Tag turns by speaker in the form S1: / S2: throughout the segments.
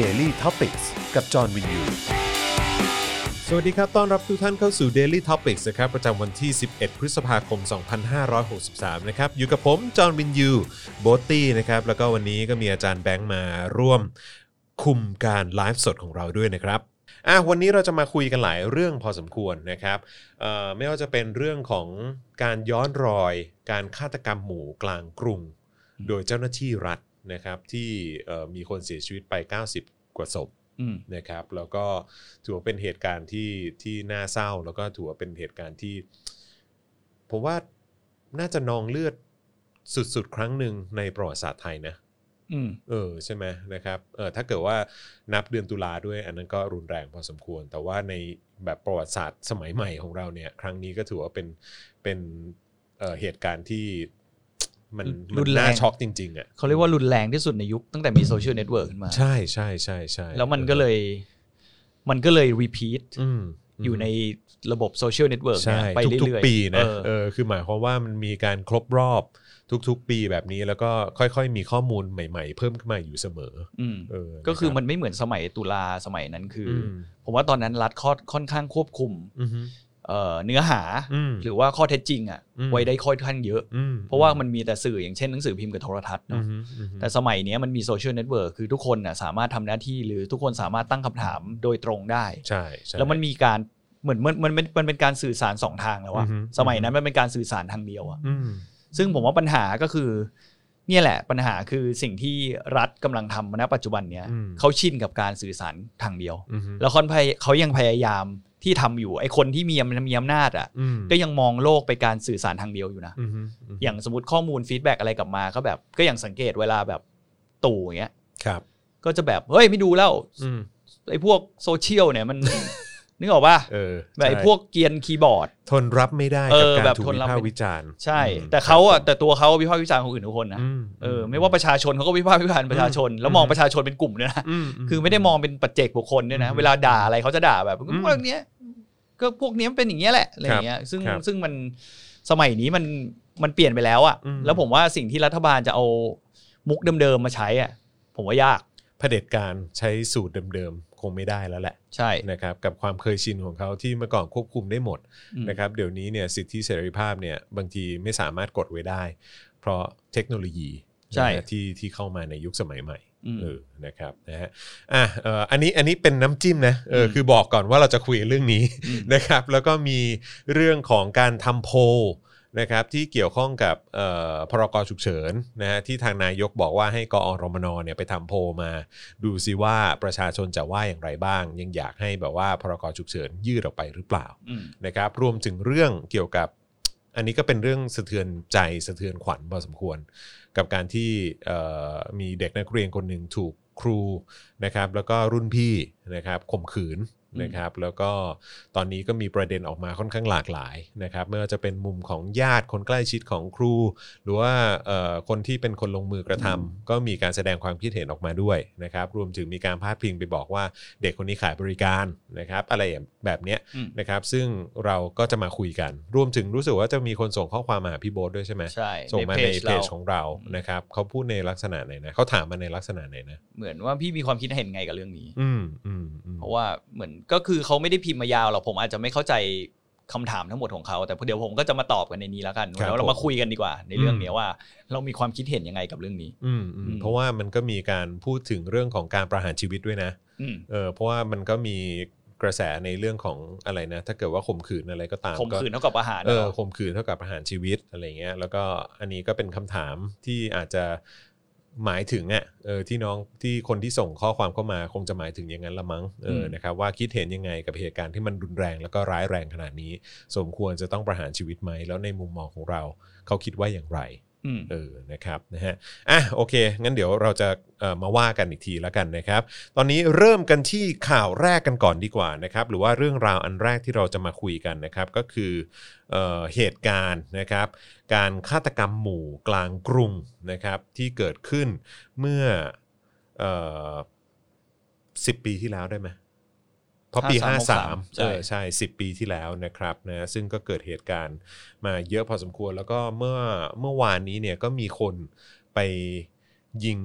S1: Daily t o p i c กกับจอห์นวินยู
S2: สวัสดีครับ ต้อนรับทุกท่านเข้าสู่ Daily Topics นะครับ ประจำวันที่ 11 พฤษภาคม 2563 นะครับ อยู่กับผม จอห์นวินยู โบตตี้นะครับ แล้วก็วันนี้ก็มีอาจารย์แบงค์มาร่วมคุมการไลฟ์สดของเราด้วยนะครับอ่ะวันนี้เราจะมาคุยกันหลายเรื่องพอสมควรนะครับเอ่อไม่ว่าจะเป็นเรื่องของการย้อนรอย การฆาตกรรมหมู่กลางกรุง โดยเจ้าหน้าที่รัฐนะครับที่เอ่อมีคนเสียชีวิตไป 90 กว่าศพ
S3: อืม
S2: นะครับแล้วก็ถือว่าเป็นเหตุการณ์ที่ที่น่าเศร้า แล้วก็ถือว่าเป็นเหตุการณ์ที่ ผมว่าน่าจะนองเลือดสุดๆ ครั้งหนึ่งในประวัติศาสตร์ไทยนะ
S3: อืม
S2: เออใช่ไหมนะครับเออถ้าเกิดว่านับเดือนตุลาด้วย อันนั้นก็รุนแรงพอสมควร แต่ว่าในแบบประวัติศาสตร์สมัยใหม่ของเราเนี่ยครั้งนี้ก็ถือว่าเป็นเป็นเอ่อเหตุการณ์ที่มัน
S3: รุ
S2: มัน
S3: นแรง
S2: น่าช็อกจริง ๆอ่ะ
S3: เขาเรียกว่ารุนแรงที่สุดในยุคตั้งแต่มีโซเชียลเน็ตเวิร์กขึ้นมา
S2: ใช่ใช่ใช่ใช่
S3: แล้วมันก็เลย มันก็เลยรีพีท
S2: อืมม
S3: อยู่ในระบบโซเชียลเน็ตเวิร์ก
S2: ใช่
S3: ไป
S2: ทุก
S3: เรื่อย
S2: ๆปีนะ
S3: เออ
S2: เออคือหมายความว่ามันมีการครบรอบทุกๆ ปีแบบนี้แล้วก็ค่อยๆ มีข้อมูลใหม่ๆ เพิ่มขึ้นมาอยู่เสมอ
S3: อืม
S2: เออ
S3: ก็คือมั
S2: ะ
S3: นไม่เหมือนสมัยตุลาสมัยนั้นคื
S2: รับ
S3: อ
S2: อื
S3: อ
S2: ม
S3: ผมว่าตอนนั้นรัฐค่อนค่อนข้างควบคุม
S2: อืม
S3: เอ่อเนื้อหา
S2: อืม
S3: หรือว่าข้อเท็จจริงอ่ะ
S2: อืม
S3: ไว้ได้ค่อนข้างเยอะ
S2: อืม
S3: เพราะว่ามันมีแต่สื่ออย่างเช่นหนังสือพิมพ์กับโทรทัศน์เน
S2: อื
S3: อะ
S2: มอืม
S3: แต่สมัยเนี้ยมันมีโซเชียลเน็ตเวิร์กคือทุกคนน่ะสามารถทำหน้าที่หรือทุกคนสามารถตั้งคำถามโดยตรงได้
S2: ใช่ใช่
S3: แล้วมันมีการเหมือนมันมันมันมันเป็นการสื่อสารสองทางแล้วอะ
S2: อือฮึ
S3: สมัยนั้นมันเป็นการสื่อสารทางเดียวอะ
S2: อืม
S3: ซึ่งผมว่าปัญหาก็คือ เนี่ยแหละปัญหาคือสิ่งที่รัฐกำลังทำณปัจจุบันเนี้ยเขาชินกับการสื่อสารทางเดียว
S2: อืม
S3: แล้วคนพยเขายังพยายามที่ทำอยู่ไอ้คนที่มีอำมีอำนาจอะ
S2: อืม
S3: ก็ยังมองโลกไปการสื่อสารทางเดียวอยู่นะ
S2: อืมม
S3: อย่างสมมติข้อมูลฟีดแบ็กอะไรกลับมาก็แบบก็อย่างสังเกตเวลาแบบตู่อย่างเงี้ย
S2: ครับ
S3: ก็จะแบบเฮ้ยไม่ดูแล้ว
S2: อืม
S3: ไอ้พวกโซเชียลเนี่ยมัน นึกออกปะ
S2: เออ
S3: แบบไอ้
S2: ใช่
S3: พวกเกรียนคีย์บอร์ด
S2: ทนรับไม่ได้
S3: เอ
S2: กับกา
S3: อ
S2: ร
S3: แบบ
S2: ถูก
S3: ทน
S2: วิ
S3: รับ
S2: พาก
S3: ไม่
S2: ษ์วิจารณ์
S3: ใช่
S2: อืม
S3: แต่เขาอ่ะแต่ตัวเขาวิพากษ์วิจารณ์คนอื่นทุกคนนะ
S2: อืม
S3: เออไม่ว่าประชาชนเขาก็วิพากษ์วิจารณ์ประชาชน แล้วมองประชาชนเป็นกลุ่มด้วยนะ
S2: อืม
S3: คือไม่ได้มองเป็นปัจเจกบุคคลด้วยนะ
S2: อืม
S3: เวลาด่าอะไรเขาจะด่าแบบ
S2: อืม
S3: พวกเนี้ยก็พวกเนี้ยมันเป็นอย่างเงี้ยแหละอะไรอย่างเงี้ยซึ่ง
S2: ครับ
S3: ซึ่งมันสมัยนี้มันมันเปลี่ยนไปแล้วอ่ะ
S2: อืม
S3: แล้วผมว่าสิ่งที่รัฐบาลจะเอามุกเดิมๆมาใช้อ่ะผมว่ายาก
S2: เผด็จการใช้สูตรเดิมๆ คงไม่ได้แล้วแหละ
S3: ใช่
S2: นะครับกับความเคยชินของเขาที่เมื่อก่อนควบคุมได้หมด
S3: อืม
S2: นะครับเดี๋ยวนี้เนี่ยสิทธิเสรีภาพเนี่ยบางทีไม่สามารถกดไว้ได้ เพราะเทคโนโลยี
S3: ใช่
S2: นะฮะที่ที่เข้ามาในยุคสมัยใหม่
S3: อืม
S2: เออนะครับนะฮะอ่ะเอ่ออันนี้อันนี้เป็นน้ำจิ้มนะเอออ
S3: ม
S2: คือบอกก่อนว่าเราจะคุยเรื่องนี้
S3: ม
S2: นะครับแล้วก็มีเรื่องของการทำโพลนะครับที่เกี่ยวข้องกับเอ่อพรกฉุกเฉินนะฮะที่ทางนายกบอกว่าให้กอรมนเนี่ยไปทำโพลมา ดูซิว่าประชาชนจะว่าอย่างไรบ้าง ยังอยากให้แบบว่าพรกฉุกเฉินยืดออกไปหรือเปล่า
S3: อืม
S2: นะครับรวมถึงเรื่องเกี่ยวกับ อันนี้ก็เป็นเรื่องสะเทือนใจสะเทือนขวัญพอสมควร กับการที่เอ่อมีเด็กนักเรียนคนหนึ่งถูกครูนะครับ แล้วก็รุ่นพี่นะครับข่มขืนนะครับ แล้วก็ตอนนี้ก็มีประเด็นออกมาค่อนข้างหลากหลายนะครับไม่ว่าจะเป็นมุมของญาติคนใกล้ชิดของครู หรือว่าเอ่อคนที่เป็นคนลงมือกระทำก็มีการแสดงความคิดเห็นออกมาด้วยนะครับ รวมถึงมีการพาดพิงไปบอกว่าเด็กคนนี้ขายบริการนะครับ อะไรแบบเนี้ย
S3: อืม
S2: นะครับซึ่งเราก็จะมาคุยกัน รวมถึงรู้สึกว่าจะมีคนส่งข้อความมาหาพี่โบ๊ทด้วยใช่ไหม
S3: ใช่
S2: ส่งมาในเพ
S3: รา
S2: จของเรานะครับเขาพูดในลักษณะไหนนะเขาถามมาในลักษณะไหนนะ
S3: เหมือนว่าพี่มีความคิดเห็นไงกับเรื่องนี้
S2: อืมอืมอืม
S3: เพราะว่าเหมือนก็คือเขาไม่ได้พิมพ์มายาวหรอกผมอาจจะไม่เข้าใจคำถามทั้งหมดของเขา แต่เดี๋ยวผมก็จะมาตอบกันในนี้แล้วกันแล้วเรามาคุยกันดีกว่า ในเรื่องเนี้ยว่า เรามีความคิดเห็นยังไงกับเรื่องนี้
S2: อืมอืม
S3: อืม
S2: เพราะว่ามันก็มีการพูดถึงเรื่องของการประหารชีวิตด้วยนะ
S3: อืม
S2: เออเพราะว่ามันก็มีกระแสในเรื่องของอะไรนะ ถ้าเกิดว่าข่มขืนอะไรก็ตาม
S3: ข่ม
S2: ก็
S3: ขืนเท่ากับประหาร
S2: เอ
S3: เหร
S2: อ
S3: อ
S2: ข่มขืนเท่ากับประหารชีวิตอะไรเงี้ยแล้วก็อันนี้ก็เป็นคำถามที่อาจจะหมายถึงอ่ะเออที่น้องที่คนที่ส่งข้อความเข้ามาคงจะหมายถึงอย่างนั้นละมั้งเออ
S3: อืม
S2: นะครับว่าคิดเห็นยังไงกับเหตุการณ์ที่มันรุนแรงแล้วก็ร้ายแรงขนาดนี้ สมควรจะต้องประหารชีวิตไหมแล้วในมุมมองของเรา เขาคิดว่าอย่างไร
S3: อืม
S2: เออ นะครับนะฮะ อ่ะ โอเค งั้นเดี๋ยวเราจะเอ่อมาว่ากันอีกทีแล้วกันนะครับ ตอนนี้เริ่มกันที่ข่าวแรกกันก่อนดีกว่านะครับ หรือว่าเรื่องราวอันแรกที่เราจะมาคุยกันนะครับ ก็คือเอ่อเหตุการณ์นะครับ การฆาตกรรมหมู่กลางกรุงนะครับ ที่เกิดขึ้นเมื่อเอ่อสิปีที่แล้วได้ไหมเพราะปี
S3: 53
S2: 53
S3: ใช่
S2: เออ ใช่ 10 ปีที่แล้วนะครับนะซึ่งก็เกิดเหตุการณ์มาเยอะพอสมควร แล้วก็เมื่อเมื่อวานนี้เนี่ยก็มีคนไปยิง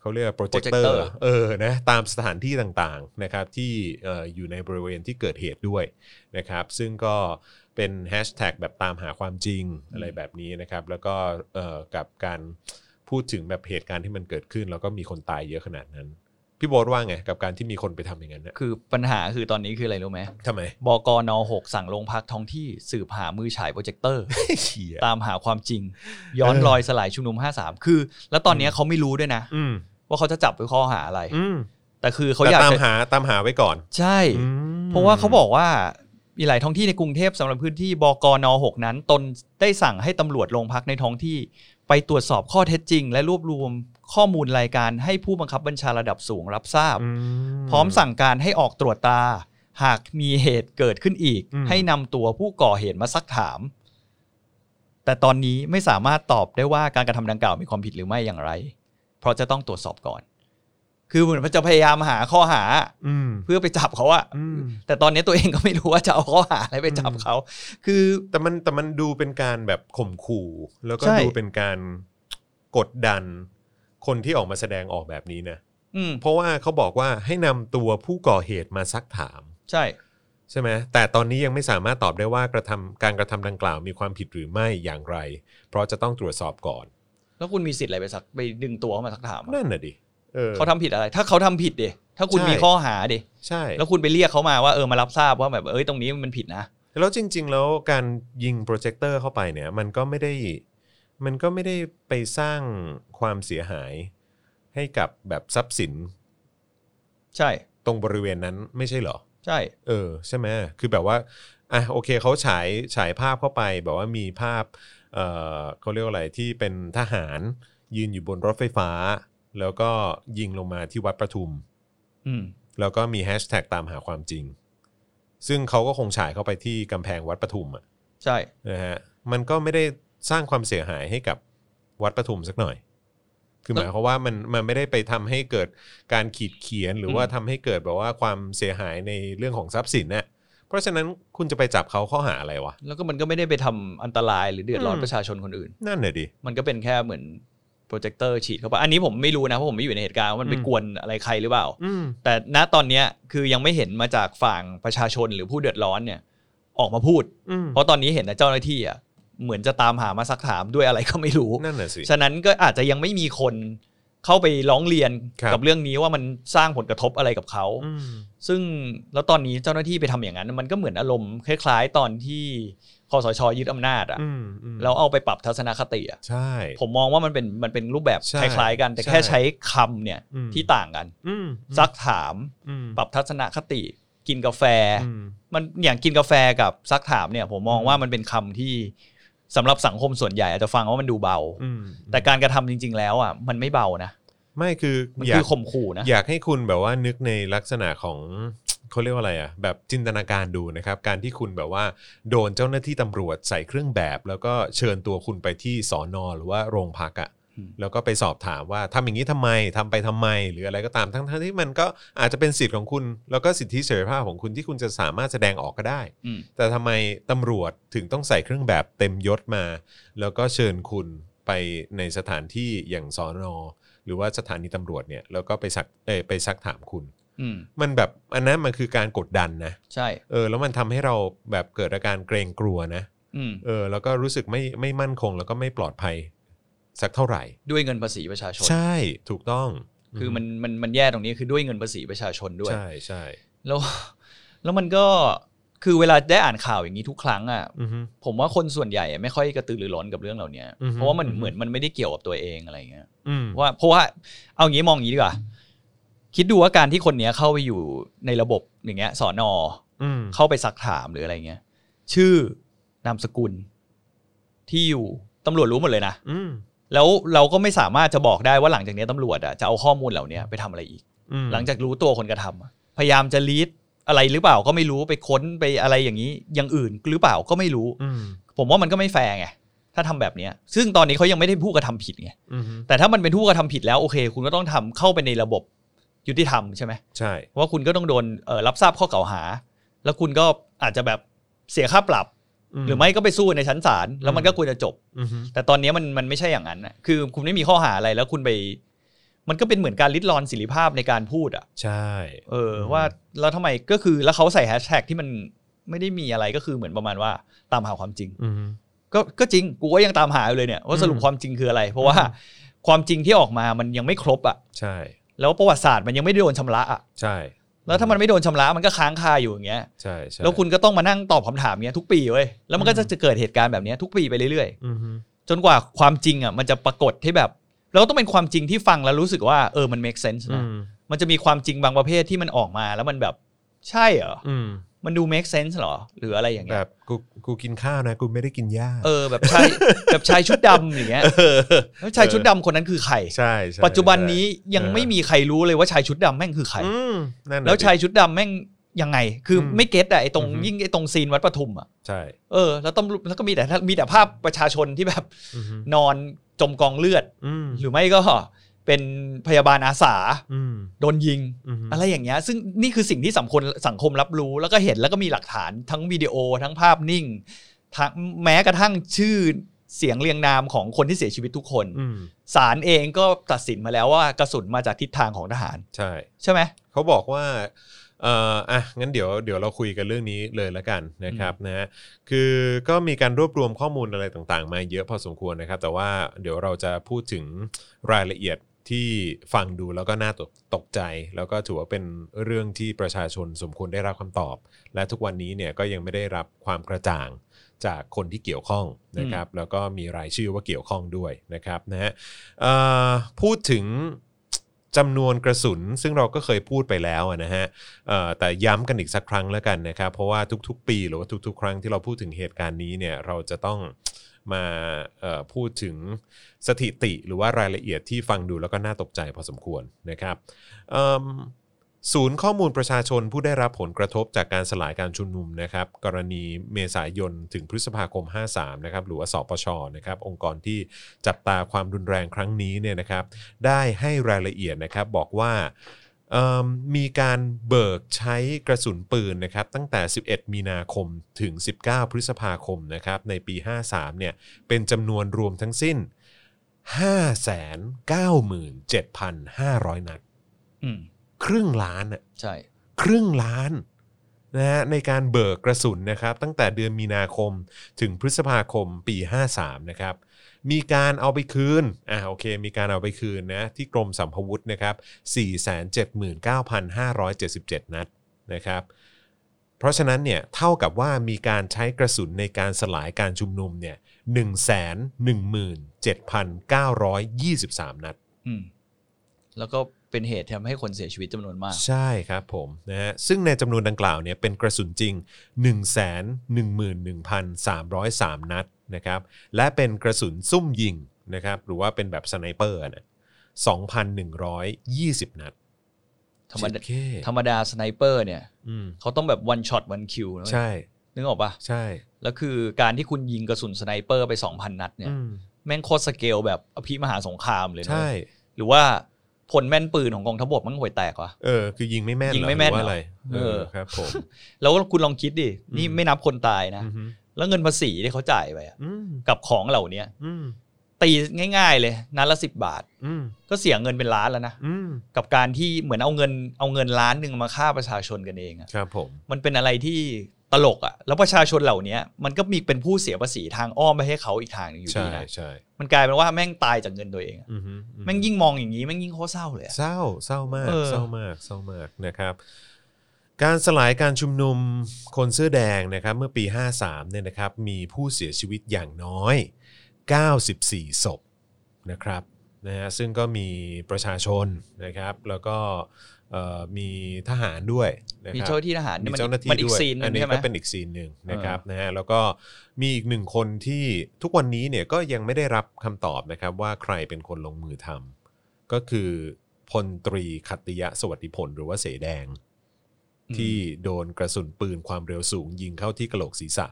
S2: เขาเรียกโปรเจคเตอ
S3: projector
S2: ร์เออนะตามสถานที่ต่างๆนะครับที่เอ่ออยู่ในบริเวณที่เกิดเหตุด้วยนะครับซึ่งก็เป็นแฮชแท็กแบบตามหาความจริงอะไรแบบนี้นะครับแล้วก็เอ่อกับการพูดถึงแบบเหตุการณ์ที่มันเกิดขึ้น แล้วก็มีคนตายเยอะขนาดนั้น พี่โบ๊ทว่าไงกับการที่มีคนไปทำอย่างนั้นนะ
S3: คือปัญหาคือตอนนี้คืออะไรรู้ไหม
S2: ทำไม
S3: บกนหกสั่งโรงพักท้องที่สืบหามือฉายโปรเจคเตอร์
S2: เชีย
S3: ตามหาความจริง ย้อน
S2: เออ
S3: รอยสลายชุมนุม 53 คือ แล้วตอนเนี้ยเขาไม่รู้ด้วยนะ
S2: อืม
S3: ว่าเขาจะจับไปข้อหาอะไร
S2: อืม
S3: แต่คือเขา
S2: แต่
S3: อยาก
S2: ตาม
S3: จะ
S2: หาตามหาไว้ก่อน
S3: ใช่
S2: อืม
S3: เพราะว่าเขาบอกว่ามีหลายท้องที่ในกรุงเทพสำหรับพื้นที่บกน6นั้น ตนได้สั่งให้ตำรวจโรงพักในท้องที่ ไปตรวจสอบข้อเท็จจริง และรวบรวมข้อมูลรายการให้ผู้บังคับบัญชาระดับสูงรับทราบ
S2: อื
S3: พร้อมสั่งการให้ออกตรวจตา หากมีเหตุเกิดขึ้นอีก
S2: อืม
S3: ให้นำตัวผู้ก่อเหตุมาซักถาม แต่ตอนนี้ไม่สามารถตอบได้ว่าการกระทำดังกล่าวมีความผิดหรือไม่อย่างไร เพราะจะต้องตรวจสอบก่อน คือเหมือนมันจะพยายามหาข้อหา
S2: อืม
S3: เพื่อไปจับเขาอะ
S2: อืม
S3: แต่ตอนนี้ตัวเองก็ไม่รู้ว่าจะเอาข้อหาอะไรไปจับเขา คือ
S2: แต่มันแต่มันดูเป็นการแบบข่มขู่ แล้วก็
S3: ใช่
S2: ดูเป็นการกดดันคนที่ออกมาแสดงออกแบบนี้นะ
S3: อืม
S2: เพราะว่าเขาบอกว่าให้นำตัวผู้ก่อเหตุมาซักถาม
S3: ใช่
S2: ใช่ไหมแต่ตอนนี้ยังไม่สามารถตอบได้ว่ากระทำการกระทำดังกล่าวมีความผิดหรือไม่อย่างไร เพราะจะต้องตรวจสอบก่อน
S3: แล้วคุณมีสิทธิ์อะไรไปสักไปดึงตัวเขามาซักถามอะ
S2: นั่นน่ะดิออ
S3: เขาทำผิดอะไร ถ้าเขาทำผิดเดถ้าคุณ
S2: ใช่
S3: มีข้อหาเด
S2: ใช่
S3: แล้วคุณไปเรียกเขามาว่าเออมารับทราบว่าแบบเอ้ยตรงนี้มันผิดนะ
S2: แล้วจริง ๆ แล้วการยิงโปรเจคเตอร์เข้าไปเนี่ย มันก็ไม่ได้มันก็ไม่ได้ไปสร้างความเสียหาย ให้กับแบบทรัพย์สิน
S3: ใช่
S2: ตรงบริเวณนั้นไม่ใช่เหรอ
S3: ใช่
S2: เออ ใช่ไหมคือแบบว่าอ่ะโอเคเขาฉายฉายภาพเข้าไปแบบว่ามีภาพเออเขาเรียกว่าอะไรที่เป็นทหาร ยืนอยู่บนรถไฟฟ้า แล้วก็ยิงลงมาที่วัดประทุม
S3: อืม
S2: แล้วก็มีแฮชแท็กตามหาความจริง ซึ่งเขาก็คงฉายเข้าไปที่กำแพงวัดประทุมอะ
S3: ใช่
S2: นะฮะมันก็ไม่ได้สร้างความเสียหายให้กับวัดประทุมสักหน่อย คือหมายความว่ามันมันไม่ได้ไปทำให้เกิดการขีดเขียนหรือว่าทำให้เกิดแบบว่าความเสียหายในเรื่องของทรัพย์สินน่ะเพราะฉะนั้นคุณจะไปจับเขาข้อหาอะไรวะ
S3: แล้วก็มันก็ไม่ได้ไปทำอันตรายหรือเดือดร้อน
S2: อืม
S3: ประชาชนคนอื่น
S2: นั่นน่ะดิ
S3: มันก็เป็นแค่เหมือนโปรเจคเตอร์ฉีดเข้าไปอันนี้ผมไม่รู้นะเพราะผมไม่อยู่ในเหตุการณ์ว่ามันไป
S2: อืม
S3: กวนอะไรใครหรือเปล่า
S2: อืม
S3: แต่ณตอนเนี้ยคือยังไม่เห็นมาจากฝั่งประชาชนหรือผู้เดือดร้อนเนี่ย ออกมาพูด
S2: อืม
S3: เพราะตอนนี้เห็นแต่เจ้าหน้าที่อ่ะเหมือนจะตามหามาซักถามด้วยอะไรก็ไม่รู้
S2: นั่นน่ะสิ
S3: ฉะนั้นก็อาจจะยังไม่มีคนเข้าไปร้องเรียน
S2: ครับ
S3: กับเรื่องนี้ว่ามันสร้างผลกระทบอะไรกับเขา
S2: อืม
S3: ซึ่งแล้วตอนนี้เจ้าหน้าที่ไปทำอย่างนั้น มันก็เหมือนอารมณ์คล้ายๆ ตอนที่คอสชยึดอำนาจอ่ะ
S2: อืมอืม
S3: แล้วเอาไปปรับทัศนคติอ่ะ
S2: ใช่
S3: ผมมองว่ามันเป็นมันเป็นรูปแบบ
S2: ใช่
S3: คล้าย ๆ กัน แต่
S2: ใช่
S3: แค่ใช้คำเนี่ย
S2: อืม
S3: ที่ต่างกัน
S2: อืม
S3: ซักถาม
S2: อืม
S3: ปรับทัศนคติ กินกาแฟ
S2: อืม
S3: มันอย่างกินกาแฟกับซักถามเนี่ย ผมมอง
S2: อืม
S3: ว่ามันเป็นคำที่สำหรับสังคมส่วนใหญ่อาจจะฟังว่ามันดูเบา
S2: อืม
S3: แต่การกระทำจริง ๆ แล้วอ่ะมันไม่เบานะ
S2: ไม่คือ
S3: มัน
S2: อยา
S3: คื
S2: ก
S3: อข่มขู่นะ
S2: อยากให้คุณแบบว่านึกในลักษณะของ เขาเรียกว่าอะไรอ่ะแบบจินตนาการดูนะครับ การที่คุณแบบว่า โดนเจ้าหน้าที่ตำรวจใส่เครื่องแบบ แล้วก็เชิญตัวคุณไปที่สอนอหรือว่าโรงพักอ่ะแล้วก็ไปสอบถามว่าทำอย่างนี้ทำไมทำไปทำไม หรืออะไรก็ตามทั้งทั้งที่มันก็อาจจะเป็นสิทธิ์ของคุณ แล้วก็สิทธิเสรีภาพของคุณที่คุณจะสามารถแสดงออกก็ได้
S3: อืม
S2: แต่ทำไมตำรวจถึงต้องใส่เครื่องแบบเต็มยศมา แล้วก็เชิญคุณไปในสถานที่อย่างสอนอหรือว่าสถานีตำรวจเนี่ยแล้วก็ไปสักเอยไปซักถามคุณ
S3: อืม
S2: มันแบบอันนั้นมันคือการกดดันนะ
S3: ใช่
S2: เออแล้วมันทำให้เราแบบเกิดอาการเกรงกลัวนะ
S3: อืม
S2: เออแล้วก็รู้สึกไม่ไม่มั่นคง แล้วก็ไม่ปลอดภัยสักเท่าไหร่
S3: ด้วยเงินภาษีประชาชน
S2: ใช่ถูกต้อง
S3: คือมันมันมันแย่ตรงนี้คือด้วยเงินภาษีประชาชนด้วย
S2: ใช่ใช่
S3: แล้ว แล้วมันก็คือเวลาได้อ่านข่าวอย่างนี้ทุกครั้งอ่ะ
S2: อือฮึ
S3: ผมว่าคนส่วนใหญ่ไม่ค่อยกระตือรือร้นกับเรื่องเหล่านี้
S2: อือฮึ
S3: เพราะว่ามัน
S2: อือฮึ
S3: เหมือนมันไม่ได้เกี่ยวกับตัวเองอะไรอย่างเงี้ย
S2: อืม
S3: ว่าเพราะว่าเอางี้มองอย่างนี้ดีกว่า คิดดูว่าการที่คนเนี้ยเข้าไปอยู่ในระบบอย่างเงี้ยสอนอ
S2: อืม
S3: เข้าไปซักถามหรืออะไรเงี้ยชื่อนามสกุล ที่อยู่ตำรวจรู้หมดเลยนะ
S2: อืม
S3: แล้วเราก็ไม่สามารถจะบอกได้ว่าหลังจากเนี้ยตำรวจอ่ะจะเอาข้อมูลเหล่านี้ไปทำอะไรอีก
S2: อืม
S3: หลังจากรู้ตัวคนกระทำอะพยายามจะลีดอะไรหรือเปล่าก็ไม่รู้ไปค้นไปอะไรอย่างนี้อย่างอื่นหรือเปล่าก็ไม่รู้
S2: อืม
S3: ผมว่ามันก็ไม่แฟร์ไงถ้าทำแบบเนี้ยซึ่งตอนนี้เขายังไม่ได้ผู้กระทำผิดไง
S2: อืม
S3: แต่ถ้ามันเป็นผู้กระทำผิดแล้วโอเค คุณก็ต้องทำเข้าไปในระบบยุติธรรมใช่ไหม
S2: ใช่
S3: ว่าคุณก็ต้องโดนเอ่อรับทราบข้อกล่าวหา แล้วคุณก็อาจจะแบบเสียค่าปรับ หรือไม่ก็ไปสู้ในชั้นศาลแล้วมันก็ควรจะจบ
S2: อือฮึ
S3: แต่ตอนนี้มันมันไม่ใช่อย่างนั้นน่ะคือคุณไม่มีข้อหาอะไรแล้วคุณไป มันก็เป็นเหมือนการลิดรอนสิริภาพในการพูดอ่ะ
S2: ใช่
S3: เออ
S2: อืม
S3: ว่าแล้วทำไมก็คือแล้วเขาใส่แฮชแท็กที่มันไม่ได้มีอะไรก็คือเหมือนประมาณว่าตามหาความจริง
S2: อืม
S3: ก็ก็จริงกูก็ยังตามหาอยู่เลยเนี่ยว่าสรุป
S2: อืม
S3: ความจริงคืออะไร เพราะว่า
S2: อืม
S3: ความจริงที่ออกมามันยังไม่ครบอ่ะ
S2: ใช่
S3: แล้วประวัติศาสตร์มันยังไม่ได้โดนชำระอ่ะ
S2: ใช่
S3: แล้วถ้ามันไม่โดนชำระมันก็ค้างคาอยู่อย่างเงี้ย
S2: ใช่ใช่
S3: แล้วคุณก็ต้องมานั่งตอบคำถามเงี้ยทุกปีเว้ยแล้วมันก็จะเกิดเหตุการณ์แบบเนี้ยทุกปีไปเรื่อย
S2: อืม
S3: ๆ จนกว่าความจริงอ่ะมันจะปรากฏที่แบบแล้วต้องเป็นความจริงที่ฟังแล้วรู้สึกว่าเออมัน make sense
S2: อื
S3: นะ
S2: ม
S3: มันจะมีความจริงบางประเภทที่มันออกมาแล้วมันแบบใช่เหรอ
S2: อืม
S3: มันดู make sense เหรอ หรืออะไรอย่าง
S2: แบ
S3: เงี้ย
S2: บกูกูกินข้าวนะ กูไม่ได้กินหญ้า
S3: เออแบบชาย แบบชายชุดดำอย่างเงี้ย
S2: เออ
S3: แล้วชายชุดดำคนนั้นคือใคร
S2: ใช่ใช่
S3: ปัจจุบันนี้ยัง
S2: เออ
S3: ไม่มีใครรู้เลยว่าชายชุดดำแม่งคือใคร
S2: อืมนั่นน่ะ
S3: แล้วชาย
S2: ดิ
S3: ชุดดำแม่งยังไง คืออ
S2: ม
S3: ไม่เก็ตอะไอตรง
S2: อือหือ
S3: ยิ่งไอตรงซีนวัดปทุมอะ
S2: ใช่
S3: เออแล้วตำรวจแล้วก็มีแต่มีแต่ภาพประชาชนที่แบบ
S2: อืม
S3: นอนจมกองเลือด
S2: อืม
S3: หรือไม่ก็เป็นพยาบาลอาสา
S2: อืม
S3: โดนยิง
S2: อืม
S3: อะไรอย่างเงี้ย ซึ่งนี่คือสิ่งที่สังคมสังคมรับรู้แล้วก็เห็นแล้วก็มีหลักฐานทั้งวิดีโอทั้งภาพนิ่งทั้งแม้กระทั่งชื่อเสียงเรียงนามของคนที่เสียชีวิตทุกคน
S2: อืม
S3: ศาลเองก็ตัดสินมาแล้วว่ากระสุนมาจากทิศทางของทหาร
S2: ใช่
S3: ใช่ไหม
S2: เขาบอกว่าเอ่ออ่ะ งั้นเดี๋ยว เดี๋ยวเราคุยกันเรื่องนี้เลยละกันนะครับนะฮะคือก็มีการรวบรวมข้อมูลอะไรต่างๆ มาเยอะพอสมควรนะครับ แต่ว่าเดี๋ยวเราจะพูดถึงรายละเอียดที่ฟังดูแล้วก็น่าตกตกใจ แล้วก็ถือว่าเป็นเรื่องที่ประชาชนสมควรได้รับคำตอบ และทุกวันนี้เนี่ยก็ยังไม่ได้รับความกระจ่างจากคนที่เกี่ยวข้องนะครับ แล้วก็มีรายชื่อว่าเกี่ยวข้องด้วยนะครับนะฮะ เอ่อพูดถึงจำนวนกระสุนซึ่งเราก็เคยพูดไปแล้วอะนะฮะเอ่อแต่ย้ำกันอีกสักครั้งแล้วกันนะครับ เพราะว่าทุกๆ ปีหรือว่าทุก ๆ ครั้งที่เราพูดถึงเหตุการณ์นี้เนี่ยเราจะต้องมาเอ่อพูดถึงสถิติหรือว่ารายละเอียดที่ฟังดูแล้วก็น่าตกใจพอสมควรนะครับเอิ่มศูนย์ข้อมูลประชาชนผู้ได้รับผลกระทบจากการสลายการชุมนุมนะครับ กรณีเมษายนถึงพฤษภาคม 53นะครับหรือว่าสปชนะครับองค์กรที่ จับตาความรุนแรงครั้งนี้เนี่ยนะครับได้ให้รายละเอียดนะครับบอกว่าเอิ่มมีการเบิกใช้กระสุนปืนนะครับตั้งแต่ 11 มีนาคมถึง 19 พฤษภาคมนะครับในปี 53เนี่ยเป็นจำนวนรวมทั้งสิ้น 597,500 นัด
S3: อืม
S2: ครึ่งล้านอะ
S3: ใช่
S2: ครึ่งล้านนะฮะในการเบิกกระสุนนะครับ ตั้งแต่เดือนมีนาคมถึงพฤษภาคมปี 53 นะครับ มีการเอาไปคืนอ่าโอเค มีการเอาไปคืนนะที่กรมสัมพวุธนะครับ 479,577 นัดนะครับ เพราะฉะนั้นเนี่ยเท่ากับว่ามีการใช้กระสุนในการสลายการชุมนุมเนี่ย117,923 นัด
S3: อืมแล้วก็เป็นเหตุทำให้คนเสียชีวิตจำนวนมาก
S2: ใช่ครับผมนะฮะซึ่งในจำนวนดังกล่าวเนี่ยเป็นกระสุนจริง 1 1 1 3 0 3 นัดนะครับและเป็นกระสุนซุ่มยิงนะครับหรือว่าเป็นแบบสไนเปอร์นะ2,120 นัด
S3: ธรรมดา
S2: เจ็ด
S3: ธรรมดาสไนเปอร์เนี่ย
S2: อืม
S3: เขาต้องแบบวันช็อตวันคิวนะเว้ย
S2: ใช่
S3: นึกออกปะ
S2: ใช่
S3: แล้วคือการที่คุณยิงกระสุนสไนเปอร์ไป2,000นัดเนี่ย
S2: อืม
S3: แม่งโคตรสเกลแบบอภิมหาสงครามเลยนะ
S2: ใช่
S3: เว้ยหรือว่าพลแม่นปืนของกองทัพบกมันห่วยแตกวะ
S2: เออคือยิงไม่แม่น
S3: ยิงไม่แม่
S2: ห
S3: น
S2: รือว่าอะไร
S3: เห
S2: เอ
S3: รอเอ
S2: อ
S3: อ
S2: ครับผม
S3: แล้วคุณลองคิดดิ นี่ไม่นับคนตายนะ
S2: อืม
S3: แล้วเงินภาษีที่เขาจ่ายไปอะ
S2: อืม
S3: กับของเหล่าเนี้ย
S2: อืม
S3: ตีง่าย ๆ เลยนัดละสิบบาท
S2: อืม
S3: ก็เสียเงินเป็นล้านแล้วนะ
S2: อืม
S3: กับการที่เหมือนเอาเงินเอาเงินล้านหนึ่งมาฆ่าประชาชนกันเองอะ
S2: ครับผม
S3: มันเป็นอะไรที่ตลกอะแล้วประชาชนเหล่าเนี้ยมันก็มีเป็นผู้เสียภาษีทางอ้อมไปให้เขาอีกทางหนึงอยู่
S2: ใช่
S3: ดีนะ
S2: ใช่
S3: มันกลายเป็นว่าแม่งตายจากเงินตัวเองอะ
S2: อืมอื
S3: แม่งยิ่งมองอย่างนี้แม่งยิ่งโคตรเศร้าเลยอะ
S2: เศร้าเศร้ามาก
S3: เออ
S2: เศร้ามากเศร้ามากนะครับ การสลายการชุมนุมคนเสื้อแดงนะครับเมื่อปี 53เนี่ยนะครับมีผู้เสียชีวิตอย่างน้อย 94 ศพนะครับนะฮะซึ่งก็มีประชาชนนะครับแล้วก็เอ่อมีทหารด้วยนะ
S3: มี
S2: ครับ
S3: เจ้าหน้าที่ทหาร
S2: มี
S3: มั
S2: เจ้าหน้าที่
S3: มันอี
S2: ด้
S3: ก
S2: วย
S3: ซีนหนึ
S2: อั
S3: ง
S2: นนี้
S3: ใช่ไหม
S2: ก็เป็นอีกซีนหนึ่งนะครับนะฮะแล้วก็มีอีกหนึ่งคนที่ทุกวันนี้เนี่ยก็ยังไม่ได้รับคำตอบนะครับว่าใครเป็นคนลงมือทำก็คือพลตรีขัตติยะสวัสดิผลหรือว่าเสแดง
S3: อืม
S2: ที่โดนกระสุนปืนความเร็วสูง ยิงเข้าที่กระโหลกศีรษะ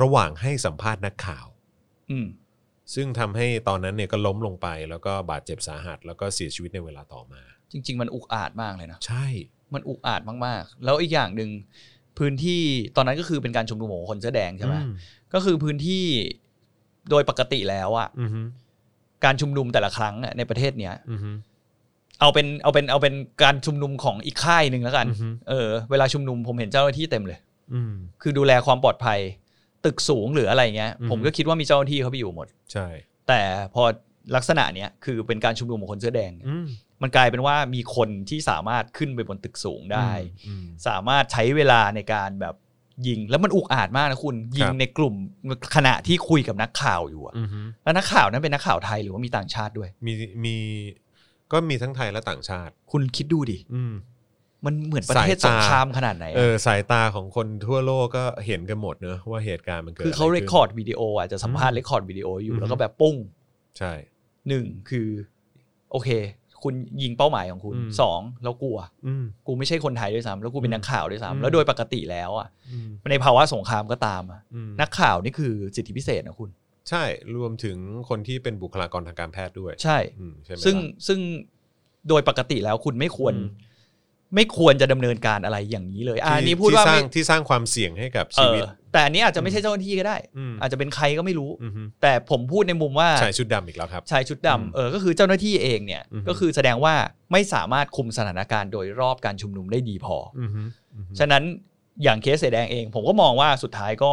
S2: ระหว่างให้สัมภาษณ์นักข่าว
S3: อืม
S2: ซึ่งทำให้ตอนนั้นเนี่ยก็ล้มลงไป แล้วก็บาดเจ็บสาหัส แล้วก็เสียชีวิตในเวลาต่อมา
S3: จริง ๆ มันอุกอาจมากเลยนะ
S2: ใช่
S3: มันอุกอาจมากๆ แล้วอีกอย่างหนึ่งพื้นที่ตอนนั้นก็คือเป็นการชุมนุมของคนเสื้อแดงใช่ไหม
S2: อื
S3: ก็คือพื้นที่โดยปกติแล้วอะ
S2: อือฮึ
S3: การชุมนุมแต่ละครั้งอะในประเทศเนี้ย
S2: อือฮึ
S3: เอาเป็นเอาเป็นเอาเป็นการชุมนุมของอีกค่ายหนึ่งแล้วกัน
S2: อือฮึ
S3: เออเวลาชุมนุมผมเห็นเจ้าหน้าที่เต็มเลย
S2: อืม
S3: คือดูแลความปลอดภัย ตึกสูงหรืออะไรเงี้ย
S2: อืม
S3: ผมก็คิดว่ามีเจ้าหน้าที่เขาไปอยู่หมด
S2: ใช่
S3: แต่พอลักษณะเนี้ยคือเป็นการชุมนุมของคนเสื้อแดง
S2: อืม
S3: มันกลายเป็นว่ามีคนที่สามารถขึ้นไปบนตึกสูงได้
S2: อืม
S3: สามารถใช้เวลาในการแบบยิง แล้วมันอุกอาจมากนะคุณยิง
S2: ครับ
S3: ในกลุ่มขณะที่คุยกับนักข่าวอยู่อะ
S2: อืมฮึ
S3: แล้วนักข่าวนั้นเป็นนักข่าวไทยหรือว่ามีต่างชาติด้วย
S2: มีมีก็มีทั้งไทยและต่างชาติ
S3: คุณคิดดูดิ
S2: อืม
S3: มันเหมือนประเทศ
S2: สายตา
S3: สงครามขนาดไหนอะ
S2: เออสายตาของคนทั่วโลกก็เห็นกันหมดเนอะว่าเหตุการณ์มันเกิด
S3: คือเขา
S2: ะ
S3: เรค
S2: ไขึ้น
S3: คอร์ดวิดีโออาจจะสัมภาษณ์
S2: อืม
S3: เรคคอร์ดวิดีโออยู่
S2: อืม
S3: แล้วก็แบบปุ้ง
S2: ใช่
S3: หนึ่งคือ โอเค คุณยิงเป้าหมายของคุณ
S2: อืม
S3: สองแล้วกลัว
S2: อืม
S3: กูไม่ใช่คนไทยด้วยซ้ำแล้วกูเป็นนักข่าวด้วย
S2: อืม
S3: ซ้ำแล้วโดยปกติแล้วอ่ะ
S2: อืม
S3: ในภาวะสงครามก็ตามอะ
S2: อืม
S3: นักข่าวนี่คือสิทธิพิเศษนะคุณ
S2: ใช่รวมถึงคนที่เป็นบุคลากรทางการแพทย์ด้วย
S3: ใช่
S2: อืมใช่ไหม
S3: ซึ่ง
S2: ล่ะ
S3: ซึ่งโดยปกติแล้วคุณไม่ควร
S2: อืม
S3: ไม่ควรจะดำเนินการอะไรอย่างนี้เลยอะอันนี้
S2: ที่
S3: พูดว่า
S2: ที่สร้า
S3: ไม่
S2: งที่สร้างความเสี่ยงให้กับ
S3: เอ
S2: ชี
S3: อ
S2: วิต
S3: แต่อันนี้อาจจะไม่ใช่เจ้าหน้าที่ก็ได้
S2: อืม
S3: อาจจะเป็นใครก็ไม่รู้
S2: อืมฮึ
S3: แต่ผมพูดในมุมว่า
S2: ชายชุดดำอีกแล้วครับ
S3: ชายชุดดำ
S2: อืม
S3: เออก็คือเจ้าหน้าที่เองเนี่ย
S2: อือฮึ
S3: ก็คือแสดงว่าไม่สามารถคุมสถานการณ์โดยรอบการชุมนุมได้ดีพออ
S2: อืมฮึอืมฮึ
S3: ฉะนั้นอย่างเคสเสอแดงเอง ผมก็มองว่าสุดท้ายก็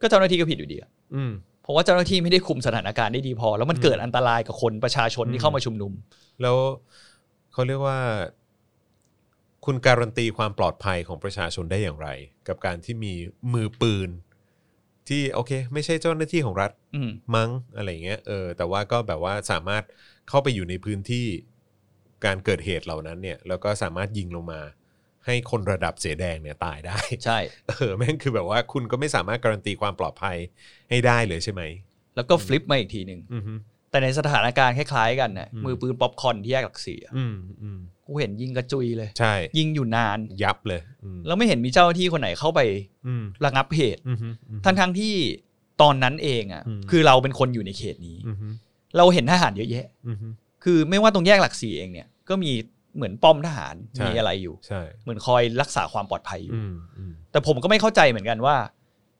S3: ก็เจ้าหน้าที่ก็ผิดอยู่ดีอะ
S2: อืม
S3: เพราะว่าเจ้าหน้าที่ไม่ได้คุมสถานการณ์ได้ดีพอ แล้วมันเกิดอันตรายกับคนประชาชน
S2: อื
S3: ที่
S2: ม
S3: เข้ามาชุมนุม
S2: แล้วเขาเรียกว่า คุณการันตีความปลอดภัยของประชาชนได้อย่างไร กับการที่มีมือปืน ที่โอเค ไม่ใช่เจ้าหน้าที่ของรัฐ
S3: อืม
S2: มั้งอะไรอย่างเงี้ยเออแต่ว่าก็แบบว่าสามารถเข้าไปอยู่ในพื้นที่การเกิดเหตุเหล่านั้นเนี่ย แล้วก็สามารถยิงลงมา ให้คนระดับเสอแดงเนี่ยตายได้
S3: ใช่
S2: เออแม่งคือแบบว่าคุณก็ไม่สามารถการันตีความปลอดภัยให้ได้เลยใช่ไหม
S3: แล้วก็ฟลิปมาอีกทีหนึ่ง
S2: อืม
S3: แต่ในสถานการณ์คล้ายๆกันนะ
S2: อืม
S3: มือปืนป๊อปคอร์นที่แยกหลักสี่อะ
S2: อืมอืม
S3: กูเห็นยิงกระจุยเลย
S2: ใช่
S3: ยิงอยู่นาน
S2: ยับเลยอืม
S3: แล้วไม่เห็นมีเจ้าหน้าที่คนไหนเข้าไป
S2: อืม
S3: ระงับเหตุ
S2: อืมอืม
S3: ทั้งๆที่ตอนนั้นเองอ่ะ
S2: อืม
S3: คือเราเป็นคนอยู่ในเขตนี้
S2: อืม
S3: เราเห็นทหารเยอะแยะ
S2: อืมอืม
S3: คือไม่ว่าตรงแยกหลักสี่เองเนี่ย ก็มีเหมือนป้อมทหาร
S2: ใช่
S3: มีอะไรอยู่
S2: ใช่
S3: เหมือนคอยรักษาความปลอดภัยอยู่
S2: อืมอืม
S3: แต่ผมก็ไม่เข้าใจเหมือนกันว่า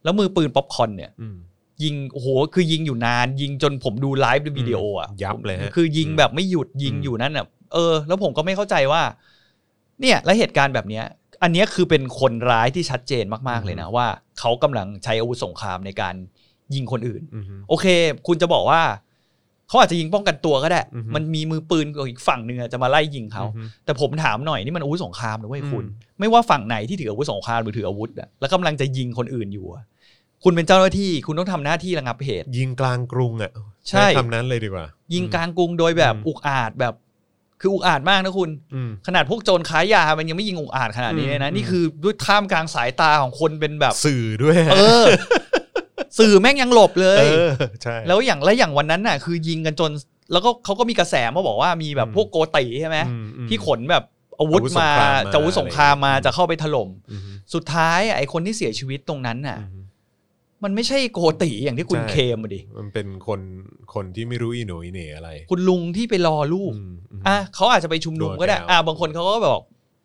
S3: แล้วมือปืนป๊อปคอร์นเนี่ย
S2: อืม
S3: ยิงโอ้โหคือยิงอยู่นาน ยิงจนผมดูไลฟ์ด้วยวิดีโออ่ะ
S2: ยับเลยฮะ
S3: คือยิง
S2: อืม
S3: แบบไม่หยุดยิง
S2: อืม
S3: อยู่นั่นอ่ะเออ แล้วผมก็ไม่เข้าใจว่า เนี่ยและเหตุการณ์แบบเนี้ย อันเนี้ยคือเป็นคนร้ายที่ชัดเจนมากๆเลยนะว่าเขากำลังใช้อาวุธสงครามในการยิงคนอื่น
S2: อืม
S3: โอเค คุณจะบอกว่าเขาอาจจะยิงป้องกันตัวก็ได้
S2: อือฮึ
S3: มันมีมือปืนของอีกฝั่งหนึ่งอะจะมาไล่ยิงเขา
S2: อืม
S3: แต่ผมถามหน่อยนี่มันอาวุธสงครามนะเว้ยคุณ
S2: อืม
S3: ไม่ว่าฝั่งไหนที่ถืออาวุธสงครามหรือถืออาวุธอะแล้วกำลังจะยิงคนอื่นอยู่อะคุณเป็นเจ้าหน้าที่คุณต้องทำหน้าที่ระงับเหตุ
S2: ยิงกลางกรุงอ่ะ
S3: ใช่
S2: คำนั้นเลยดีกว่า
S3: ยิ
S2: ยิ
S3: งกลางกรุงโดยแบบ
S2: อืม
S3: อุกอาจแบบ คืออุกอาจมากนะคุณ ขนาดพวกโจรขายยามันยังไม่ยิงอุกอาจขนาดนี้เลยนะ
S2: อืม
S3: นี่คือด้วยท่ามกลางสายตาของคนเป็นแบบ
S2: สื่อด้วยฮะ
S3: เออ สื่อแม่งยังหลบเลย
S2: เออใช่
S3: แล้วอย่างและอย่างวันนั้นน่ะ คือยิงกันจน แล้วก็เขาก็มีกระแสมาบอกว่ามีแบบ
S2: อืม
S3: พวกโกติใช่ไหม
S2: อืมอืม
S3: ที่ขนแบบอาวุธ
S2: อาวุธสง
S3: มา
S2: ครามมา
S3: จะอาวุธสงครามมา
S2: อะไรอย่างเงี้ย
S3: จะเข้าไปถล่ม
S2: อืม
S3: สุดท้ายอ่ะไอคนที่เสียชีวิตตรงนั้นน่ะ
S2: อืม
S3: มันไม่ใช่โกติอย่างที่คุณ
S2: ใช่
S3: เคมอะดิ
S2: มันเป็นคนคนที่ไม่รู้อีโหนอีเหน่อะไร
S3: คุณลุงที่ไปรอลูก
S2: อืมม
S3: อ่ะเขาอาจจะไปชุมนุมก็ได้
S2: โดนแล้ว
S3: อ่ะบางคนเขาก็บอก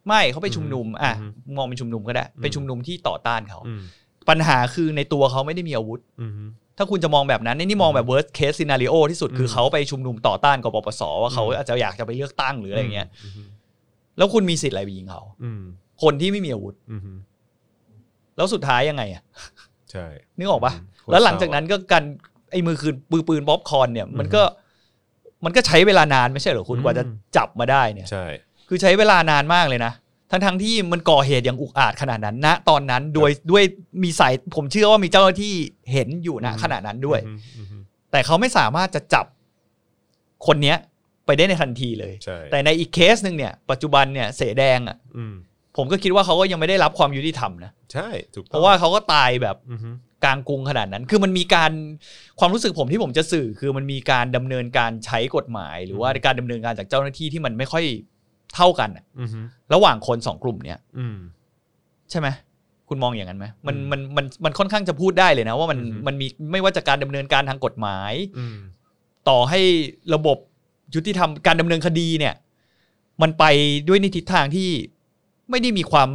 S3: ไม่เขาไปชุมนุม อ่ะ
S2: อืม
S3: มองเป็นชุมนุมก็ได้ ไปชุมนุมที่ต่อต้านเขา
S2: อืม
S3: ปัญหาคือในตัวเขาไม่ได้มีอาวุธ
S2: อืม
S3: ถ้าคุณจะมองแบบนั้น นี่มองแบบ worst case scenario ที่สุด
S2: อืม
S3: คือเขาไปชุมนุมต่อต้านกบปศว่าเขา
S2: อืม
S3: อาจจะอยากจะไปเลือกตั้งหรืออะไรเงี้ย
S2: อืม
S3: แล้วคุณมีสิทธิ์อะไรไปยิงเขา
S2: อืม
S3: คนที่ไม่มีอาวุธ
S2: อืม
S3: แล้วสุดท้ายยังไงอ่ะ
S2: ใช่
S3: นึกออกปะ
S2: มโคตร
S3: แล้วหลังจากนั้น
S2: เศร้
S3: ก็การไอ้มือคืนปืนปืนป๊อปคอร์นเนี่ย มัน
S2: อืม
S3: ก็ มันก็ใช้เวลานานไม่ใช่เหรอคุณ
S2: อืม
S3: กว่าจะจับมาได้เนี่ย
S2: อะใช่
S3: คือใช้เวลานานมากเลยนะ ทั้งทั้งๆที่มันก่อเหตุอย่างอุกอาจขนาดนั้นณตอนนั้นโดยด้วยมีสายผมเชื่อว่ามีเจ้าหน้าที่เห็นอยู่ณขณะนั้นด้วย
S2: อืมอืม
S3: แต่เขาไม่สามารถจะจับคนเนี้ยไปได้ในทันทีเลย
S2: ใช่
S3: แต่ในอีกเคสหนึ่งเนี่ย ปัจจุบันเนี่ยเสแดงอ่ะ
S2: อืม
S3: ผมก็คิดว่าเขาก็ยังไม่ได้รับความยุติธรรมนะ
S2: ใช่ถูกต้อง
S3: เพราะว่าเขาก็ตายแบบ
S2: อืม
S3: กลางกรุงขนาดนั้น คือมันมีการความรู้สึกผมที่ผมจะสื่อ คือมันมีการดำเนินการใช้กฎหมาย หรือว่าการดำเนินการจากเจ้าหน้าที่ที่มันไม่ค่อยเท่ากันอะ
S2: อืม
S3: ระหว่างคนสองกลุ่มเนี่ย
S2: อืม
S3: ใช่ไหมคุณมองอย่างนั้นไหมมัน
S2: อืม
S3: มันมันมันค่อนข้างจะพูดได้เลยนะ ว่ามัน
S2: อือฮึ
S3: มันมีไม่ว่าจะการดำเนินการทางกฎหมาย
S2: อืม
S3: ต่อให้ระบบยุติธรรมการดำเนินคดีเนี่ย มันไปด้วยในทิศทางที่ไม่ได้มีความ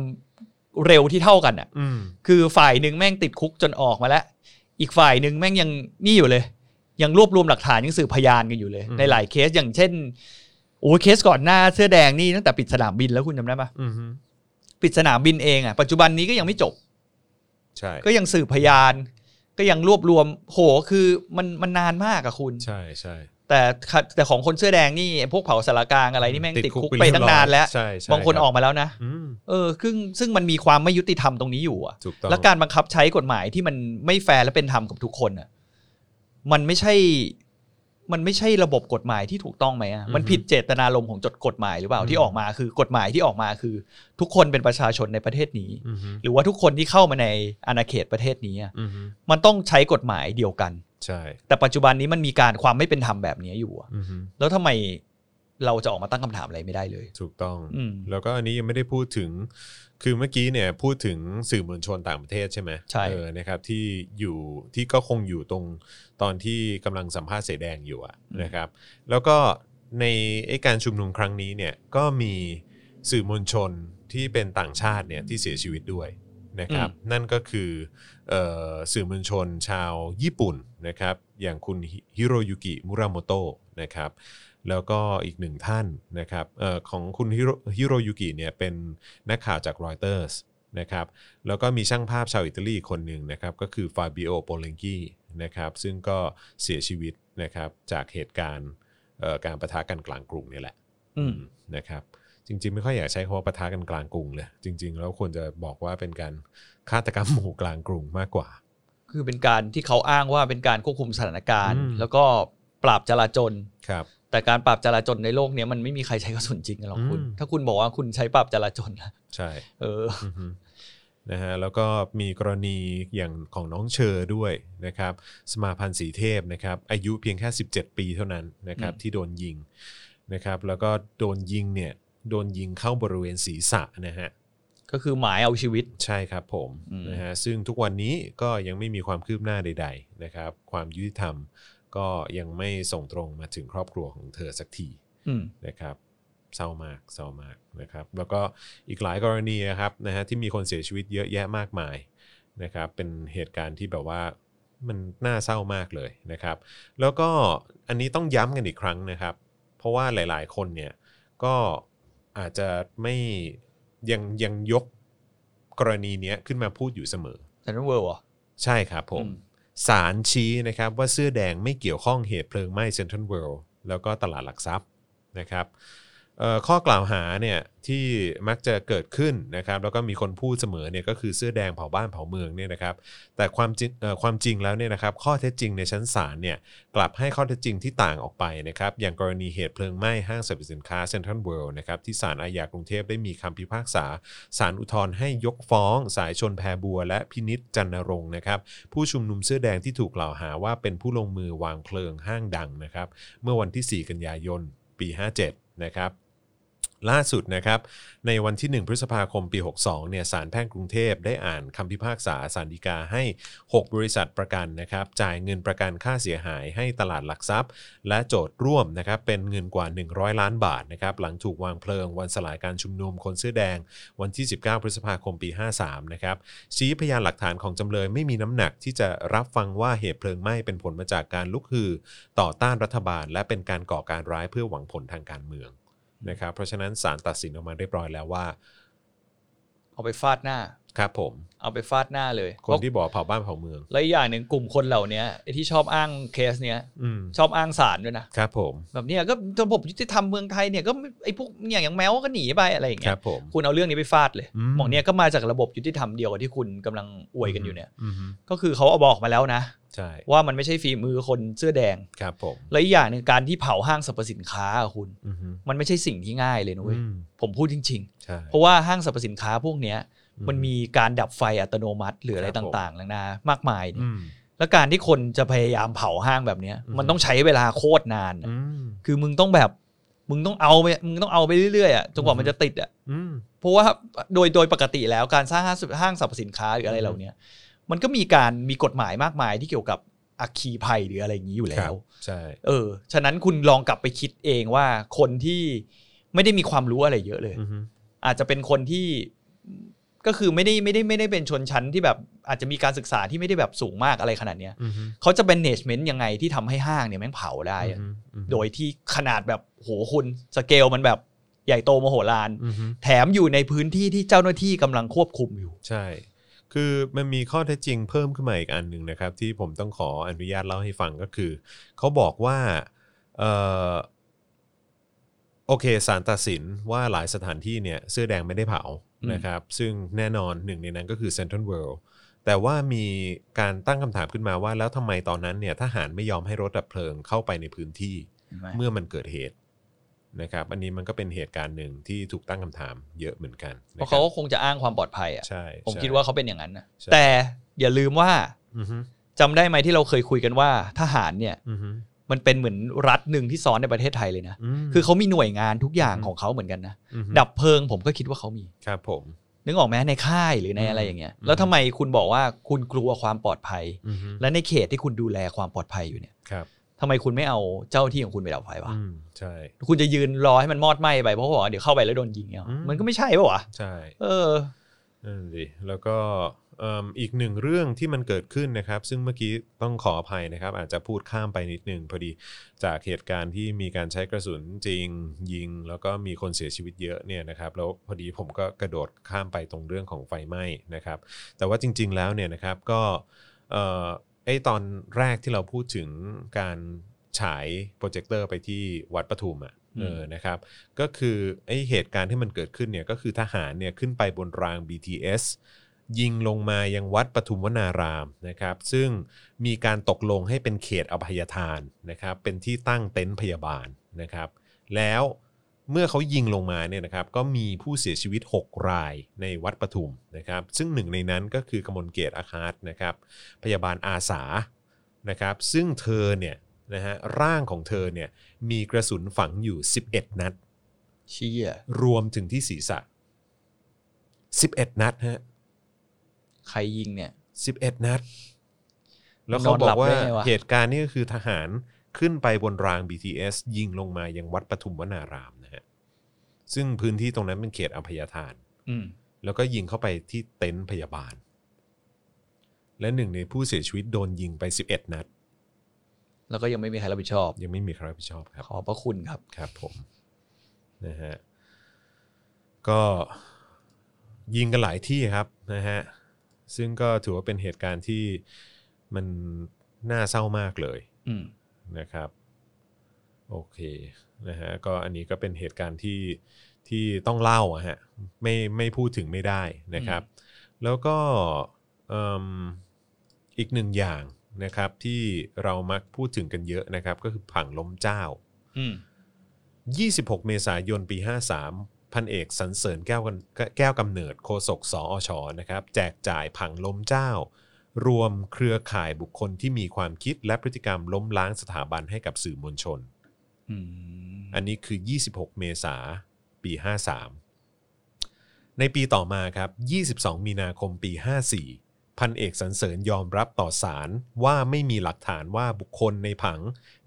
S3: เร็วที่เท่ากันอ่ะ
S2: อืม
S3: คือฝ่ายหนึ่งแม่งติดคุกจนออกมาแล้ว อีกฝ่ายหนึ่งแม่งยังนี่อยู่เลย ยังรวบรวมหลักฐานยังสืบพยานกันอยู่เลย ในหลายเคสอย่างเช่น โอ้ยเคสก่อนหน้าเสื้อแดงนี่ตั้งแต่ปิดสนามบินแล้วคุณจำได้ปะ
S2: อือฮึ
S3: ปิดสนามบินเองอ่ะปัจจุบันนี้ก็ยังไม่จบ
S2: ใช่
S3: ก็ยังสืบพยาน ก็ยังรวบรวมโหคือมันมันนานมากอะคุณ
S2: ใช่ใช่
S3: แต่ค่ะแต่ของคนเสื้อแดงนี่พวกเผาสารกลางอะไรนี่แม่งติดคุกไป
S2: เรียบ
S3: ตั้งนานแล้ว
S2: ใช่ใช่
S3: บางคน
S2: รั
S3: ออกมาแล้วนะ
S2: อืม
S3: เออซึ่งซึ่งมันมีความไม่ยุติธรรมตรงนี้อยู่อะ
S2: ถูกต้อง
S3: และการบังคับใช้กฎหมายที่มันไม่แฟร์และเป็นธรรมกับทุกคนอะมันไม่ใช่ มันไม่ใช่ระบบกฎหมายที่ถูกต้องไหมอะมันผิดเจตนารมณ์ของจดกฎหมายหรือเปล่าที่ออกมาคือกฎหมายที่ออกมาคือ ทุกคนเป็นประชาชนในประเทศนี้
S2: อือฮึ
S3: หรือว่าทุกคนที่เข้ามาในอาณาเขตประเทศนี้อะ
S2: อือฮึ
S3: มันต้องใช้กฎหมายเดียวกัน
S2: ใช่
S3: แต่ปัจจุบันนี้มันมีการความไม่เป็นธรรมแบบนี้อยู่อะ
S2: อือฮึ
S3: แล้วทำไมเราจะออกมาตั้งคำถามอะไรไม่ได้เลย
S2: ถูกต้อง
S3: อืม
S2: แล้วก็อันนี้ยังไม่ได้พูดถึง คือเมื่อกี้เนี่ยพูดถึงสื่อมวลชนต่างประเทศใช่ไหม
S3: ใช่
S2: เออนะครับที่อยู่ที่ก็คงอยู่ตรงตอนที่กำลังสัมภาษณ์เสยแดงอยู่อะนะครับ แล้วก็ในไอ้การชุมนุมครั้งนี้เนี่ยก็มีสื่อมวลชนที่เป็นต่างชาติเนี่ยที่เสียชีวิตด้วยนะครับ นั่นก็คือเอ่อสื่อมวลชนชาวญี่ปุ่นนะครับ อย่างคุณฮิโรยุกิมุราโมโตะนะครับ แล้วก็อีกหนึ่งท่านนะครับเออของคุณฮิโรฮิโรยุกิเนี่ยเป็นนักข่าวจากรอยเตอร์สนะครับแล้วก็มีช่างภาพชาวอิตาลีคนหนึ่งนะครับก็คือฟาบิโอโปเลงกีนะครับซึ่งก็เสียชีวิตนะครับจากเหตุการณ์เอ่อการประทะกันกลางกรุงเนี่ยแหละ
S3: อืม
S2: นะครับจริงๆ ไม่ค่อยอยากใช้คำว่าประทะกันกลางกรุงเลยจริง ๆ แล้วควรจะบอกว่าเป็นการฆาตกรรมหมู่กลางกรุงมากกว่า
S3: คือเป็นการที่เขาอ้างว่าเป็นการควบคุมสถานการณ์
S2: อืม
S3: แล้วก็ปราบจลาจล
S2: ครับ
S3: แต่การปราบจลาจลในโลกเนี้ยมันไม่มีใครใช้กระสุนจริงกันหรอกคุณ
S2: อืม
S3: ถ้าคุณบอกว่าคุณใช้ปราบจลาจลนะ
S2: ใช่
S3: เออ
S2: อือฮึนะฮะแล้วก็มีกรณีอย่างของน้องเชอด้วยนะครับสมาพันธ์สีเทพนะครับอายุเพียงแค่ 17 ปีเท่านั้นนะครับ
S3: อืม
S2: ที่โดนยิงนะครับแล้วก็โดนยิงเนี่ยโดนยิงเข้าบริเวณศีรษะนะฮะ
S3: ก็คือหมายเอาชีวิต
S2: ใช่ครับผม
S3: อืม
S2: นะฮะซึ่งทุกวันนี้ก็ยังไม่มีความคืบหน้าใด ๆ นะครับ ความยุติธรรมก็ยังไม่ส่งตรงมาถึงครอบครัวของเธอสักที
S3: อืม
S2: นะครับเศร้ามากเศร้ามากนะครับ แล้วก็อีกหลายกรณีนะครับนะฮะที่มีคนเสียชีวิตเยอะแยะมากมายนะครับเป็นเหตุการณ์ที่แบบว่ามันน่าเศร้ามากเลยนะครับ แล้วก็อันนี้ต้องย้ำกันอีกครั้งนะครับ เพราะว่าหลาย ๆ คนเนี่ยก็อาจจะไม่ยังยังยกกรณีเนี้ยขึ้นมาพูดอยู่เสมอ
S3: แต่นั่นเวอร์เหรอ
S2: ใช่ครับผม
S3: อืม
S2: ศาลชี้นะครับว่าเสื้อแดงไม่เกี่ยวข้องเหตุเพลิงไหม้เซ็นทรัลเวิลด์แล้วก็ตลาดหลักทรัพย์นะครับเอ่อข้อกล่าวหาเนี่ยที่มักจะเกิดขึ้นนะครับแล้วก็มีคนพูดเสมอเนี่ยก็คือเสื้อแดงเผาบ้านเผาเมืองเนี่ยนะครับแต่ความจริงเอ่อความจริงแล้วเนี่ยนะครับข้อเท็จจริงในชั้นศาลเนี่ยกลับให้ข้อเท็จจริงที่ต่างออกไปนะครับอย่างกรณีเหตุเพลิงไหม้ห้างสรรพสินค้าเซ็นทรัลเวิลด์นะครับที่ศาลอาญากรุงเทพได้มีคำพิพากษา ศาลอุทธรณ์ให้ยกฟ้อง สายชนแพบัว และพินิษจันนรงค์นะครับ ผู้ชุมนุมเสื้อแดงที่ถูกกล่าวหาว่าเป็นผู้ลงมือวางเพลิงห้างดังนะครับ เมื่อวันที่ 4 กันยายน ปี 57 นะครับ ล่าสุดนะครับ ในวันที่ 1 พฤษภาคมปี 62 เนี่ยศาลแพ่งกรุงเทพได้อ่านคำพิพากษาศาลฎีกาให้ 6 บริษัทประกันนะครับ จ่ายเงินประกันค่าเสียหายให้ตลาดหลักทรัพย์ และโจทย์ร่วมนะครับเป็นเงินกว่า 100 ล้านบาทนะครับหลังถูกวางเพลิงวันสลายการชุมนุมคนเสื้อแดง วันที่ 19 พฤษภาคมปี 53 นะครับ ชี้พยานหลักฐานของจำเลยไม่มีน้ำหนักที่จะรับฟังว่าเหตุเพลิงไหม้เป็นผลมาจากการลุกฮือต่อต้านรัฐบาล และเป็นการก่อการร้ายเพื่อหวังผลทางการเมืองนะครับ เพราะฉะนั้นศาลตัดสินออกมาเรียบร้อยแล้วว่า
S3: เอาไปฟาดหน้า
S2: ครับผม
S3: เอาไปฟาดหน้าเลย
S2: คนที่บอกเผาบ้านเผาเมือง
S3: แล้วอีกอย่างหนึ่งกลุ่มคนเหล่านี้ไอ้ที่ชอบอ้างเคสเนี้ย
S2: อืม
S3: ชอบอ้างศาลด้วยนะ
S2: ครับผม
S3: แบบเนี้ยก็ระบบยุติธรรมเมืองไทยเนี่ยก็ไม่ไอ้พวกเนี่ยอย่างแมวก็หนีไปอะไรอย่าง
S2: ค
S3: เงี้ย
S2: รับผม
S3: คุณเอาเรื่องนี้ไปฟาดเลย
S2: อืม
S3: บอกเนี่ยก็มาจากระบบยุติธรรมเดียวกับที่คุณกำลังอวยกันอยู่เนี่ย
S2: อืม
S3: ก็คือเขาเอาบอกมาแล้วนะ
S2: ใช่
S3: ว่ามันไม่ใช่ฝีมือคนเสื้อแดง
S2: ครับผม
S3: และอีกอย่างหนึ่งการที่เผาห้างสรรพสินค้าอะคุณ
S2: อืม
S3: มันไม่ใช่สิ่งที่ง่ายเลยนะเว้ย
S2: อืม
S3: ผมพูดจริง
S2: ใช่
S3: ๆ เพราะว่าห้างสรรพสินค้าพวกเนี้ยมันมีการดับไฟอัตโนมัติหรืออะไรต่างๆนานามากมายเนี่ย
S2: อืม
S3: แล้วการที่คนจะพยายามเผาห้างแบบเนี้ย
S2: อืม
S3: มันต้องใช้เวลาโคตรนานอะ
S2: อืม
S3: คือมึงต้องแบบมึงต้องเอาไปมึงต้องเอาไปเรื่อยๆอะจนกว่า
S2: อืม
S3: มันจะติดอะ
S2: อืม
S3: เพราะว่าโดยโดยปกติแล้วการสร้างห้างสรรพห้างสรรพสินค้าหรืออะไร
S2: อืม
S3: เหล่าเนี้ยมันก็มีการมีกฎหมายมากมายที่เกี่ยวกับอัคคีภัยหรืออะไรอย่างนี้อยู่แล้
S2: ครั
S3: ว
S2: บ ใช่
S3: เออ ฉะนั้นคุณลองกลับไปคิดเองว่าคนที่ไม่ได้มีความรู้อะไรเยอะเลย
S2: อืม
S3: อาจจะเป็นคนที่ ก็คือไม่ได้ไม่ได้ไม่ได้เป็นชนชั้นที่แบบอาจจะมีการศึกษาที่ไม่ได้แบบสูงมากอะไรขนาดเนี้ย
S2: อือฮึ
S3: เขาจะ management ยังไงที่ทำให้ห้างเนี่ยแม่งเผาได้อะ
S2: อือฮึ
S3: โดยที่ขนาดแบบโหคุณสเกลมันแบบใหญ่โตมโหฬาร
S2: อือฮึ
S3: แถมอยู่ในพื้นที่ที่เจ้าหน้าที่กำลังควบคุมอยู่
S2: ใช่ คือมันมีข้อเท็จจริงเพิ่มขึ้นมาอีกอันหนึ่งนะครับ ที่ผมต้องขออนุญาตเล่าให้ฟังก็คือ เขาบอกว่าเอ่อโอเคสารตัดสินว่าหลายสถานที่เนี่ยเสื้อแดงไม่ได้เผา
S3: อืม
S2: นะครับ ซึ่งแน่นอนหนึ่งในนั้นก็คือ Central World แต่ว่ามีการตั้งคำถามขึ้นมาว่าแล้วทำไมตอนนั้นเนี่ยทหารไม่ยอมให้รถดับเพลิงเข้าไปในพื้นที่ เมื่อมันเกิดเหตุนะครับ อันนี้มันก็เป็นเหตุการณ์หนึ่งที่ถูกตั้งคำถามเยอะเหมือนกัน
S3: เพ
S2: นคบ
S3: ราะเขาก็คงจะอ้างความปลอดภัยอ่ะ
S2: ใช่
S3: ผม
S2: ใช่
S3: คิดว่าเขาเป็นอย่างนั้นนะ
S2: ใช่
S3: แต่อย่าลืมว่า
S2: อือฮึ
S3: จำได้ไหมที่เราเคยคุยกันว่าทหารเนี่ย
S2: อือฮึ
S3: มันเป็นเหมือนรัฐหนึ่งที่ซ้อนในประเทศไทยเลยนะ
S2: ม
S3: คือเขามีหน่วยงานทุกอย่าง
S2: อืม
S3: ของเขาเหมือนกันนะ
S2: อือฮึ
S3: ดับเพลิงผมก็คิดว่าเขามี
S2: ครับผม
S3: นึกออกไหมในค่ายหรือในอะไรอย่างเงี้ย
S2: อืม
S3: แล้วทำไมคุณบอกว่าคุณกลัวความปลอดภัย
S2: อือฮึ
S3: และในเขตที่คุณดูแลความปลอดภัยอยู่เนี่ย
S2: ครับ
S3: ทำไมคุณไม่เอาเจ้าที่ของคุณไปดับไฟวะ
S2: อืมใช่
S3: คุณจะยืนรอให้มันมอดไหม้ไปเพราะเขาบอกว่าเดี๋ยวเข้าไปแล้วโดนยิงเนี่ย
S2: อืม
S3: มันก็ไม่ใช่ปะวะ
S2: ใช่
S3: เออ
S2: นั่นดิแล้วก็เอิ่มอีกหนึ่งเรื่องที่มันเกิดขึ้นนะครับ ซึ่งเมื่อกี้ต้องขออภัยนะครับ อาจจะพูดข้ามไปนิดนึงพอดีจากเหตุการณ์ที่มีการใช้กระสุนจริงยิง แล้วก็มีคนเสียชีวิตเยอะเนี่ยนะครับ แล้วพอดีผมก็กระโดดข้ามไปตรงเรื่องของไฟไหม้นะครับ แต่ว่าจริง ๆ แล้วเนี่ยนะครับก็เอ่อไอตอนแรกที่เราพูดถึงการฉายโปรเจคเตอร์ไปที่วัดปทุมอ่ะ
S3: อืม
S2: เออนะครับก็คือไอเหตุการณ์ที่มันเกิดขึ้นเนี่ยก็คือทหารเนี่ยขึ้นไปบนราง BTS ยิงลงมายังวัดปทุมวนารามนะครับ ซึ่งมีการตกลงให้เป็นเขตอภัยทานนะครับ เป็นที่ตั้งเต็นท์พยาบาลนะครับ แล้วเมื่อเขายิงลงมาเนี่ยนะครับก็มีผู้เสียชีวิต 6 รายในวัดปทุมนะครับ ซึ่งหนึ่งในนั้นก็คือกมลเกตอาคาตนะครับ พยาบาลอาสานะครับ ซึ่งเธอเนี่ยนะฮะร่างของเธอเนี่ยมีกระสุนฝังอยู่ 11 นัด
S3: เชี่ย
S2: รวมถึงที่ศีรษะ 11 นัดฮะ
S3: ใครยิงเนี่ย
S2: 11 นัด แล้วเขาบอ
S3: นอนหลั
S2: ก
S3: บ
S2: ว่า
S3: ได้ไงวะ
S2: เหตุการณ์นี้ก็คือทหารขึ้นไปบนราง BTS ยิงลงมายังวัดปทุมวนารามนะฮะซึ่งพื้นที่ตรงนั้นเป็นเขตอภัยทาน
S3: อืม
S2: แล้วก็ยิงเข้าไปที่เต็นท์พยาบาล และหนึ่งในผู้เสียชีวิตโดนยิงไป 11 นัด
S3: แล้วก็ยังไม่มีใครรับผิดชอบ
S2: ยังไม่มีใครรับผิดชอบครับ
S3: ขอบพระคุณครับ
S2: ครับผมนะฮะก็ยิงกันหลายที่ครับนะฮะซึ่งก็ถือว่าเป็นเหตุการณ์ที่มันน่าเศร้ามากเลย
S3: อืม
S2: นะครับโอเคนะฮะก็อันนี้ก็เป็นเหตุการณ์ที่ที่ต้องเล่าอะฮะไม่ไม่พูดถึงไม่ได้นะครับ แล้วก็เอิ่มอีกหนึ่งอย่างนะครับที่เรามักพูดถึงกันเยอะนะครับ ก็คือผังล้มเจ้า
S3: อืม
S2: 26 เมษายนปี 53 พันเอกสันเสริญแก้วกันแก้วกำเนิดโฆษกสออชนะครับ แจกจ่ายผังล้มเจ้า รวมเครือข่ายบุคคลที่มีความคิดและพฤติกรรมล้มล้างสถาบันให้กับสื่อมวลชน
S3: อืม
S2: อันนี้คือ 26 เมษาปี 53 ในปีต่อมาครับ 22 มีนาคมปี 54 พันเอกสันเสริญยอมรับต่อศาลว่าไม่มีหลักฐานว่าบุคคลในผัง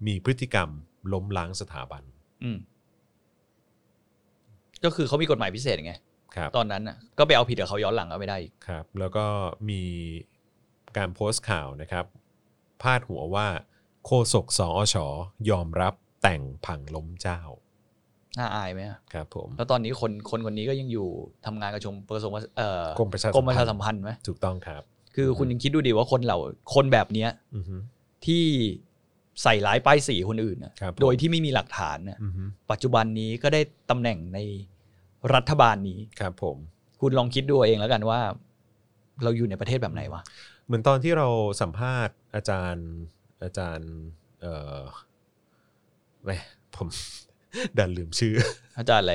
S2: มีพฤติกรรมล้มล้างสถาบัน
S3: อืม ก็คือเขามีกฎหมายพิเศษไง
S2: ครับ
S3: ตอนนั้นน่ะก็ไปเอาผิดกับเขาย้อนหลังก็ไม่ได้อีก
S2: ครับแล้วก็มีการโพสต์ข่าวนะครับ พาดหัวว่าโคศกสอชยอมรับแต่งผังล้มเจ้า
S3: น่าอายไหมอะ
S2: ครับผม
S3: แล้วตอนนี้คนคนคนนี้ก็ยังอยู่ทำงานกระชมกระทรวงเอ่อก
S2: รมประชาสัมพันธ์
S3: กรมประชาสัมพันธ์ไหม
S2: ถูกต้องครับ
S3: คือคุณยังคิดดูดิว่าคนเหล่าคนแบบเนี้ย
S2: อือฮึ
S3: ที่ใส่ร้ายป้ายสีคนอื่นนะครับ
S2: ผม
S3: โดยที่ไม่มีหลักฐานนะ
S2: อือฮึ
S3: ปัจจุบันนี้ก็ได้ตำแหน่งในรัฐบาลนี้
S2: ครับผม
S3: คุณลองคิดดูเอาเองแล้วกันว่า เราอยู่ในประเทศแบบไหนวะ
S2: เหมือนตอนที่เราสัมภาษณ์อาจารย์อาจารย์เอ่อแหมผม ดันลืมชื่อ
S3: อาจารย์อะไร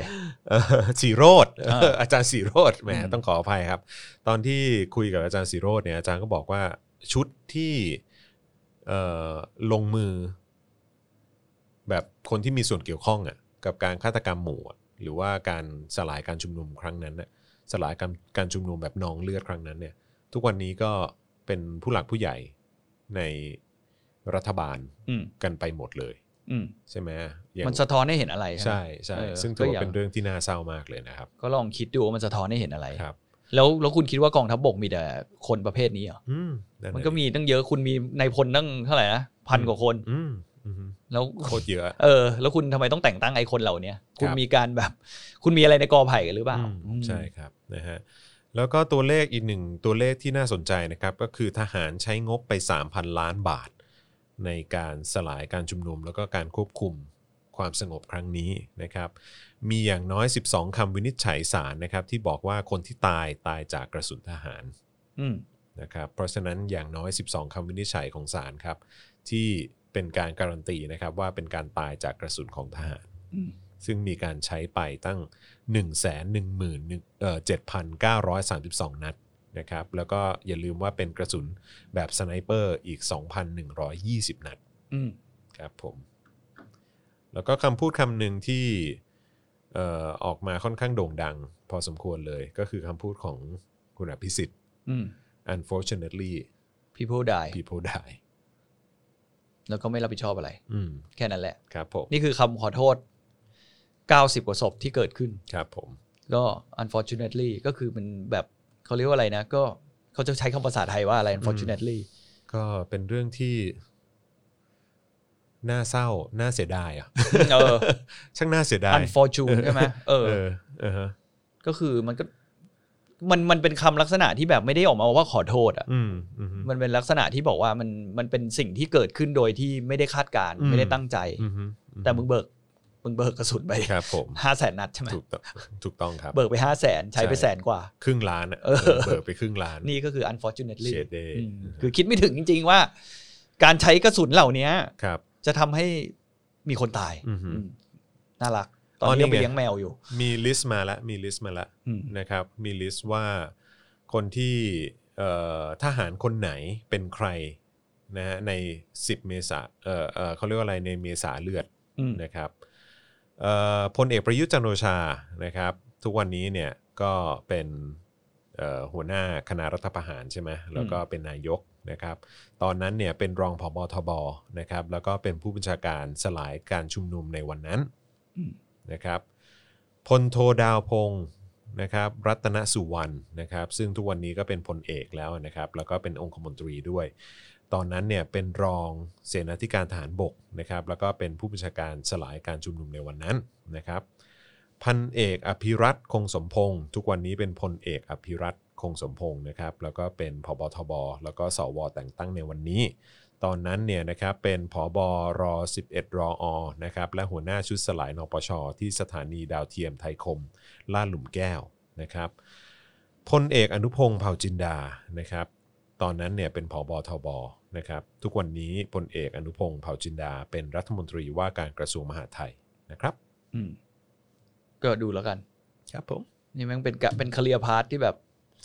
S2: เอ่อ สีโรด
S3: อ่า
S2: อาจารย์สีโรดแหม
S3: อืม
S2: ต้องขออภัยครับ ตอนที่คุยกับอาจารย์สีโรดเนี่ยอาจารย์ก็บอกว่าชุดที่เอ่อลงมือ แบบคนที่มีส่วนเกี่ยวข้องอ่ะกับการฆาตกรรมหมู่อะหรือว่าการสลายการชุมนุมครั้งนั้นน่ะสลายการการชุมนุมแบบนองเลือดครั้งนั้นเนี่ย ทุกวันนี้ก็เป็นผู้หลักผู้ใหญ่ในรัฐบาล
S3: อืม
S2: กันไปหมดเลย
S3: อืม
S2: ใช่ไหมอย่าง
S3: มันสะท้อนให้เห็นอะไรไหม
S2: ใช่ใช่
S3: เออ
S2: ซึ่งถือ
S3: ก็
S2: ว่า
S3: ย่
S2: เป็นเรื่องที่น่าเศร้ามากเลยนะครับ
S3: ก็ลองคิดดูว่ามันสะท้อนให้เห็นอะไร
S2: ครับ
S3: แล้วแล้วคุณคิดว่ากองทัพบกมีแต่คนประเภทนี้เหรอ
S2: อืมนั่น
S3: มัน
S2: น่ะ
S3: ก็มีตั้งเยอะคุณมีนายพลตั้งเท่าไหร่นะพันกว่าคน
S2: อืมอืม
S3: แล้ว
S2: โคตรเยอะ
S3: เออ แล้วคุณทำไมต้องแต่งตั้งไอ้คนเหล่าเนี้ยคุณ
S2: ครับ
S3: มีการแบบ คุณมีอะไรในกอไผ่กันหรือเปล่า
S2: อื
S3: อื
S2: ม
S3: ม
S2: ใช่ครับนะฮะแล้วก็ตัวเลขอีกหนึ่งตัวเลขที่น่าสนใจนะครับ ก็คือทหารใช้งบไป 3,000 ล้านบาท ในการสลายการชุมนุม แล้วก็การควบคุมความสงบครั้งนี้นะครับ มีอย่างน้อย 12คำวินิจฉัยศาลนะครับ ที่บอกว่าคนที่ตายตายจากกระสุนทหาร
S3: อืม
S2: นะครับเพราะฉะนั้นอย่างน้อย 12คำวินิจฉัยของศาลครับ ที่เป็นการการันตีนะครับว่าเป็นการตายจากกระสุนของทหาร
S3: อืม
S2: ซึ่งมีการใช้ไปตั้ง 1 1 1 7,932 นัดนะครับ แล้วก็อย่าลืมว่าเป็นกระสุนแบบสไนเปอร์อีก 2,120 นัด
S3: อืม
S2: ครับผม แล้วก็คำพูดคำหนึ่งที่เอ่อออกมาค่อนข้างโด่งดัง พอสมควรเลยก็คือคำพูดของคุณอภิสิทธิ์
S3: อืม
S2: unfortunately
S3: people die
S2: people die
S3: แล้วก็ไม่รับผิดชอบอะไร
S2: อืม
S3: แค่นั้นแหละ
S2: ครับผม
S3: นี่คือคำขอโทษ 90 กว่าศพที่เกิดขึ้น
S2: ครับผม
S3: ก็ unfortunately ก็คือมันแบบเขาเรียกว่าอะไรนะ ก็เขาจะใช้คำภาษาไทยว่าอะไร unfortunately
S2: ก็เป็นเรื่องที่ น่าเศร้า น่าเสียดายอ่ะ
S3: เออ
S2: ช่างน่าเสียดาย
S3: unfortunate ใช่ไหมเอ
S2: เอ
S3: อ
S2: อเออฮะ
S3: ก็คือมันก็มันมันเป็นคำลักษณะที่แบบไม่ได้ออกมาว่าขอโทษอ่ะ
S2: อืมอืม
S3: มันเป็นลักษณะที่บอกว่ามันมันเป็นสิ่งที่เกิดขึ้นโดยที่ไม่ได้คาดการณ์
S2: อืม
S3: ไม่ได้ตั้งใจ
S2: อืมอืม
S3: แต่มึงเบิกมึงเบิกกระสุนไป
S2: ครับ ผม
S3: ห้าแสนนัดใช่ไหม
S2: ถูกต้องถูกต้องครับ
S3: เบิกไปห้าแสนใช้ไป
S2: ใช่
S3: แสนกว่า
S2: ครึ่งล้านอ่ะ
S3: เออ
S2: เออเบิกไปครึ่งล้าน
S3: นี่ก็คือ unfortunately
S2: เชดเดย์
S3: อืมคือคิดไม่ถึงจริง ๆ ว่า การใช้กระสุนเหล่านี้
S2: ครับ
S3: จะทำให้มีคนตาย
S2: อือหืออื
S3: มน่ารัก ต
S2: อ๋
S3: อน
S2: อ
S3: นี้ยัง
S2: นี่ไง
S3: ไปเลี้ยงแมวอยู่
S2: มีลิสต์มาละมีลิสต์มาละ
S3: อืม
S2: นะครับ มีลิสต์ว่าคนที่เอ่อทหารคนไหนเป็นใครนะฮะใน 10 เมษาเอ่อเอ่อเขาเรียกว่าอะไรในเมษาเลือด
S3: อืม
S2: นะครับเอ่อพลเอกประยุทธ์จันทร์โอชานะครับ ทุกวันนี้เนี่ยก็เป็นเอ่อหัวหน้าคณะรัฐประหารใช่ไหมแล้วก็เป็นนายกนะครับ ตอนนั้นเนี่ยเป็นรองผบทบนะครับ แล้วก็เป็นผู้บัญชาการสลายการชุมนุมในวันนั้นนะครับพลโทดาวพงศ์นะครับ รัตนสุวรรณนะครับ ซึ่งทุกวันนี้ก็เป็นพลเอกแล้วนะครับ แล้วก็เป็นองคมนตรีด้วย ตอนนั้นเนี่ยเป็นรองเสนาธิการทหารบกนะครับ แล้วก็เป็นผู้บัญชาการสลายการชุมนุมในวันนั้นนะครับ พันเอกอภิรัตคงสมพงศ์ทุกวันนี้เป็นพลเอกอภิรัตคงสมพงศ์นะครับ แล้วก็เป็นผบทบแล้วก็สวแต่งตั้งในวันนี้ ตอนนั้นเนี่ยนะครับเป็นผบร11รออนะครับและหัวหน้าชุดสลายนปช ที่สถานีดาวเทียมไทยคมลาดหลุมแก้วนะครับพลเอกอนุพงศ์เผ่าจินดานะครับ ตอนนั้นเนี่ยเป็นผบทบนะครับ ทุกวันนี้พลเอกอนุพงศ์เผ่าจินดา เป็นรัฐมนตรีว่าการกระทรวงมหาดไทยนะครับ
S3: อืมก็ดูแล้วกัน
S2: ครับผม
S3: นี่แม่งเป็นกะเป็นคาเรียพาร์ทที่แบบ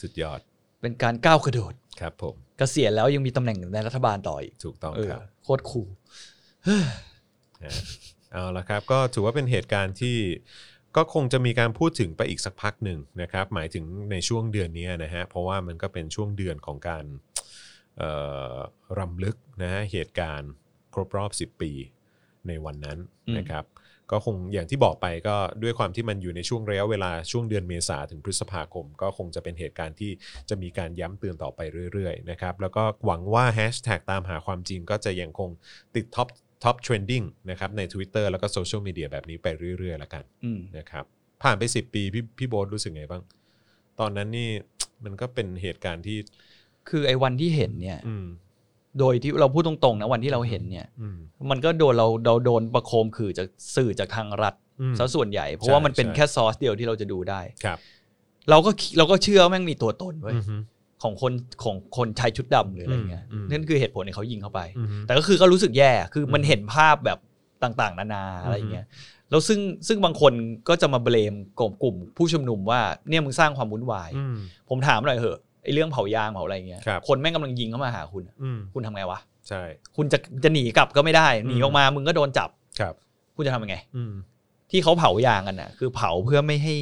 S2: สุดยอด
S3: เป็นการก้าวกระโดด
S2: ครับผม
S3: เกษียณแล้วยังมีตำแหน่งในรัฐบาลต่ออีก
S2: ถูกต้อง
S3: เออ
S2: ครับ
S3: โคตรคูล
S2: นะเอาละครับ ก็ถือว่าเป็นเหตุการณ์ที่ก็คงจะมีการพูดถึงไปอีกสักพักหนึ่งนะครับ หมายถึงในช่วงเดือนนี้นะฮะเพราะว่ามันก็เป็นช่วงเดือนของการเอ่อรำลึกนะฮะเหตุการณ์ครบรอบ 10 ปีในวันนั้นนะครับ ก็คงอย่างที่บอกไปก็ด้วยความที่มันอยู่ในช่วงระยะเวลาช่วงเดือนเมษาถึงพฤษภาคม ก็คงจะเป็นเหตุการณ์ที่จะมีการย้ำเตือนต่อไปเรื่อยๆนะครับแล้วก็หวังว่าแฮชแท็กตามหาความจริงก็จะยังคงติดท็อปท็อปเทรนดิ้งนะครับใน Twitter แล้วก็โซเชียลมีเดียแบบนี้ไปเรื่อยๆ แล้วกัน
S3: อืม
S2: นะครับผ่านไป 10 ปีพี่พี่โบ๊ทรู้สึกไงบ้าง ตอนนั้นนี่ มันก็เป็นเหตุการณ์ที่
S3: คือไอ้วันที่เห็นเนี่ย
S2: อืม
S3: โดยที่เราพูดตรงๆนะวันที่เราเห็นเนี่ย
S2: อืม
S3: มันก็โดนเราเราโดนประโคมคือจากสื่อจากทางรัฐ
S2: อืม
S3: ซะส่วนใหญ่ เพราะว่ามันเป็น
S2: ใช่
S3: แค่ซอสเดียวที่เราจะดูได้
S2: ครับ
S3: เราก็คิดเราก็เชื่อว่าแม่งมีตัวตนเว้ย
S2: อือฮึ
S3: ของคนของคนชายชุดดำหรืออะไรเงี้ย
S2: อืมอืม
S3: นั่นคือเหตุผลที่เขายิงเข้าไป
S2: อือฮึ
S3: แต่ก็คือก็รู้สึกแย่คือมัน
S2: อืม
S3: เห็นภาพแบบต่างๆ นานาอะไรอย่างเงี้ยแล้วซึ่งซึ่งบางคนก็จะมาเบลมกลุ่มกลุ่มผู้ชุมนุมว่าเนี่ยมึงสร้างความวุ่นวาย ผมถามหน่อยเหอะไอเรื่องเผายางเผาอะไรอย่างเงี้ย
S2: ครับ
S3: คนแม่งกำลังยิงเข้ามาหาคุณอะ
S2: อืม
S3: คุณทำไงวะ
S2: ใช่
S3: คุณจะจะหนีกลับก็ไม่ได้หนีออกมามึงก็โดนจับ
S2: ครับ
S3: คุณจะทำยังไง
S2: อืม
S3: ที่เขาเผายางกันน่ะ คือเผาเพื่อไม่ให้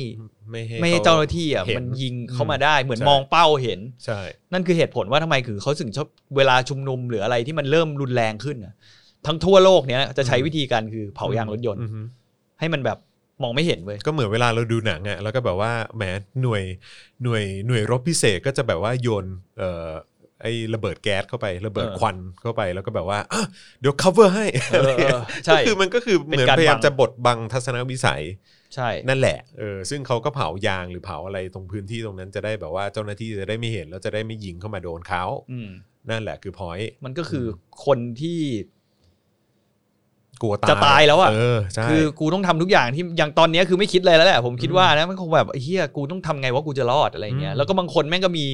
S2: ไม่ให้
S3: ไม่ให้
S2: ข
S3: เจ้าหน้าที่อ่ะ
S2: เห็น
S3: มันยิงเข้ามาได้เหมือน
S2: ใช่
S3: มองเป้าเห็น
S2: ใช่
S3: นั่นคือเหตุผลว่าทำไมคือเขาถึงชอบเวลาชุมนุมหรืออะไรที่มันเริ่มรุนแรงขึ้นน่ะทั้งทั่วโลกเนี้ยจะใช้วิธีการคือเผายางรถยนต์
S2: อือฮึ
S3: ให้มันแบบ มองไม่เห็นเว้ย
S2: ก็เหมือนเวลาเราดูหนังอะแล้วก็แบบว่าแหมหน่วยหน่วยหน่วยรบพิเศษก็จะแบบว่าโยนเอ่อไอ้ระเบิดแก๊สเข้าไประเบิด
S3: เออ
S2: ควันเข้าไปแล้วก็แบบว่าอ่ะเดี๋ยว cover ให้
S3: เออเออ
S2: ก็
S3: ใช่
S2: คือมันก็คือเหมือนพยายาม
S3: เป็นการบัง
S2: จะบดบังทัศนวิสัย
S3: ใช่
S2: นั่นแหละ เออ ซึ่งเขาก็เผายางหรือเผาอะไรตรงพื้นที่ตรงนั้นจะได้แบบว่าเจ้าหน้าที่จะได้ไม่เห็นแล้วจะได้ไม่ยิงเข้ามาโดนเขา
S3: อืม
S2: นั่นแหละคือพอยต์
S3: มันก็คือคนที่
S2: กลัวตาย
S3: จะตายแล้วอะ
S2: เออ ใช่
S3: คือกูต้องทำทุกอย่างที่อย่างตอนเนี้ยคือไม่คิดอะไรแล้วแหละผมคิดว่านะมันคงแบบไอ้เฮียกูต้องทำไงว่ากูจะรอดอะไรเงี้
S2: อืม
S3: ยแล้วก็บางคนแม่งก็มี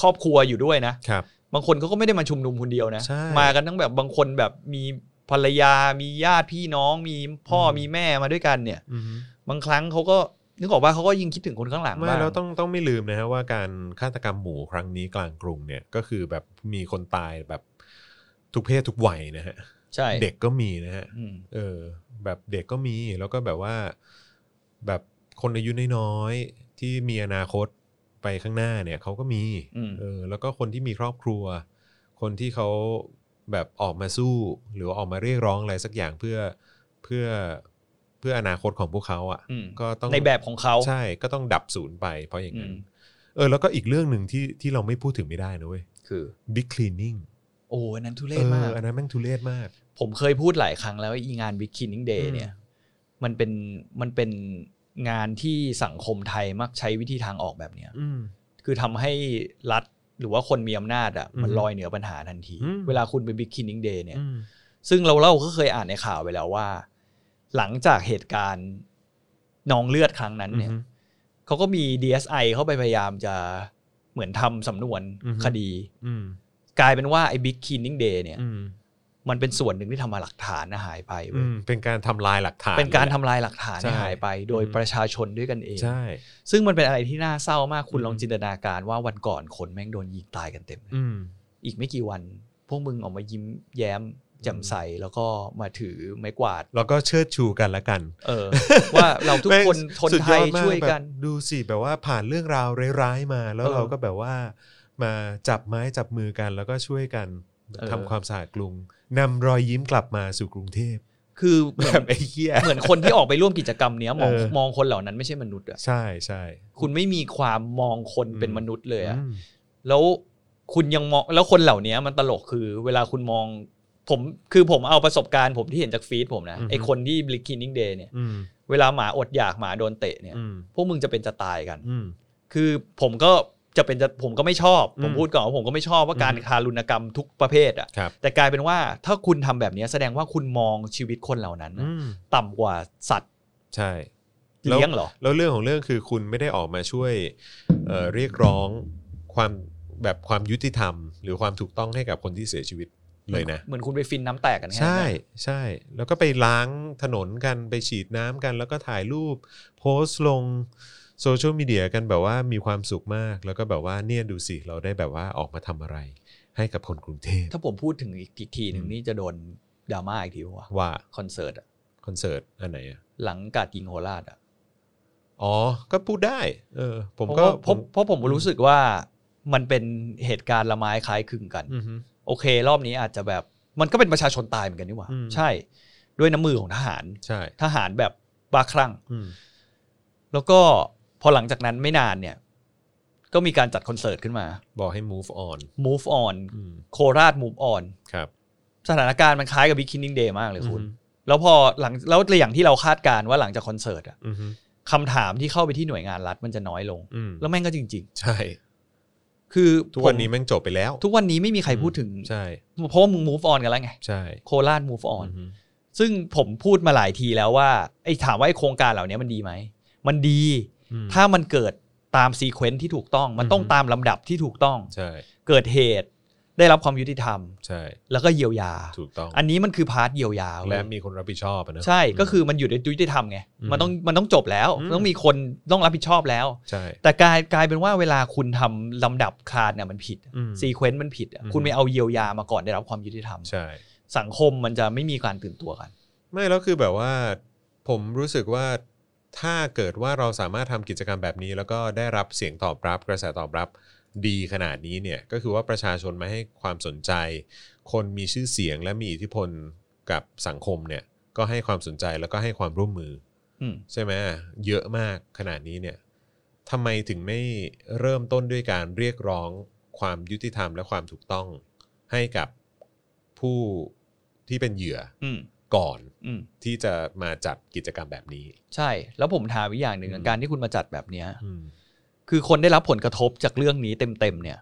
S3: ครอบครัวอยู่ด้วยนะ
S2: ครับ
S3: บางคนเขาก็ไม่ได้มาชุมนุมคนเดียวนะ
S2: ใช่
S3: มากันทั้งแบบบางคนแบบมีภรรยา มีญาติพี่น้อง มีพ่อ
S2: อืม
S3: มีแม่มาด้วยกันเนี่ย
S2: อือฮึ
S3: บางครั้งเขาก็นึกออกว่าเขาก็ยิงคิดถึงคนข้างหลัง
S2: ไม่
S3: บ้าง
S2: แล้วต้องต้องไม่ลืมนะฮะว่าการฆาตกรรมหมู่ครั้งนี้กลางกรุงเนี่ยก็คือแบบมีคนตายแบบทุกเพศทุกวัยนะฮะ
S3: ใช่
S2: เด็กก็มีนะฮะ
S3: อืม
S2: เออ แบบเด็กก็มีแล้วก็แบบว่า แบบคนอายุน้อยๆที่มีอนาคตไปข้างหน้าเนี่ยเขาก็มี
S3: อืม
S2: เออแล้วก็คนที่มีครอบครัว คนที่เขาแบบออกมาสู้ หรือว่าออกมาเรียกร้องอะไรสักอย่างเพื่อเพื่อเพื่ออนาคตของพวกเขาอะ
S3: อืม
S2: ก็ต้อง
S3: ในแบบของเขา
S2: ใช่ก็ต้องดับศูนย์ไป เพราะอย่างนั้น
S3: อืม
S2: เออแล้วก็อีกเรื่องหนึ่งที่ที่เราไม่พูดถึงไม่ได้นะเว้ย
S3: คือ
S2: บิ๊กคลีนนิ่ง
S3: โอ้อันนั้นทุเร
S2: เอ
S3: ศ
S2: อ
S3: มาก
S2: อันนั้นแม่งทุเรศมาก
S3: ผมเคยพูดหลายครั้งแล้วว่าอีงาน Big Cleaning Day
S2: อืม
S3: เนี่ย มันเป็นมันเป็นงานที่สังคมไทยมักใช้วิธีทางออกแบบเนี้ย
S2: อืม
S3: คือทำให้รัฐหรือว่าคนมีอำนาจอ่ะมัน
S2: อือฮึ
S3: ลอยเหนือปัญหาทันที
S2: อืม
S3: เวลาคุณเป็น Big Cleaning Day เนี่ย
S2: อืม
S3: ซึ่งเราเล่าก็เคยอ่านในข่าวไปแล้วว่า หลังจากเหตุการณ์นองเลือดครั้งนั้นเนี่ย
S2: อืม
S3: เขาก็มี DSI เข้าไปพยายามจะเหมือนทำสำนวน
S2: อือฮึ
S3: คดี
S2: อืม
S3: กลายเป็นว่าไอ้ Big Cleaning Day เนี่ย
S2: อืม
S3: มันเป็นส่วนหนึ่งที่ทำมาหลักฐานน่ะหายไปเว้
S2: อื
S3: ย
S2: มเป็นการทำลายหลักฐาน
S3: เป็นการทำลายหลักฐาน
S2: ใช่
S3: ให้หายไปโดย
S2: อืม
S3: ประชาชนด้วยกันเอง
S2: ใช่
S3: ซึ่งมันเป็นอะไรที่น่าเศร้ามากคุณ
S2: อืม
S3: ลองจินตนาการว่าวันก่อนคนแม่งโดนยิงตายกันเต็มเลย
S2: อืม
S3: อีกไม่กี่วัน พวกมึงออกมายิ้มแย้มแจ่มใสแล้วก็มาถือไม้กวาด
S2: แล้วก็เชิดชูกันละกัน
S3: เออ ว่าเราทุกคน
S2: แม่ง
S3: ทน
S2: สุด
S3: ไท
S2: อย ดมาก
S3: ช่วยกัน
S2: แบบดูสิแบบว่าผ่านเรื่องราวร้ายๆมา แล้ว
S3: เออ
S2: เราก็แบบว่ามาจับไม้จับมือกันแล้วก็ช่วยกัน
S3: เออ
S2: ทำความสะอาดกรุงนำรอยยิ้มกลับมาสู่กรุงเทพ
S3: คือเหมื
S2: แบ
S3: อน
S2: บไอ้เหี้ย
S3: เหมือนคนที่ออกไปร่วมกิจกรรมเนี้ยมอง
S2: เออ
S3: มองคนเหล่านั้นไม่ใช่มนุษย์อะ
S2: ใช่ใช่
S3: คุณไม่มีความมองคนเป็นมนุษย์เลยอะ
S2: อืม
S3: แล้วคุณยังมองแล้วคนเหล่านี้มันตลกคือเวลาคุณมองผมคือผมเอาประสบการณ์ผมที่เห็นจากฟีดผมนะ
S2: อือฮึ
S3: ไอคนที่บลิคินนิ่งเดย์เนี่ย
S2: อืม
S3: เวลาหมาอดอยากหมาโดนเตะเนี่ย
S2: อืม
S3: พวกมึงจะเป็นจะตายกัน
S2: อืม
S3: คือผมก็จะเป็นจะผมก็ไม่ชอบ
S2: อืม
S3: ผมพูดก่อนว่าผมก็ไม่ชอบว่าการ
S2: อือฮึ
S3: ทารุณกรรมทุกประเภทอะ
S2: ครับ
S3: แต่กลายเป็นว่าถ้าคุณทำแบบนี้แสดงว่าคุณมองชีวิตคนเหล่านั้นน่ะ
S2: อืม
S3: ต่ำกว่าสัตว์
S2: ใช่ แล้ว
S3: เลี้ยงเหรอ
S2: แล้วเรื่องของเรื่องคือคุณไม่ได้ออกมาช่วยเอ่อเรียกร้องความแบบความยุติธรรม หรือความถูกต้องให้กับคนที่เสียชีวิตเลยนะ
S3: เหมือนคุณไปฟินน้ำแตกกันแค่นั้น
S2: ใช่
S3: น่ะ
S2: ใช่แล้วก็ไปล้างถนนกันไปฉีดน้ำกัน แล้วก็ถ่ายรูปโพสต์ลงโซเชียลมีเดียกันแบบว่ามีความสุขมาก แล้วก็แบบว่าเนี่ยดูสิ เราได้แบบว่าออกมาทำอะไร ให้กับคนกรุงเทพ
S3: ถ้าผมพูดถึงอีกอีกทีหนึ่ง
S2: อืม
S3: นี่จะโดนดราม่าอีกทีปะวะ
S2: ว่า
S3: คอนเสิร์ตอะ
S2: คอนเสิร์ตอันไหนอะ
S3: หลังกาดยิงโหราชอ่ะ
S2: อ๋อ ก็พูดได้ เออ ผม
S3: เพ
S2: ก็
S3: ราะว่า
S2: ผ
S3: เพราะ
S2: ม
S3: เพราะผมรู้สึกว่ามันเป็นเหตุการณ์ละไม้คล้ายคลึงกัน
S2: อือฮึ
S3: โอเค รอบนี้อาจจะแบบมันก็เป็นประชาชนตายเหมือนกันนี่หว่า
S2: อืม
S3: ใช่ด้วยน้ำมือของทหาร
S2: ใช่
S3: ทหารแบบบ้าคลั่ง
S2: อืม
S3: แล้วก็พอหลังจากนั้นไม่นานเนี่ย ก็มีการจัดคอนเสิร์ตขึ้นมา
S2: บอกให้ move on
S3: move on
S2: อืม
S3: โคราช move on
S2: ครับ
S3: สถานการณ์มันคล้ายกับ b i g k i n n i n g Day มากเลยคุณ
S2: อือฮึ
S3: แล้วพอหลังแล้วอย่างที่เราคาดการณ์ว่าหลังจากคอนเสิร์ตอะ
S2: อือฮึ
S3: คำถามที่เข้าไปที่หน่วยงานรัฐมันจะน้อยลง
S2: อืม
S3: แล้วแม่งก็จริง
S2: ใช่
S3: ๆ คือ
S2: ทุกวัน
S3: ผม
S2: นี้แม่งจบไปแล้ว
S3: ทุกวันนี้ไม่มีใครพูดถึง
S2: ใช่
S3: เพราะว่ามึง move on กันแล้วไง
S2: ใช่
S3: โคราช move
S2: อื
S3: on
S2: อฮึ
S3: ซึ่งผมพูดมาหลายทีแล้วว่าไอ้ถามว่าไอ้โครงการเหล่านี้มันดีไหม มันดี
S2: อืม
S3: ถ้ามันเกิดตามซีเควนซ์ที่ถูกต้อง มันต้อง
S2: อือฮึ
S3: ตามลำดับที่ถูกต้อง
S2: ใช่
S3: เกิดเหตุ ได้รับความยุติธรรม
S2: ใช่
S3: แล้วก็เยียวยา
S2: ถูกต้อง
S3: อันนี้มันคือพาร์ทเยียวยาเว้ย
S2: และมีคนรับผิดชอบอะนะ
S3: ใช่ ก็คือมันอยู่ในยุติธรรมไง
S2: อืม
S3: มันต้องมันต้องจบแล้ว
S2: อืม
S3: ต้องมีคนต้องรับผิดชอบแล้ว
S2: ใช่
S3: แต่กลายกลายเป็นว่าเวลาคุณทำลำดับคลาดเนี่ยมันผิด
S2: อืม
S3: ซีเควนซ์มันผิดอะ
S2: อืม
S3: คุณไม่เอาเยียวยามาก่อนได้รับความยุติธรรม
S2: ใช่
S3: สังคมมันจะไม่มีการตื่นตัวกัน
S2: ไม่แล้วคือแบบว่า ผมรู้สึกว่าถ้าเกิดว่าเราสามารถทำกิจกรรมแบบนี้ แล้วก็ได้รับเสียงตอบรับ กระแสตอบรับดีขนาดนี้เนี่ยก็คือว่าประชาชนมาให้ความสนใจ คนมีชื่อเสียงและมีอิทธิพลกับสังคมเนี่ยก็ให้ความสนใจแล้วก็ให้ความร่วมมือ
S3: อืม
S2: ใช่ไหมเยอะมากขนาดนี้เนี่ยทำไมถึงไม่เริ่มต้นด้วยการเรียกร้องความยุติธรรมและความถูกต้องให้กับผู้ที่เป็นเหยื่อ
S3: อืม
S2: ก่อน
S3: อืม
S2: ที่จะมาจัดกิจกรรมแบบนี้
S3: ใช่ แล้วผมถามอีกอย่างหนึ่งอะ
S2: อืม
S3: การที่คุณมาจัดแบบเนี้ย
S2: อืม
S3: คือคนได้รับผลกระทบจากเรื่องนี้เต็มๆเนี่ย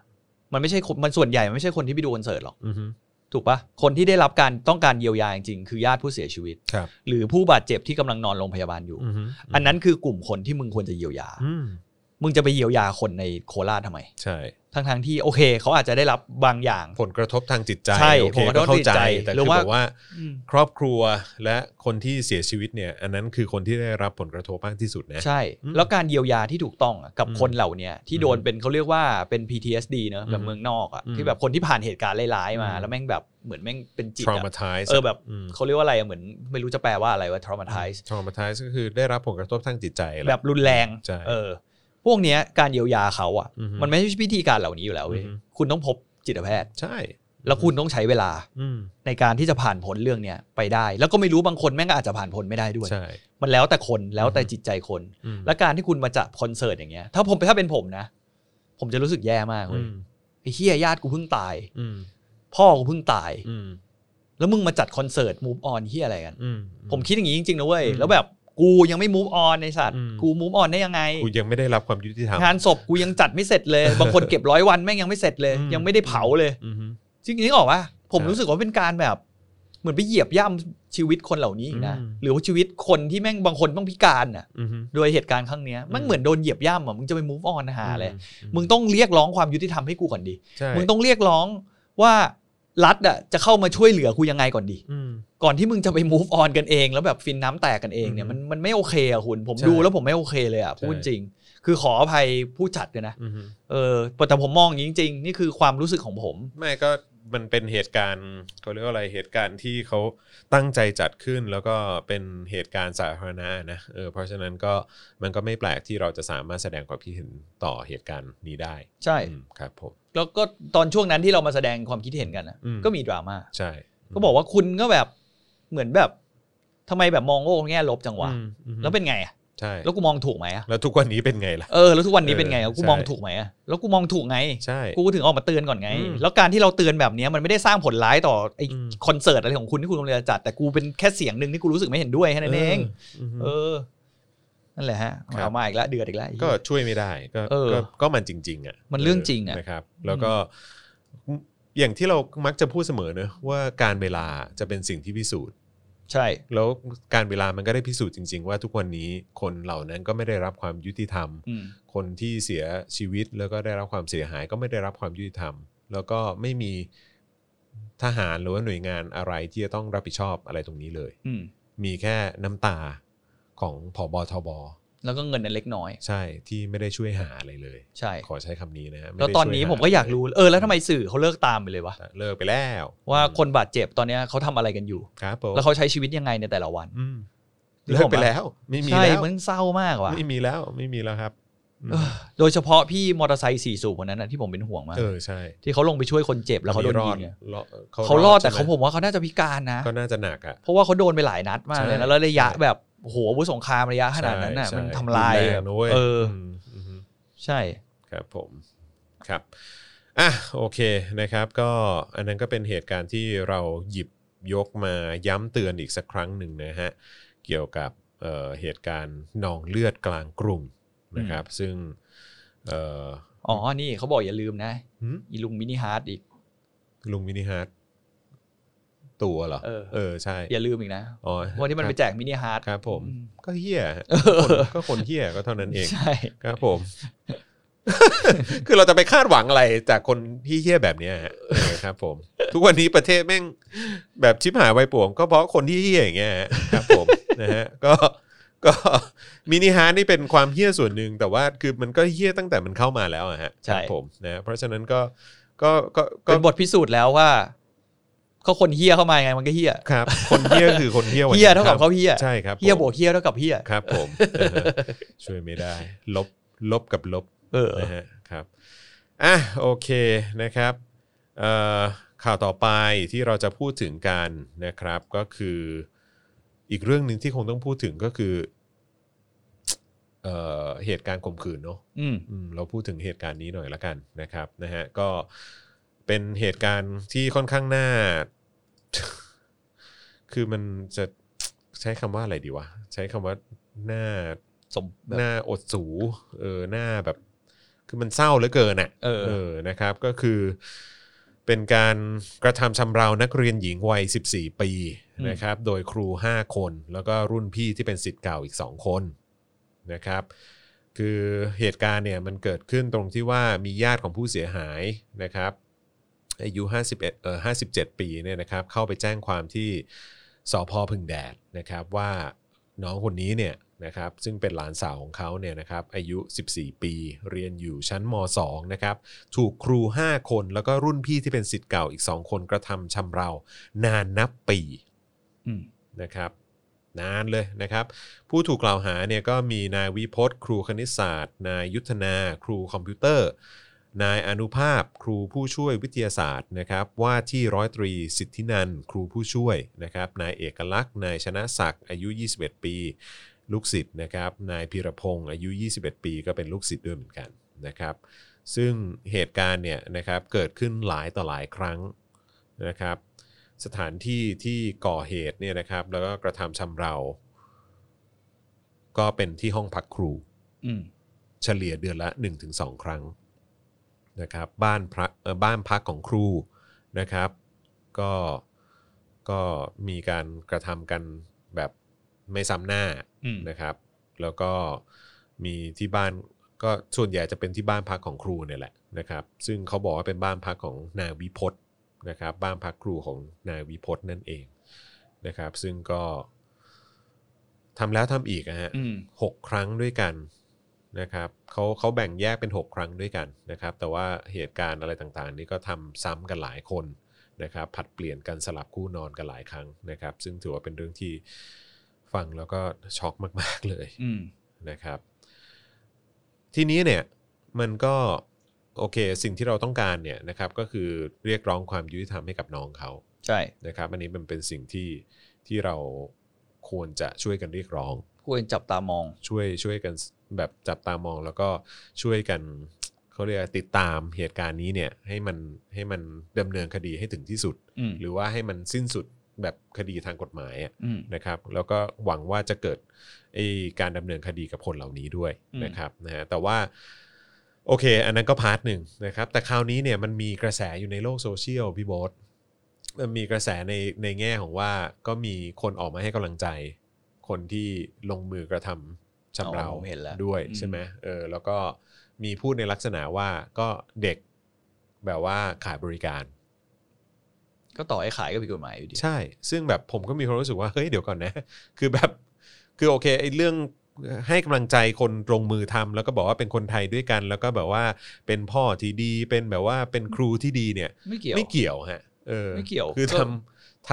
S3: มันไม่ใช่คนมันส่วนใหญ่มันไม่ใช่คนที่ไปดูคอนเสิร์ตหรอก
S2: อือฮึ
S3: ถูกปะคนที่ได้รับการต้องการเยียวยาจริงๆคือญาติผู้เสียชีวิต
S2: ครับ
S3: หรือผู้บาดเจ็บที่กำลังนอนโรงพยาบาลอยู่
S2: อือฮึ
S3: อันนั้นคือกลุ่มคนที่มึงควรจะเยียวยา
S2: อืม
S3: มึงจะไปเยียวยาคนในโคราชทำไม
S2: ใช่
S3: ทั้งทางๆที่โอเค เขาอาจจะได้รับบางอย่าง
S2: ผลกระทบทางจิตใจ
S3: ใช่
S2: โอเค
S3: ผลกระทบ
S2: ก็เข้าใจ
S3: ทางจิตใจ
S2: แต่
S3: หรื
S2: คือ อ
S3: ว่า
S2: บอกว่า
S3: อืม
S2: ครอบครัวและคนที่เสียชีวิตเนี่ย อันนั้นคือคนที่ได้รับผลกระทบมากที่สุดนะ
S3: ใช่
S2: อืม
S3: แล้วการเยียวยาที่ถูกต้องอะกับ
S2: อืม
S3: คนเหล่าเนี้ยที่โดน
S2: อืม
S3: เป็นเขาเรียกว่าเป็น PTSD เนอะแบบ
S2: อืม
S3: เมืองนอกอะ
S2: อืม
S3: ที่แบบคนที่ผ่านเหตุการณ์ร้ายๆมา
S2: อืม
S3: แล้วแม่งแบบเหมือนแม่งเป็นจิตอะ
S2: traumatize
S3: เออแบบ
S2: ม
S3: เขาเรียกว่าอะไรอะเหมือนไม่รู้จะแปลว่าอะไรว่า traumatize
S2: ทอมาทายก็คือได้รับผลกระทบทางจิตใจหะ
S3: แบบรุนแรง
S2: ใช่
S3: เออ พวกเนี้ยการเยียวยาเขาอ่ะ
S2: อือฮึ
S3: มันไม่ใช่วิธีการเหล่านี้อยู่แล้วเว้ย
S2: อือฮึ
S3: คุณต้องพบจิตแพทย์
S2: ใช่
S3: แล้วคุณต้องใช้เวลา
S2: อืม
S3: ในการที่จะผ่านพ้นเรื่องเนี้ยไปได้ แล้วก็ไม่รู้บางคนแม่งก็อาจจะผ่านพ้นไม่ได้ด้วย
S2: ใช่
S3: มันแล้วแต่คนแล้วแต่จิตใจคน
S2: อืม
S3: และการที่คุณมาจัดคอนเสิร์ตอย่างเงี้ย ถ้าผมถ้าเป็นผมนะ ผมจะรู้สึกแย่มากเว้
S2: อื
S3: ย
S2: ม
S3: ไอ้เฮียญาติกูเพิ่งตาย
S2: อืม
S3: พ่อกูเพิ่งตาย
S2: อืม
S3: แล้วมึงมาจัดคอนเสิร์ตมูฟออนเฮียอะไรกัน
S2: อืม
S3: ผมคิดอย่างนี้จริงๆนะเว้ย
S2: อืม
S3: แล้วแบบกูยังไม่มูฟออนในสัตว์
S2: อืม
S3: กูมูฟออนได้ยังไง
S2: กูยังไม่ได้รับความยุติธรรม
S3: งานศพกูยังจัดไม่เสร็จ เลย บางคนเก็บร้อยวันแม่งยังไม่เสร็จเลย
S2: อืม
S3: ยังไม่ได้เผาเลย
S2: อือฮึ
S3: จริงๆนึกออกว่าผม
S2: ใช่
S3: รู้สึกว่าเป็นการแบบ เหมือนไปเหยียบย่ำชีวิตคนเหล่านี้อีกนะ
S2: อืม
S3: หรือว่าชีวิตคนที่แม่งบางคนต้องพิการน่ะ
S2: อือฮึ
S3: โดยเหตุการณ์ครั้งเนี้ยแมันเหมือนโดนเหยียบย่ำอ่ะมึงจะไป move on หาเลย
S2: อื
S3: มึงต้องเรียกร้องความยุติธรรมให้กูก่อนดิ
S2: ใช่
S3: มึงต้องเรียกร้องว่ารัฐอ่ะจะเข้ามาช่วยเหลือกูยังไงก่อนดิ
S2: อืม
S3: ก่อนที่มึงจะไป move on กันเองแล้วแบบฟินน้ำแตกกันเองเนี่ย
S2: อืม
S3: มันมันไม่โอเคอะคุณ ผม
S2: ใช่
S3: ดูแล้วผมไม่โอเคเลยอะ
S2: ใช่
S3: พูดจริง คือขออภัยผู้จัดด้วยนะ
S2: อือฮึ
S3: เออแต่ผมมองอย่างนี้จริงๆ นี่คือความรู้สึกของผม
S2: ไม่ก็มันเป็นเหตุการณ์เขาเรียกว่าอะไรเหตุการณ์ที่เขาตั้งใจจัดขึ้นแล้วก็เป็นเหตุการณ์สาธารณะนะเออเพราะฉะนั้นก็มันก็ไม่แปลกที่เราจะสามารถแสดงความคิดเห็นต่อเหตุการณ์นี้ได้
S3: ใช่
S2: อืมครับผม
S3: แล้วก็ตอนช่วงนั้นที่เรามาแสดงความคิดเห็นกันนะ
S2: อืม
S3: ก็มีดราม่า
S2: ใช่
S3: ก็บอกว่าคุณก็แบบเหมือนแบบทำไมแบบมองโลกในแง่ลบจังวะ
S2: อืมอือฮึ
S3: แล้วเป็นไงอะ
S2: ใช่
S3: แล้วกูมองถูกไหมอะ
S2: แล้วทุกวันนี้เป็นไงล่ะ
S3: เออแล้วทุกวันนี้เป็นไงอะ
S2: เออ
S3: กู
S2: ใช่
S3: มองถูกไหมอะแล้วกูมองถูกไง
S2: ใช่
S3: กูถึงออกมาเตือนก่อนไง
S2: อืม
S3: แล้วการที่เราเตือนแบบเนี้ยมันไม่ได้สร้างผลร้ายต่อไอ้
S2: อืม
S3: คอนเสิร์ตอะไรของคุณที่คุณกำลังจะจัด แต่กูเป็นแค่เสียงหนึ่งที่กูรู้สึกไม่เห็นด้วยแค่นั้นเอง
S2: เอ
S3: เอ
S2: อ
S3: อ นั่นแหละฮะ
S2: ครับ
S3: เอามาอีกแล้วเดือดอีกแล้ว
S2: ก็ช่วยไม่ได้ก็
S3: เออ
S2: ก็ก็มันจริง ๆ อ่ะ
S3: มันเรื่องจริงอะ
S2: นะครับ แล้วก็อย่างที่เรามักจะพูดเสมอเนอะว่าการเวลาจะเป็นสิ่งที่พิสูจน์
S3: ใช่
S2: แล้วการเวลามันก็ได้พิสูจน์จริง ๆ ว่าทุกวันนี้คนเหล่านั้นก็ไม่ได้รับความยุติธรรม
S3: อืม
S2: คนที่เสียชีวิตแล้วก็ได้รับความเสียหายก็ไม่ได้รับความยุติธรรม แล้วก็ไม่มีทหารหรือว่าหน่วยงานอะไรที่จะต้องรับผิดชอบอะไรตรงนี้เลย
S3: อืม
S2: มีแค่น้ำตาของผอบอทบ
S3: แล้วก็เงินนั้นเล็กน้อย
S2: ใช่ที่ไม่ได้ช่วยหาอะไรเลย
S3: ใช่
S2: ขอใช้คำนี้นะฮะไม่ได้
S3: แล้วตอนนี้
S2: ช่ห
S3: ผมก็อยากรู้ เออ แล้วทำไมสื่อเขาเลิกตามไปเลยวะ
S2: เลิกไปแล้ว
S3: ว่าคนบาดเจ็บตอนเนี้ยเขาทำอะไรกันอยู่
S2: ครับผม
S3: แล้วเขาใช้ชีวิตยังไงในแต่ละวัน
S2: อืม
S3: นึก
S2: เลิ
S3: ออก กปะ
S2: ไปแล้วไม่มี
S3: ใช่
S2: แล้ว
S3: มันเศร้ามากว่ะ
S2: ไม่มีแล้วไม่มีแล้วครับอืม
S3: เออโดยเฉพาะพี่มอเตอร์ไซค์สี่สูบคนนั้นนะที่ผมเป็นห่วงมาก
S2: เออใช่
S3: ที่เขาลงไปช่วยคนเจ็บแล้วเขาโดน
S2: รอ
S3: ยิ
S2: ด
S3: งอะ
S2: รอด
S3: เขารอดแต่
S2: ใช่ไห
S3: เขาผมว่าเขาน่าจะพิการนะ
S2: ก็น่าจะหนักอ่ะ
S3: เพราะว่าเขาโดนไปหลายนัดมากเลย
S2: ใช่
S3: นะแล้วระยะแบบโอ้โหอาวุธสงครามระยะขนาดนั้นน่ะ
S2: ใช่
S3: มันทำลาย
S2: รุนแรงนะเว้ย
S3: เออ
S2: มอืม
S3: ใช่
S2: ครับผมครับอ่ะโอเคนะครับ ก็อันนั้นก็เป็นเหตุการณ์ที่เราหยิบยกมาย้ำเตือนอีกสักครั้งหนึ่งนะฮะเกี่ยวกับเอ่อเหตุการณ์นองเลือดกลางกรุงนะครับ ซึ่งเอ่อ
S3: อ๋อนี่เขาบอกอย่าลืมนะ
S2: หืม
S3: อีลุงมินิฮาร์ดอีก
S2: ลุงมินิฮาร์ดตัวเหรอ
S3: เออ
S2: เออใช่
S3: อย่าลืมอีกนะ
S2: อ๋อ
S3: วันที่มันไปแจกมินิฮาร์ด
S2: ครับผม
S3: อืม
S2: ก็เฮี้ ยฮะคนก็คนเฮี้ยก็เท่านั้นเอง
S3: ใช่
S2: ครับผม คือเราจะไปคาดหวังอะไรจากคนที่เฮี้ยแบบเนี้ยฮะเออครับ ผม ทุกวันนี้ประเทศแม่งแบบชิบหายไวายป่วง ก็เพราะคนที่เฮี้ยอย่างเงี้ยฮะครับ ผม นะฮะก็ก็มินิฮาร์ทนี่เป็นความเฮี้ยส่วนหนึ่งแต่ว่าคือมันก็เฮี้ยตั้งแต่มันเข้ามาแล้วอะฮะครับผมนะฮะเพราะฉะนั้นก็ก็ก็ก็
S3: เป็นบทพิสูจน์แล้วว่าเขาคนเฮี้ยเข้ามายังไงมันก็เฮี้ย
S2: ครับ คนเฮี้ยคือคนเฮี้ยวันนี้
S3: เฮี้ยเท่ากับเขาเฮี้ย
S2: ใช่ครับผม
S3: เฮี้ยบวกเฮี้ยเท่ากับเฮี้ย
S2: ครับ ผมเออ ช่วยไม่ได้ ลบลบกับลบ
S3: เออ
S2: นะฮะครับอ่ะโอเคนะครับเอ่อข่าวต่อไปที่เราจะพูดถึงกันนะครับก็คืออีกเรื่องหนึ่งที่คงต้องพูดถึงก็คือ เอ่อเหตุการณ์ข่มขืนเนาะ
S3: อืม
S2: อืมเราพูดถึงเหตุการณ์นี้หน่อยละกันนะครับนะฮะก็เป็นเหตุการณ์ที่ค่อนข้างน่า คือมันจะใช้คำว่าอะไรดีวะ ใช้คำว่าหน้า
S3: สมแบบ
S2: หน้าอดสูเออหน้าแบบ คือมันเศร้าเหลือเกินอ่ะ
S3: เออ
S2: นะครับ ก็คือเป็นการกระทำชำเรานักเรียนหญิงวัย 14 ปีนะครับ โดยครู 5 คน แล้วก็รุ่นพี่ที่เป็นสิทธิ์เก่าอีก 2 คน นะครับ คือเหตุการณ์เนี่ยมันเกิดขึ้นตรงที่ว่ามีญาติของผู้เสียหายนะครับอายุ 51เอ่อ57 ปีเนี่ยนะครับเข้าไปแจ้งความที่สพพึ่งแดดนะครับว่าน้องคนนี้เนี่ยนะครับซึ่งเป็นหลานสาวของเขาเนี่ยนะครับอายุ 14 ปีเรียนอยู่ชั้นม .2 นะครับถูกครู 5 คนแล้วก็รุ่นพี่ที่เป็นสิทธิ์เก่าอีก 2 คนกระทำชำเรานานนับปี
S3: อืม
S2: นะครับนานเลยนะครับ ผู้ถูกกล่าวหาเนี่ยก็มีนายวิพจน์ ครูคณิตศาสตร์ นายยุทธนา ครูคอมพิวเตอร์ นายอนุภาพ ครูผู้ช่วยวิทยาศาสตร์นะครับ ว่าที่ร้อยตรีสิทธินันท์ครูผู้ช่วยนะครับ นายเอกลักษณ์ นายชนะศักดิ์อายุ 21 ปี ลูกศิษย์นะครับ นายพีรพงศ์อายุ 21 ปีก็เป็นลูกศิษย์ด้วยเหมือนกันนะครับ ซึ่งเหตุการณ์เนี่ยนะครับเกิดขึ้นหลายต่อหลายครั้งนะครับ สถานที่ที่ก่อเหตุเนี่ยนะครับ แล้วก็กระทำชำเรา ก็เป็นที่ห้องพักครู
S3: อืม
S2: เฉลี่ยเดือนละ 1-2 ครั้งนะครับบ้านพระเอ่อบ้านพักของครูนะครับ ก็ก็มีการกระทำกันแบบไม่ซ้ำหน้า
S3: อืม
S2: นะครับ แล้วก็มีที่บ้านก็ส่วนใหญ่จะเป็นที่บ้านพักของครูเนี่ยแหละนะครับ ซึ่งเขาบอกว่าเป็นบ้านพักของนายวิพจน์นะครับ บ้านพักครูของนายวิพจน์นั่นเองนะครับ ซึ่งก็ทำแล้วทำอีกนะฮะ
S3: อืม
S2: หกครั้งด้วยกันนะครับเขาเขาแบ่งแยกเป็น 6 ครั้งด้วยกันนะครับ แต่ว่าเหตุการณ์อะไรต่างๆ นี่ก็ทำซ้ำกันหลายคนนะครับ ผัดเปลี่ยนกันสลับคู่นอนกันหลายครั้งนะครับ ซึ่งถือว่าเป็นเรื่องที่ฟังแล้วก็ช็อกมาก ๆ เลย
S3: อืม
S2: นะครับ ทีนี้เนี่ยมันก็โอเคสิ่งที่เราต้องการเนี่ยนะครับก็คือเรียกร้องความยุติธรรมให้กับน้องเขา
S3: ใช่
S2: นะครับอันนี้มันเป็นสิ่งที่ที่เราควรจะช่วยกันเรียกร้อง
S3: ควรจับตามอง
S2: ช่วยช่วยกันแบบจับตามองแล้วก็ช่วยกันเขาเรียกว่าติดตามเหตุการณ์นี้เนี่ยให้มันให้มันดำเนินคดีให้ถึงที่สุด
S3: อืม
S2: หรือว่าให้มันสิ้นสุดแบบคดีทางกฎหมายอะ
S3: อืม
S2: นะครับแล้วก็หวังว่าจะเกิดไอ้การดำเนินคดีกับคนเหล่านี้ด้วย
S3: อืม
S2: นะครับนะฮะแต่ว่าโอเค อันนั้นก็พาร์ทหนึ่งนะครับแต่คราวนี้เนี่ยมันมีกระแสอยู่ในโลกโซเชียลพี่โบอสมันมีกระแสในในแง่ของว่าก็มีคนออกมาให้กำลังใจ คนที่ลงมือกระทำชำเรา
S3: อ๋อผมเห็นแล้ว
S2: ด้วย
S3: อืม
S2: ใช่ไหมเออแล้วก็มีพูดในลักษณะว่าก็เด็กแบบว่าขายบริการ
S3: ก็ต่อให้ขายก็ผิดกฎหมายอยู่ดี
S2: ใช่ ซึ่งแบบผมก็มีความรู้สึกว่า เฮ้ย เดี๋ยวก่อนนะ คือแบบ คือโอเคไอ้เรื่องให้กำลังใจคนลงมือทำแล้วก็บอกว่าเป็นคนไทยด้วยกัน แล้วก็แบบว่าเป็นพ่อที่ดี เป็นแบบว่าเป็นครูที่ดีเนี่ย
S3: ไม่เกี่ยว
S2: ไม่เกี่ยวฮะ เออ
S3: ไม่เกี่ยว
S2: คือ
S3: ก็
S2: ทำท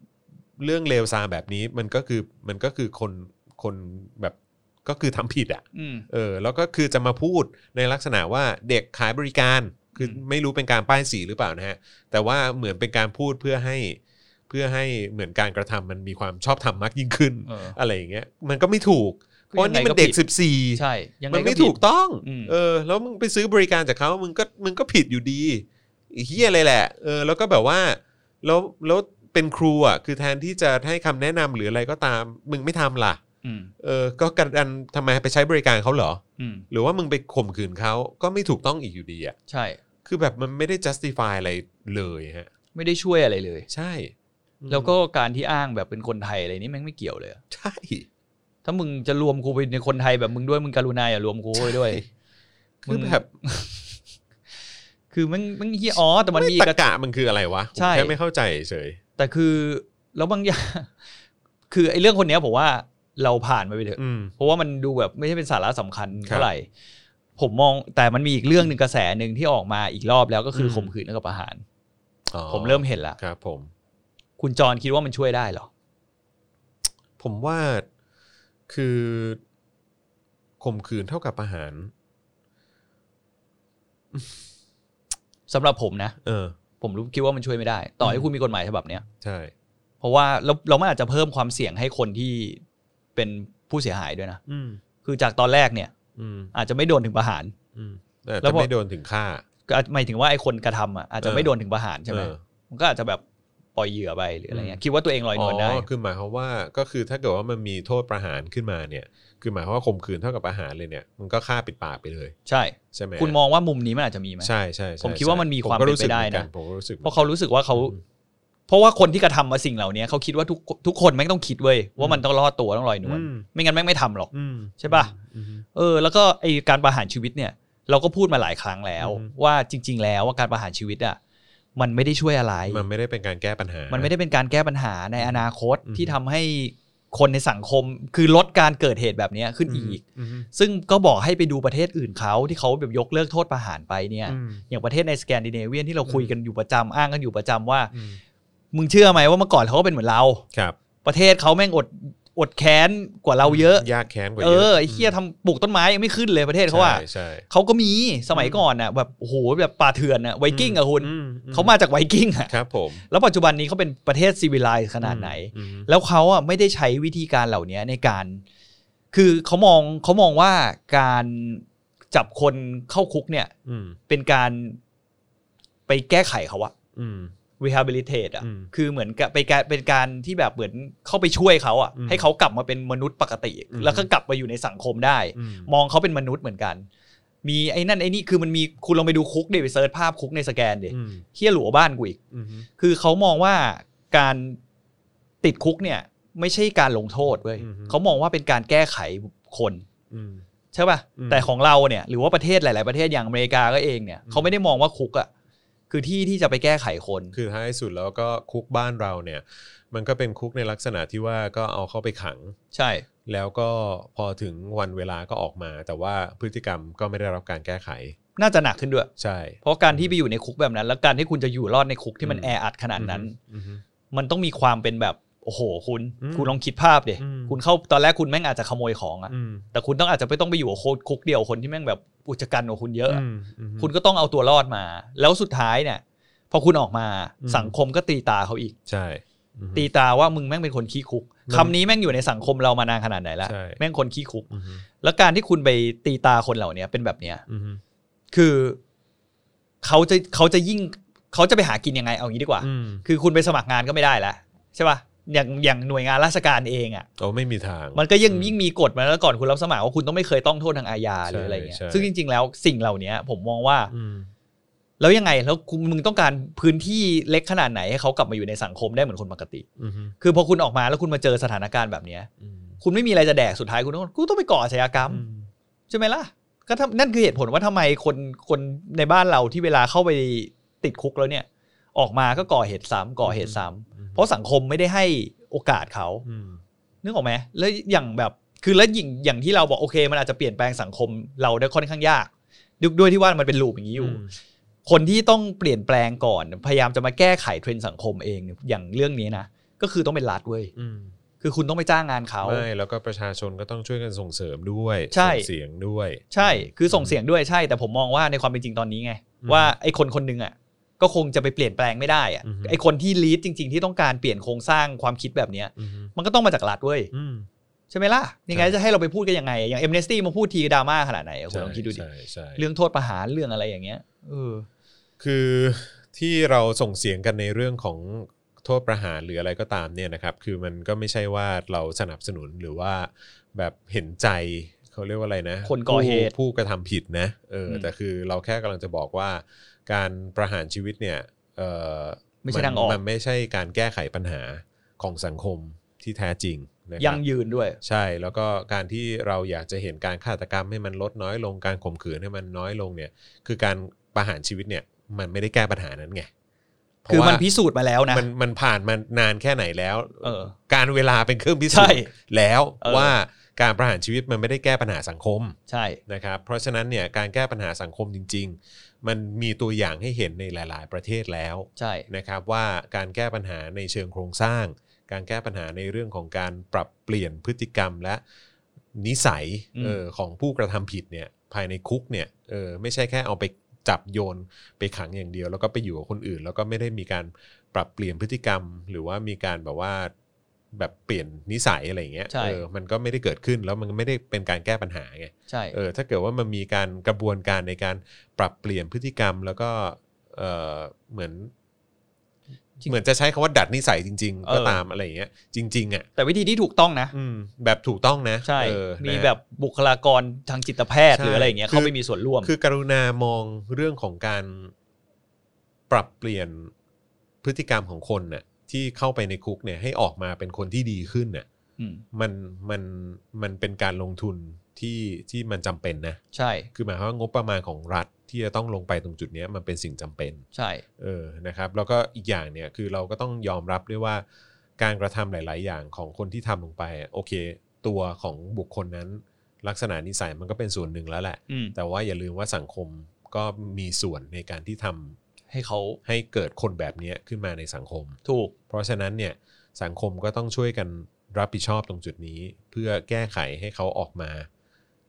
S2: ำเรื่องเลวซามแบบนี้มันก็คือมันก็คือคนคนแบบก็คือทำผิดอ่ะ
S3: อืม
S2: เออแล้วก็คือจะมาพูดในลักษณะว่าเด็กขายบริการคือ
S3: ม
S2: ไม่รู้เป็นการป้ายสีหรือเปล่านะฮะแต่ว่าเหมือนเป็นการพูดเพื่อให้เพื่อให้เหมือนการกระทำมันมีความชอบธรรมมากยิ่งขึ้น
S3: เออ
S2: อะไรอย่างเงี้ยมันก็ไม่ถูก เพราะนี่มันเด็ก
S3: คือยังไงก็ผิด
S2: 14
S3: ใช่ ยังง
S2: มันไม่
S3: ผิด
S2: ถูกต้อง
S3: อืม
S2: เออ แล้วมึงไปซื้อบริการจากเขามึงก็มึงก็ผิดอยู่ดีไอ้เฮียอะไรแหละ เออ แล้วก็แบบว่า แล้วแล้วเป็นครูอ่ะ คือแทนที่จะให้คำแนะนำหรืออะไรก็ตาม มึงไม่ทำล่ะ
S3: อืม
S2: เออ ก็กระดันทำไมไปใช้บริการเขาเหรอ
S3: อืม
S2: หรือว่ามึงไปข่มขืนเขาก็ไม่ถูกต้องอีกอยู่ดีอ่ะ
S3: ใช่
S2: คือแบบมันไม่ได้ justify อะไรเลยฮะ
S3: ไม่ได้ช่วยอะไรเลย
S2: ใช่อืม
S3: แล้วก็การที่อ้างแบบเป็นคนไทยอะไรนี่แม่งไม่เกี่ยวเลยอะ
S2: ใช่
S3: ถ้ามึงจะรวมกูไปในคนไทยแบบมึงด้วยมึงกรุณาอย่ารวมกูไว้ด้วย มึ
S2: คือง แบบ
S3: คือมันมันเฮียอ๋อแต่มัน
S2: ไม่
S3: มี
S2: ตะ
S3: กระ
S2: กะมันคืออะไรวะผม
S3: ใช่
S2: แค่ไม่เข้าใจเฉย
S3: แต่คือแล้วบาง อย่าง คือไอ้เรื่องคนเนี้ยผมว่าเราผ่านมาไปเถอะ
S2: อืม
S3: เพราะว่ามันดูแบบไม่ใช่เป็นสาระสำคัญ
S2: ครับ
S3: เท่าไหร่ ผมมองแต่มันมีอีกเรื่องหนึ่งกระแสหนึ่งที่ออกมาอีกรอบแล้วก็คืออ
S2: ม
S3: ข่มขืนกับประหาร
S2: อ๋อ
S3: ผมเริ่มเห็นละ
S2: ครับผม
S3: คุณจรคิดว่ามันช่วยได้เหรอ
S2: ผมว่าคือข่มขืนเท่ากับประหาร
S3: สำหรับผมนะ
S2: เออ
S3: ผมรู้คิดว่ามันช่วยไม่ได้ ต่อให้
S2: อืม
S3: คุณมีกฎหมายฉบับเนี้ย
S2: ใช่
S3: เพราะว่าเราเราไม่อาจจะเพิ่มความเสี่ยงให้คนที่เป็นผู้เสียหายด้วยนะ
S2: อืม
S3: คือจากตอนแรกเนี่ย
S2: อืม
S3: อาจจะไม่โดนถึงประหาร
S2: อืมแต่
S3: แล้ว
S2: จะ
S3: พอ
S2: ไม่โดนถึงฆ่า
S3: ก็อาจหมายถึงว่าไอ้คนกระทำอ่ะอาจจะ
S2: เออ
S3: ไม่โดนถึงประหารใช่ไหม
S2: เออ
S3: มันก็อาจจะแบบปล่อยเหยื่อไปหรืออะไรเงี้
S2: อื
S3: ย
S2: ม
S3: คิดว่าตัวเองลอยนวลได้
S2: คือหมายความว่าก็คือถ้าเกิดว่ามันมีโทษประหารขึ้นมาเนี่ย คือหมายความว่าข่มขืนเท่ากับประหารเลยเนี่ยมันก็ฆ่าปิดปากไปเลย
S3: ใช่
S2: ใช่ไหม
S3: คุณมองว่ามุมนี้มันอาจจะมีไหม
S2: ใช่ใช่ใช่
S3: ผมคิดว่ามันมีความ
S2: ผก็รู้สึก
S3: เป็นไปได้
S2: หมือกั
S3: นะ
S2: ผมก็รู้สึก
S3: เพราะเขา
S2: หมือนกัน
S3: รู้สึกว่าเขา
S2: อืม
S3: เพราะว่าคนที่กระทำมาสิ่งเหล่านี้เขาคิดว่าทุกทุกคนแม่งต้องคิดเว้ยว่ามันต้องรอดตัวต้องลอยนวล
S2: อืม
S3: ไม่งั้นแม่งไม่ทำหรอก
S2: อืม
S3: ใช่ปะ
S2: อืม
S3: เออแล้วก็ไอการประหารชีวิตเนี่ย เราก็พูดมาหลายครั้งแล้ว
S2: อืม
S3: ว่าจริง ๆ แล้วว่าการประหารชีวิตอ่ะมันไม่ได้ช่วยอะไร
S2: มันไม่ได้เป็นการแก้ปัญหา
S3: มั
S2: มั
S3: นไม่ได้เป็นการแก้ปัญหาในอนาคต
S2: อืม
S3: ที่ทำให้คนในสังคมคือลดการเกิดเหตุแบบเนี้ยขึ้นอีก ซึ่งก็บอกให้ไปดูประเทศอื่นเขาที่เขาแบบยกเลิกโทษประหารไปเนี่ยอย่างประเทศในสแกนดิเนเวียนที่เราคุยกันอยู่ประจำอ้างกันอยู่ประจำว่า มึงเชื่อไหมว่าเมื่อก่อนเขาก็เป็นเหมือนเรา
S2: ครับ
S3: ประเทศเขาแม่งอดอดแค้นกว่าเราเยอะ
S2: ยากแค้นกว่า
S3: เอ
S2: เย
S3: อ
S2: อะ
S3: ไอ้เคียทำปลูกต้นไม้ยังไม่ขึ้นเลยประเทศเขาอะ
S2: ใช่ใช่
S3: เขาก็มีสมัยก่อนอ่ะแบบโอ้โหแบบป่าเถื่อนอ่ะไวกิ้งอะคุณ
S2: มอื
S3: เขามาจากไวกิ้งอะ
S2: ครับผม
S3: แล้วปัจจุบันนี้เขาเป็นประเทศซีวิไลขนาดไหน
S2: อืม
S3: แล้วเขาอ่ะไม่ได้ใช้วิธีการเหล่านี้ในการ คือเขามองเขามองว่าการจับคนเข้าคุกเนี่ย
S2: อืม
S3: เป็นการไปแก้ไขเขาอะ
S2: อืม
S3: rehabilitate อะ
S2: อืม
S3: คือเหมือนกับไปการเป็นการที่แบบเหมือนเข้าไปช่วยเขาอะ
S2: อืม
S3: ให้เขากลับมาเป็นมนุษย์ปกติ
S2: อืม
S3: แล้วก็กลับมาอยู่ในสังคมได้
S2: อืม
S3: มองเขาเป็นมนุษย์เหมือนกัน มีไอ้นั่นไอ้นี่คือมันมีคุณลองไปดูคุกเดี๋ยวไปเซิร์ชภาพคุกในสแกนเดี๋ย
S2: อืม
S3: เฮี้ยหลัวบ้านกูอีก
S2: อืม
S3: คือเขามองว่าการติดคุกเนี่ย ไม่ใช่การลงโทษเว้ย
S2: อือฮึ
S3: เขามองว่าเป็นการแก้ไขคน
S2: อืม
S3: ใช่ป่ะ
S2: อืม
S3: แต่ของเราเนี่ยหรือว่าประเทศหลาย ๆ ประเทศอย่างอเมริกาก็เองเนี่ย
S2: อืม
S3: เขาไม่ได้มองว่าคุกอ่ะคือที่ที่จะไปแก้ไขคน
S2: คือท้ายสุดแล้วก็คุกบ้านเราเนี่ย มันก็เป็นคุกในลักษณะที่ว่าก็เอาเข้าไปขัง
S3: ใช่
S2: แล้วก็พอถึงวันเวลาก็ออกมา แต่ว่าพฤติกรรมก็ไม่ได้รับการแก้ไข
S3: น่าจะหนักขึ้นด้วย
S2: ใช่
S3: เพราะการที่ไปอยู่ในคุกแบบนั้น แล้วการที่คุณจะอยู่รอดในคุกที่มัน
S2: อืม
S3: แออัดขนาดนั้น
S2: อืมอืม
S3: มันต้องมีความเป็นแบบโอ้โหคุณ
S2: อืม
S3: คุณลองคิดภาพดิ
S2: อืม
S3: คุณเข้าตอนแรกคุณแม่งอาจจะขโมยของอ่ะ
S2: อืม
S3: แต่คุณต้องอาจจะไม่ต้องไปอยู่กับคุกเดียวคนที่แม่งแบบอุจจกรรของคุณเยอะอะ
S2: อืมอืม
S3: คุณก็ต้องเอาตัวรอดมา แล้วสุดท้ายเนี่ย พอคุณออกมา
S2: อืม
S3: สังคมก็ตีตาเขาอีก
S2: ใช่อืม
S3: ตีตาว่ามึงแม่งเป็นคนขี้คุก
S2: มัน
S3: คำนี้แม่งอยู่ในสังคมเรามานานขนาดไหนละ
S2: ใช่
S3: แม่งคนขี้คุก
S2: อืมอืม
S3: แล้วการที่คุณไปตีตาคนเหล่าเนี้ยเป็นแบบเนี้ย
S2: อืม
S3: คือเขาจะเขาจะยิ่งเขาจะไปหากินยังไงเอางี้ดีกว่า
S2: อืม
S3: คือคุณไปสมัครงานก็ไม่ได้ละใช่ป่ะอย่างอย่างหน่วยงานราชการเองอ่ะ
S2: โอ้ไม่มีทาง
S3: มันก็ยังยิ่งมีกฎมาแล้วก่อนคุณรับสมัครว่าคุณต้องไม่เคยต้องโทษทางอาญาหรืออะไรเงี้ย
S2: ใช่ใช่
S3: ซึ่งจริง ๆ แล้วสิ่งเหล่านี้ผมมองว่า
S2: อืม
S3: แล้วยังไงแล้วคุณมึงต้องการพื้นที่เล็กขนาดไหนให้เขากลับมาอยู่ในสังคมได้เหมือนคนปกติ
S2: อืม
S3: คือพอคุณออกมาแล้วคุณมาเจอสถานการณ์แบบเนี้ย
S2: อืม
S3: คุณไม่มีอะไรจะแดกสุดท้ายคุณต้องกูต้องไปก่ออาชญากรรม
S2: อืม
S3: ใช่ไหมล่ะก็ทำนั่นคือเหตุผลว่าทำไมคนคนในบ้านเราที่เวลาเข้าไปติดคุกแล้วเนี่ย ออกมาก็ก่อเหตุซ้ำก่อเหตุซ้
S2: อืม
S3: ำเพราะสังคมไม่ได้ให้โอกาสเขา
S2: อืม
S3: นึกออกไหมแล้วอย่างแบบคือแล้วอย่างอย่างที่เราบอกโอเค มันอาจจะเปลี่ยนแปลงสังคมเราได้ค่อนข้างยากด้วยด้วยที่ว่ามันเป็นลูปอย่างนี้อยู่
S2: ม
S3: คนที่ต้องเปลี่ยนแปลงก่อน พยายามจะมาแก้ไขเทรนด์สังคมเองเนี่ยอย่างเรื่องนี้นะก็คือต้องเป็นรัฐเว้ย
S2: อืม
S3: คือคุณต้องไปจ้างงานเขา
S2: ไม่แล้วก็ประชาชนก็ต้องช่วยกันส่งเสริมด้วย
S3: ใช่
S2: ส่งเสียงด้วย
S3: ใช่ คือส่งเสียงด้วยใช่ แต่ผมมองว่าในความเป็นจริงตอนนี้ไง
S2: อืม
S3: ว่าไอ้คนคนหนึ่งอ่ะก็คงจะไปเปลี่ยนแปลงไม่ได้อ่ะ
S2: อือฮึ
S3: ไอ้คนที่ลีดจริง ๆ ที่ต้องการเปลี่ยนโครงสร้างความคิดแบบเนี้ย
S2: อืม
S3: มันก็ต้องมาจากรัฐเว้ย
S2: อืม
S3: ใช่ไหมล่ะยังไง
S2: ใช่
S3: จะให้เราไปพูดกันยังไงอะอย่างเอ็มเนสตี้มาพูดทีดราม่าขนาดไหนอะคุณ
S2: ใช่
S3: ลองคิดดูดิ
S2: ใช่ใช่
S3: เรื่องโทษประหารเรื่องอะไรอย่างเงี้ยเออ
S2: คือที่เราส่งเสียงกันในเรื่องของโทษประหารหรืออะไรก็ตามเนี่ยนะครับ คือมันก็ไม่ใช่ว่าเราสนับสนุนหรือว่าแบบเห็นใจเขาเรียกว่าอะไรนะ
S3: คนก่อเหตุ
S2: ผู้ผู้กระทำผิดนะเอออ
S3: ม
S2: แต่คือเราแค่กำลังจะบอกว่า การประหารชีวิตเนี่ยเออ
S3: ไม่ใช่ทางออก
S2: มันไม่ใช่การแก้ไขปัญหาของสังคมที่แท้จริงนะครับ
S3: ยั่งยืนด้วย
S2: ใช่ แล้วก็การที่เราอยากจะเห็นการฆาตกรรมให้มันลดน้อยลงการข่มขืนให้มันน้อยลงเนี่ย คือการประหารชีวิตเนี่ย มันไม่ได้แก้ปัญหานั้นไงเพราะ
S3: คือมัน
S2: ว่า
S3: พิสูจน์มาแล้วนะ
S2: มันมันผ่านมานานแค่ไหนแล้ว
S3: เออ
S2: การเวลาเป็นเครื่องพิสู
S3: ใช่
S2: จน์แล้ว
S3: เออ
S2: ว่าการประหารชีวิตมันไม่ได้แก้ปัญหาสังคม
S3: ใช่
S2: นะครับ เพราะฉะนั้นเนี่ยการแก้ปัญหาสังคมจริง ๆ มันมีตัวอย่างให้เห็นในหลาย ๆ ประเทศแล้ว
S3: ใช่
S2: นะครับว่าการแก้ปัญหาในเชิงโครงสร้าง การแก้ปัญหาในเรื่องของการปรับเปลี่ยนพฤติกรรมและนิสัย
S3: อืม
S2: เออของผู้กระทำผิดเนี่ยภายในคุกเนี่ยเออไม่ใช่แค่เอาไปจับโยนไปขังอย่างเดียว แล้วก็ไปอยู่กับคนอื่น แล้วก็ไม่ได้มีการปรับเปลี่ยนพฤติกรรม หรือว่ามีการแบบว่า แบบเปลี่ยนนิสัยอะไรอย่างเงี้ย
S3: ใช่
S2: เออมันก็ไม่ได้เกิดขึ้นแล้วมันก็ไม่ได้เป็นการแก้ปัญหาไง
S3: ใช่
S2: เออถ้าเกิดว่ามันมีการกระบวนการในการปรับเปลี่ยนพฤติกรรม แล้วก็เออเหมือน เหมือนจะใช้คำว่าดัดนิสัยจริง ๆ ก็ตามอะไรอย่างเงี้ยจริง ๆ อ่ะ
S3: แต่วิธีที่ถูกต้องนะ
S2: อืม แบบถูกต้องนะ
S3: ใช่
S2: เออนะ
S3: มีแบบบุคลากรทางจิตแพทย์
S2: ใช่
S3: หรืออะไรอย่างเงี้ย
S2: คือ
S3: เขาไม่มีส่วนร่วม
S2: คือกรุณามองเรื่องของการปรับเปลี่ยนพฤติกรรมของคนน่ะ ที่เข้าไปในคุกเนี่ยให้ออกมาเป็นคนที่ดีขึ้นน่ะ
S3: ม
S2: มันมันมันเป็นการลงทุนที่ที่มันจำเป็นนะ
S3: ใช่
S2: คือหมายความว่างบประมาณของรัฐที่จะต้องลงไปตรงจุดเนี้ยมันเป็นสิ่งจำเป็น
S3: ใช่
S2: เออ นะครับ แล้วก็อีกอย่างเนี่ย คือเราก็ต้องยอมรับด้วยว่าการกระทำหลาย ๆ อย่างของคนที่ทำลงไปอะโอเค ตัวของบุคคลนั้น ลักษณะนิสัยมันก็เป็นส่วนหนึ่งแล้วแหละ
S3: อืม
S2: แต่ว่าอย่าลืมว่าสังคมก็มีส่วนในการที่ทำ
S3: ให้เขา
S2: ให้เกิดคนแบบเนี้ยขึ้นมาในสังคม
S3: ถูก
S2: เพราะฉะนั้นเนี่ยสังคมก็ต้องช่วยกันรับผิดชอบตรงจุดนี้ เพื่อแก้ไขให้เขาออกมา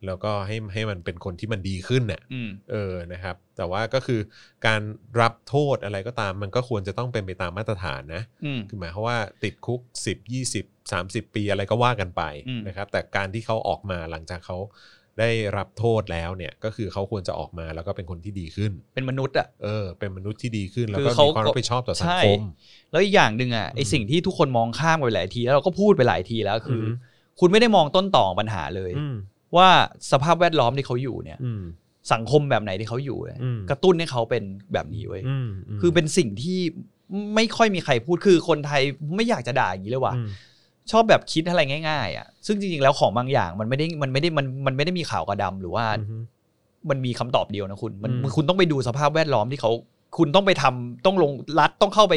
S2: แล้วก็ให้ให้มันเป็นคนที่มันดีขึ้นน่ะ
S3: อืม
S2: เออ นะครับ แต่ว่าก็คือการรับโทษอะไรก็ตาม มันก็ควรจะต้องเป็นไปตามมาตรฐานนะ
S3: อืม
S2: คือหมายความว่าติดคุก 10 20 30 ปีอะไรก็ว่ากันไป
S3: อืม
S2: นะครับ แต่การที่เขาออกมาหลังจากเขาได้รับโทษแล้วเนี่ย ก็คือเขาควรจะออกมาแล้วก็เป็นคนที่ดีขึ้น
S3: เป็นมนุษย์อ่ะ
S2: เออ เป็นมนุษย์ที่ดีขึ้น แล้ว
S3: คื
S2: ก็
S3: อเขา
S2: มีความรับผิดชอบต่อสังคม
S3: ใช่ แล้วอีกอย่างหนึ่งอ่ะไอ
S2: อืม
S3: สิ่งที่ทุกคนมองข้ามไปหลายทีแล้วเราก็พูดไปหลายทีแล้วคืออ
S2: ม
S3: คุณไม่ได้มองต้นต่อของปัญหาเลย
S2: อืม
S3: ว่าสภาพแวดล้อมที่เขาอยู่เนี่ย
S2: อืม
S3: สังคมแบบไหนที่เขาอยู่เนี่ย
S2: อืม
S3: กระตุ้นให้เขาเป็นแบบนี้เว้ย
S2: อืมม
S3: คือเป็นสิ่งที่ไม่ค่อยมีใครพูดคือคนไทยไม่อยากจะด่าอย่างนี้เลยว่ะ
S2: อืม
S3: ชอบแบบคิดอะไรง่ายๆอ่ะซึ่งจริงๆแล้วของบางอย่างมันไม่ได้มันไม่ได้มันมันไม่ได้มีข่าวกระดำหรือว่า
S2: อืม
S3: มันมีคำตอบเดียวนะคุณมัน
S2: อืม
S3: คุณต้องไปดูสภาพแวดล้อมที่เขา คุณต้องไปทำต้องลงรัดต้องเข้าไป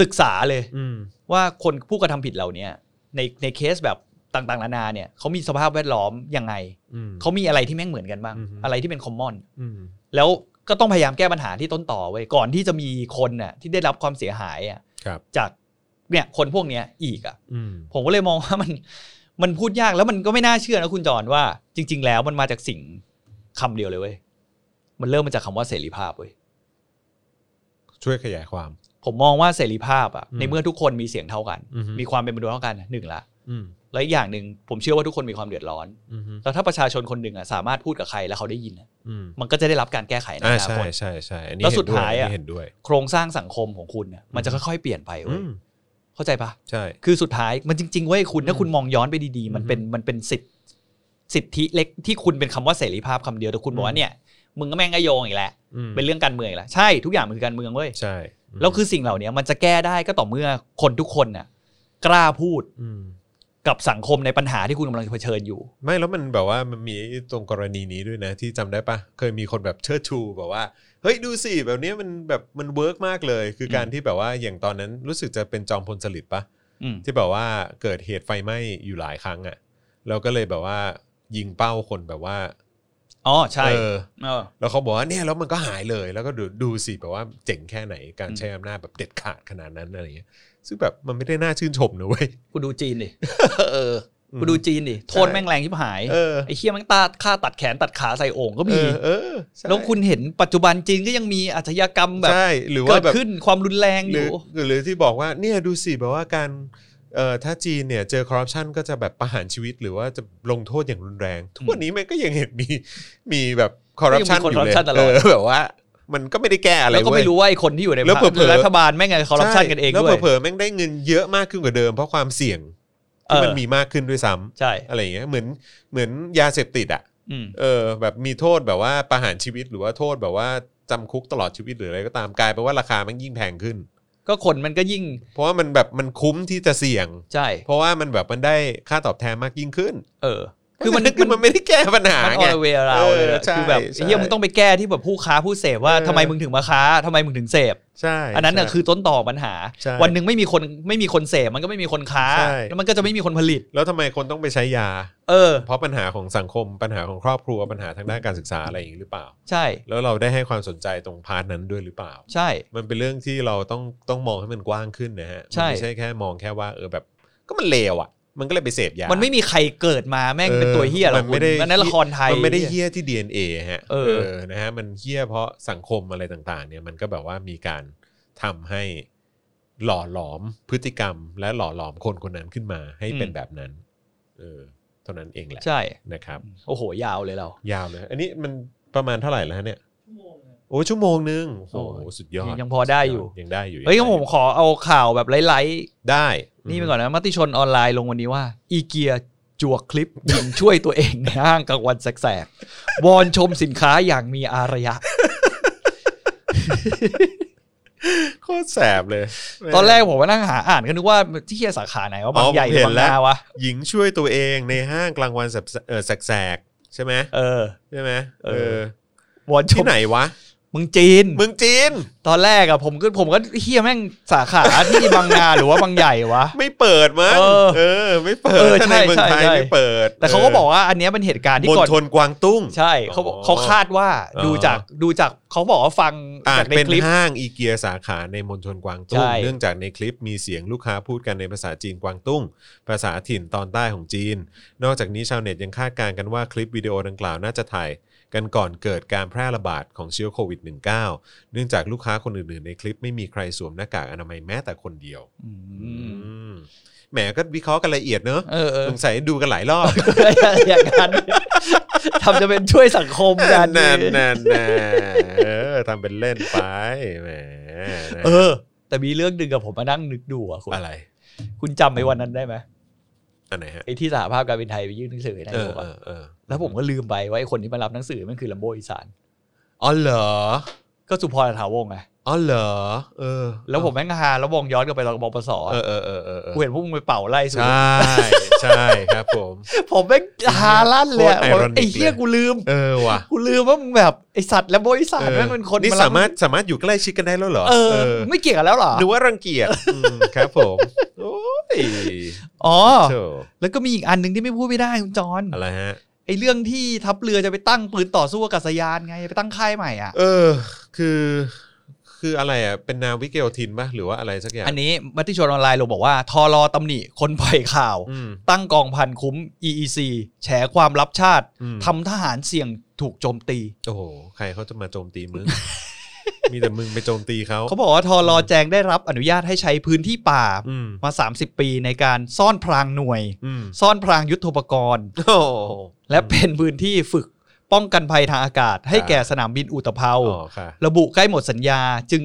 S3: ศึกษาเลย
S2: อืม
S3: ว่าคนผู้กระทำผิดเหล่าเนี้ยในในเคสแบบต่างๆนานาเนี่ยเขามีสภาพแวดล้อมยังไง
S2: อืม
S3: เขามีอะไรที่แม่งเหมือนกันบ้าง
S2: อือฮึ
S3: อะไรที่เป็นคอมมอน
S2: อืม
S3: แล้วก็ต้องพยายามแก้ปัญหาที่ต้นต่อไว้ยก่อนที่จะมีคนน่ะที่ได้รับความเสียหายอ่ะ
S2: ครับ
S3: จากเนี่ยคนพวกเนี้ยอีกอ่ะ
S2: อืม
S3: ผมก็เลยมองว่ามัน มันพูดยากแล้วมันก็ไม่น่าเชื่อนะคุณจอนว่า จริง ๆ แล้วมันมาจากสิ่งคำเดียวเลยเว้ยมันเริ่มมาจากคำว่าเสรีภาพเว้ย
S2: ช่วยขยายความ
S3: ผมมองว่าเสรีภาพอะ
S2: อืม
S3: ในเมื่อทุกคนมีเสียงเท่ากัน
S2: อือฮึ
S3: มีความเป็นมนุษย์เท่ากันหนึ่งละ
S2: อืม
S3: แล้วอีกอย่างหนึ่งผมเชื่อว่าทุกคนมีความเดือดร้อน
S2: อืม
S3: แล้วถ้าประชาชนคนหนึ่งอะสามารถพูดกับใครแล้วเขาได้ยินอะ
S2: อืม
S3: มันก็จะได้รับการแก้ไขใน
S2: อ่า
S3: อนา
S2: ใช่
S3: คต
S2: ใช่ใช่อันนี้
S3: แล้วสุด
S2: เห็นว
S3: ท้ายอะ
S2: นนี้เห็นด้วย
S3: โครงสร้างสังคมของคุณน่ะมันจะค่อยๆเปลี่ยนไป
S2: อื
S3: เว้ย
S2: ม
S3: เข้าใจปะ
S2: ใช่
S3: คือสุดท้ายมันจริงๆเว้ยคุณถ้าคุณมองย้อนไปดีๆ มัน
S2: อือฮึ
S3: เป็นมันเป็นสิทธิสิทธิเล็กที่คุณเป็นคำว่าเสรีภาพคำเดียวแต่คุณบอก
S2: อื
S3: ว่าม เนี่ยมึงก็แม่งก็โยงอีกแหละ
S2: อืม
S3: เป็นเรื่องการเมืองอีกแล้วใช่ทุกอย่างมันคือการเมืองเว้ย
S2: ใช่ม
S3: แล้วคือสิ่งเหล่านี้มันจะแก้ได้ก็ต่อเมื่อคนทุกคนน่ะกล้าพูด
S2: ม
S3: กับสังคมในปัญหาที่คุณกำลังเผชิญอยู่
S2: ไม่แล้วมันแบบว่ามันมีไอ้ตรงกรณีนี้ด้วยนะ ที่จำได้ปะเคยมีคนแบบเชิดชูแบบว่า เฮ้ยดูสิแบบเนี้ยมันแบบมันเวิร์กมากเลย คือการที่แบบว่าอย่างตอนนั้นรู้สึกจะเป็นจอมพลสฤษดิ์ปะ
S3: อืม
S2: ที่แบบว่าเกิดเหตุไฟไหม้อยู่หลายครั้งอะ่ะเราก็เลยแบบว่ายิงเป้าคนแบบว่า
S3: อ๋อใช่
S2: เออ
S3: เออ
S2: แล้วเขาบอกว่าเนี่ยแล้วมันก็หายเลยแล้วก็ดูดูสิแบบว่าเจ๋งแค่ไหนการใช้อำนาจแบบเด็ดขาดขนาดนั้นอะไรเงี้ยซึ่งแบบมันไม่ได้น่าชื่นชมนะเว้ย
S3: กูดูจีนดิ
S2: เออ
S3: กูดูจีนดิโทษแม่งแรงชิบหาย
S2: เออ
S3: ไอ้เคี้ยแม่งตาฆ่าตัดแขนตัดขาใส่โอ่งก็มี
S2: เออเออใช่
S3: แล้วคุณเห็นปัจจุบันจีนก็ยังมีอาชญากรรมแบบ
S2: ใช่หรือ
S3: เกิ
S2: ว่า
S3: ด
S2: แบบ
S3: ขึ้นความรุนแรงอ
S2: หรื
S3: ยู่
S2: หรือที่บอกว่าเนี่ยดูสิแบบว่าการเอ่อถ้าจีนเนี่ยเจอคอร์รัปชันก็จะแบบประหารชีวิตหรือว่าจะลงโทษอย่างรุนแรง ทุกวันนี้มันก็ยังเห็นมีมีแบบคอร์รัปชัน
S3: ก็
S2: อ
S3: ยังมีคน
S2: ยู่เลย
S3: corruption ตล
S2: เอ
S3: อด
S2: อแบบว่า มันก็ไม่ได้แก้อะไร
S3: แล้วก็
S2: เว้
S3: ไม่
S2: ย
S3: รู้ว่าไอ้คนที่อยู่ใน
S2: แล้วเผลอๆ
S3: พรรครัฐบาลแม่งไงคอร์รัปชันกันเอง
S2: ใช่แล้ว
S3: ด้วย
S2: เผลอๆแม่งได้เงินเยอะมากขึ้นกว่าเดิมเพราะความเสี่ยงที่มัน
S3: เออ
S2: มีมากขึ้นด้วยซ้ำ
S3: ใช่
S2: อะไรอย่างเงี้ยเหมือนเหมือนยาเสพติดอะ่ะ
S3: อืม
S2: เออแบบมีโทษแบบว่าประหารชีวิตหรือว่าโทษแบบว่าจำคุกตลอดชีวิตหรืออะไรก็ตามกลายเป็นว่าราคามันยิ่งแพงขึ้น
S3: ก็คนมันก็ยิ่ง
S2: เพราะว่ามันแบบมันคุ้มที่จะเสี่ยง
S3: ใช่
S2: เพราะว่ามันแบบมันได้ค่าตอบแทนมากยิ่งขึ้น
S3: เออ คือมัน
S2: เพราะฉะ คือมันไม่ได้แก้ปัญหา
S3: มันอ
S2: ไง
S3: อเวเรา
S2: เออ
S3: เลยอะ
S2: ใช่
S3: คือแบบ
S2: ใช่
S3: ไอ้เฮียมึงต้องไปแก้ที่แบบผู้ค้าผู้เสพว่า
S2: เออ
S3: ทำไมมึงถึงมาค้าทำไมมึงถึงเสพ
S2: ใช่
S3: อันนั้นน่ะ
S2: ใช่
S3: คือต้นต่อปัญหา
S2: ใช่
S3: วันหนึ่งไม่มีคนไม่มีคนเสพมันก็ไม่มีคนค้า
S2: ใช่
S3: แล้วมันก็จะไม่มีคนผลิต
S2: แล้วทำไมคนต้องไปใช้ยา
S3: เออ
S2: เพราะปัญหาของสังคมปัญหาของครอบครัวปัญหาทางด้านการศึกษาอะไรอย่างนี้หรือเปล่า
S3: ใช่
S2: แล้วเราได้ให้ความสนใจตรงพาร์ทนั้นด้วยหรือเปล่า
S3: ใช่
S2: มันเป็นเรื่องที่เราต้องต้องมองให้มันกว้างขึ้นนะฮะมัน
S3: ใช่
S2: ไม่ใช่แค่มองแค่ว่าเออแบบ ก็มันเลวอ่ะ มันก็เลยไปเสพยา
S3: มั
S2: มัน
S3: ไม่มีใครเกิดมาแม่งเป็นตัวเฮียหรอก
S2: มัน
S3: คุณ
S2: ไม่ได้
S3: อันนั้นละครไทย
S2: มันไม่ได้เฮี้ยที่ DNA ฮะ
S3: เออ
S2: นะฮะมันเฮี้ยเพราะสังคมอะไรต่างๆ เนี่ยมันก็แบบว่ามีการทำให้ หล่อหลอมพฤติกรรม และหล่อหลอมคนคนนั้นขึ้นมาให้เป็นแบบนั้น เออเท่านั้นเองแหละ
S3: ใช่
S2: นะครับ
S3: โอ้โห ยาวเลยเรา
S2: ยาวเลยอันนี้มันประมาณเท่าไหร่แล้วฮะเนี่ยโอ้ชั่วโมงหนึงโอ้โห
S3: โอ้ย
S2: สุดยอด
S3: ยังพอได้อยู่
S2: ยังได้อยู่
S3: เฮ้ยงั้นผมขอเอาข่าวแบบไลท์
S2: ได้
S3: ๆนี่ไปก่อนนะมติชนออนไลน์ลงวันนี้ว่า อีเกียจัวคลิปยิงช่วยตัวเองในห้างกลางวันแสกๆวอนชมสินค้าอย่างมีอารยะ
S2: โคตรแสบเลย
S3: ตอนแรกผมมานั่งหาอ่านก็นึกว่าที่เฮียสาขาไหนว่าบางใหญ่ห
S2: อ๋อผม
S3: รื
S2: เห็
S3: อบาน ง
S2: แล้ว
S3: นาวะ
S2: หญิงช่วยตัวเองในห้างกลางวันแสบเอ่อแสกๆใช่ไหม
S3: เออ
S2: ใช่ไหมเอ
S3: เอ
S2: อ
S3: อ วอนช
S2: ที่
S3: ม
S2: ไหนวะ
S3: มึงจีน
S2: เมืองจีน
S3: ตอนแรกอะผมก็ผมก็เฮียแม่งสาขาที่บางนาหรือว่าบางใหญ่วะ
S2: ไม่เปิดมั้ง
S3: เออ
S2: เออ ไม่เปิด
S3: เออ
S2: ถ้า
S3: ใช่
S2: ในเมืองไทย
S3: ใช่ใช่
S2: ไม่เปิด
S3: แต่เขาก็บอกว่าอันเนี้ยเป็นเหตุการณ์ที่
S2: มณ
S3: ก่อน
S2: ฑลกวางตุ้ง
S3: ใช่เขาบอก
S2: อ๋อ
S3: เขาคาดว่า
S2: อ๋อ
S3: ดูจากดูจากเขาบอกว่าฟัง
S2: อา
S3: จา
S2: จ
S3: กใน
S2: เป็น
S3: คลิป
S2: ห้างอีเกียสาขาในมณฑลกวางตุ้ง
S3: ใช่
S2: เนื่องจากในคลิปมีเสียงลูกค้าพูดกันในภาษาจีนกวางตุ้ง ภาษาถิ่นตอนใต้ของจีน นอกจากนี้ชาวเน็ตยังคาดการณ์กันว่าคลิปวิดีโอดังกล่าวน่าจะถ่ายกันก่อนเกิดการแพร่ระบาดของเชื้อโควิด -19 เนื่องจากลูกค้าคนอื่นๆในคลิปไม่มีใครสวมหน้ากากอนามัยแม้แต่คนเดียว
S3: อืม
S2: อืมแหมก็วิเคราะห์กันละเอียดเนอะ
S3: เออเออ
S2: สงสัยดูกันหลายรอบ
S3: อย่าง นั้นทำจะเป็นช่วยสังคมกัน
S2: แน่แน่แน่เออทำเป็นเล่นไปแหมนะ
S3: เออ แต่มีเรื่องหนึ่งกับผมมานั่งนึกดูอ่ะคุณ
S2: อะไร
S3: คุณจำไอ้วันนั้นได้ไหม
S2: อันไหนฮะ
S3: ไอ้ที่สหภาพการบินไทยไปยื่นหนังสือให้นา
S2: เอย อก
S3: อะ
S2: เออเออ
S3: แล้วผมก็ลืมไปว่าไอ้คนที่มารับหนังสือมันคือลำโบอีสาน
S2: อ๋อเหรอ
S3: ก็สุพรถาวงศ์ไง
S2: อ๋อเหรอเออ
S3: แล้วผมแม่งฮาแล้วมองย้อนกลับไปตอนบปส
S2: เออเออเออเออเออ
S3: กูเห็นพวกมึงไปเป่าไล่สุ
S2: ใช่ใช่ครับผม
S3: ผมแม่งฮาลั่นเลยอะ
S2: โคตร ironic
S3: ไอ้เหี้ย
S2: เลย
S3: กูลืม
S2: เออว่ะ
S3: กูลืมว่ามึงแบบไอสัตว์แลมโบอีสาน
S2: ออ
S3: แม่งเป็นคน
S2: นี่
S3: บ
S2: สามารถสามารถอยู่ใกล้ชิดกันได้แล้วเหรอ
S3: เออ ไม่เกี่ยวกันแล้วเหรอ
S2: หรือว่ารังเกียจอืมครับผมโอ้ย
S3: อ๋อ
S2: โธ่
S3: แล้วก็มีอีกอันหนึ่งที่ไม่พูดไม่ได้คุณจอน
S2: อะไรฮะ
S3: ไอเรื่องที่ทัพเรือจะไปตั้งปืนต่อสู้อากาศยานไงไปตั้งค่ายใหม่อ่ะ
S2: เออ คือ คืออะไรอ่ะ เป็นนาวิกโยธินป่ะหรือว่าอะไรสักอย่าง
S3: อันนี้มติชนออนไลน์ลงบอกว่าทอรอตำหนิคนปล่อยข่าว
S2: อืม
S3: ตั้งกองพันคุ้ม EEC แฉความลับชาติ
S2: อืม
S3: ทำทหารเสี่ยงถูกโจมตี
S2: โอ้โห ใครเขาจะมาโจมตีมึ ง มีแต่มึงไปโจมตีเขา
S3: เขาบอกว่าทอรอแจงได้รับอนุญาตให้ใช้พื้นที่ป่า
S2: อืม
S3: มา 30 ปีในการซ่อนพรางหน่วย
S2: อืม
S3: ซ่อนพรางยุทโธปกรณ์
S2: โอ้
S3: และเป็นพื้นที่ฝึกป้องกันภัยทางอากาศ ให้
S2: ครับ
S3: แก่สนามบินอุตภเปา
S2: อ๋อค่ะ
S3: ระบุใกล้หมดสัญญาจึง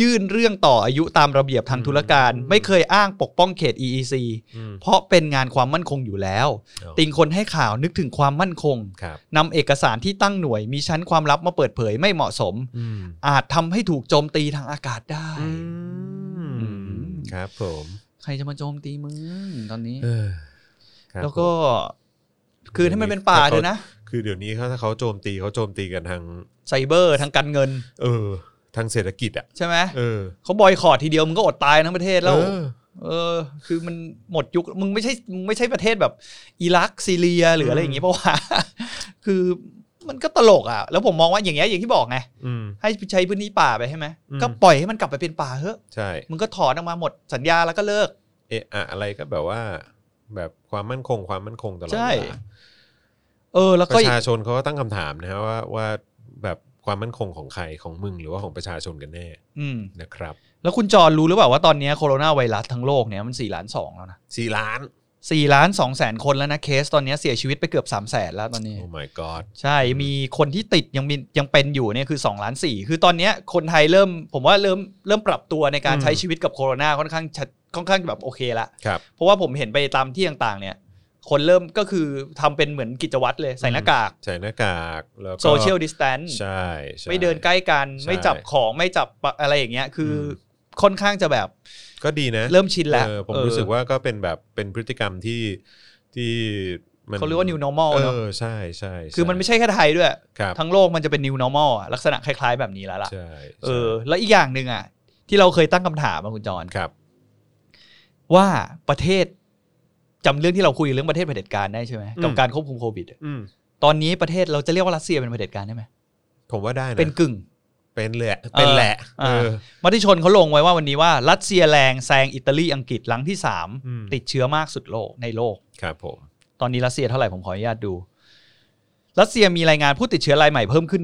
S3: ยื่นเรื่องต่ออายุตามระเบียบทางธุรการ
S2: อืม
S3: ไม่เคยอ้างปกป้องเขต EEC
S2: อืม
S3: เพราะเป็นงานความมั่นคงอยู่แล้ว
S2: อ๋อ
S3: ติงคนให้ข่าวนึกถึงความมั่นคง
S2: ครับ
S3: นำเอกสารที่ตั้งหน่วย มีชั้นความลับมาเปิดเผยไม่เหมาะสม
S2: อืม
S3: อาจทำให้ถูกโจมตีทางอากาศได้ อืม
S2: ครับผม
S3: ใครจะมาโจมตีมึงตอนนี้
S2: เออครับ
S3: แล้ว
S2: ผ
S3: ก็
S2: ม
S3: คือให้มันเป็นป่าเถอะนะ
S2: คือเดี๋ยวนี้เขาถ้าเขาโจมตีเขาโจมตีกันทาง
S3: ไซเบอร์ทางการเงิน
S2: เออ ทางเศรษฐกิจอ่ะ
S3: ใช่ไหม
S2: เออ
S3: เขาบอยคอรดทีเดียวมึงก็อดตายทั้งประเทศแล้ว
S2: เออ
S3: เออ คือมันหมดยุค มึงไม่ใช่มึงไม่ใช่ประเทศแบบ อิรักซีเรียหรืออะไรอย่างงี้เพราะว่า คือมันก็ตลกอ่ะ แล้วผมมองว่าอย่างเงี้ยอย่างที่บอกไง
S2: อืม
S3: ให้ใช้พื้นที่ป่าไปใช่ไหม
S2: อืม
S3: ก็ปล่อยให้มันกลับไปเป็นป่าเถอะ
S2: ใช่
S3: มึงก็ถอนออกมาหมดสัญญาแล้วก็เลิก
S2: เอะอะอะไรก็แบบว่า แบบความมั่นคงความมั่นคงตลอด
S3: ใช่
S2: เวลา
S3: เออ แล้ว
S2: ป
S3: ก็
S2: ระชาชนเขาก็ตั้งคำถามนะฮะว่าว่าแบบความมั่นคงของใครของมึงหรือว่าของประชาชนกันแน่
S3: อืม
S2: นะครับ
S3: แล้วคุณจอรรู้หรือเปล่าว่าตอนเนี้ยโคโรนาไวรัสทั้งโลกเนี่ยมันสี่ล้านสองแล้วนะ
S2: สี่ล้าน
S3: สี่ล้านสองแสนคนแล้วนะเคสตอนเนี้ยเสียชีวิตไปเกือบสามแสนแล้วตอนนี้
S2: โอ้ my god
S3: ใช่ มีคนที่ติดยังมียังเป็นอยู่เนี่ยคือ2ล้าน4คือตอนเนี้ยคนไทยเริ่มผมว่าเริ่มเริ่มปรับตัวในการ
S2: อืม
S3: ใช้ชีวิตกับโคโรนาค่อนข้างชัดค่อนข้างแบบโอเคละ
S2: ครับ
S3: เพราะว่าผมเห็นไปตามที่ต่างๆเนี่ย คนเริ่มก็คือทำเป็นเหมือนกิจวัตรเลยใส่หน้ากาก
S2: ใส่หน้ากากแล้วก็
S3: โซเชียลดิสแตน
S2: ใช่ใช่
S3: ไม่เดินใกล้กัน
S2: ใช่
S3: ไม่จับของไม่จับอะไรอย่างเงี้ยคืออ
S2: ม
S3: ค่อนข้างจะแบบ
S2: ก็ดีนะ
S3: เริ่มชินแล้ว
S2: เออผม
S3: เออ
S2: รู้สึกว่าก็เป็นแบบเป็นพฤติกรรมที่ที่มัน
S3: เขาเรียกว่า new normal
S2: เอ
S3: เนาะ
S2: อใช่ใช่ใช่
S3: คือมันไม่ใช่แค่ไทยด้วย
S2: ครับ
S3: ทั้งโลกมันจะเป็น new normal อะลักษณะคล้าย ๆ แบบนี้แล้วล่ะ
S2: ใช่
S3: เออแล้วอีกอย่างหนึ่งอ่ะ ที่เราเคยตั้งคำถามมาคุณจร
S2: ใช่ครับ
S3: ว่าประเทศจำเรื่องที่เราคุยเรื่องประเทศเผด็จการได้ใช่ไหม
S2: อืม
S3: กับการควบคุมโควิดอะ
S2: อืม
S3: ตอนนี้ประเทศเราจะเรียกว่ารัสเซียเป็นเผด็จการได้ไหม
S2: ผมว่าได้นะ
S3: เป็นกึ่ง
S2: เป็นแหละเป็นแหละ
S3: อ่า
S2: เออ
S3: มติชนเขาลงไว้ว่าวันนี้ว่ารัสเซียแรงแซงอิตาลีอังกฤษหลังที่สาม
S2: อืม
S3: ติดเชื้อมากสุดโลกในโลก
S2: ครับผม
S3: ตอนนี้รัสเซียเท่าไหร่ผมขออนุญาตดู รัสเซียมีรายงานผู้ติดเชื้อรายใหม่เพิ่มขึ้น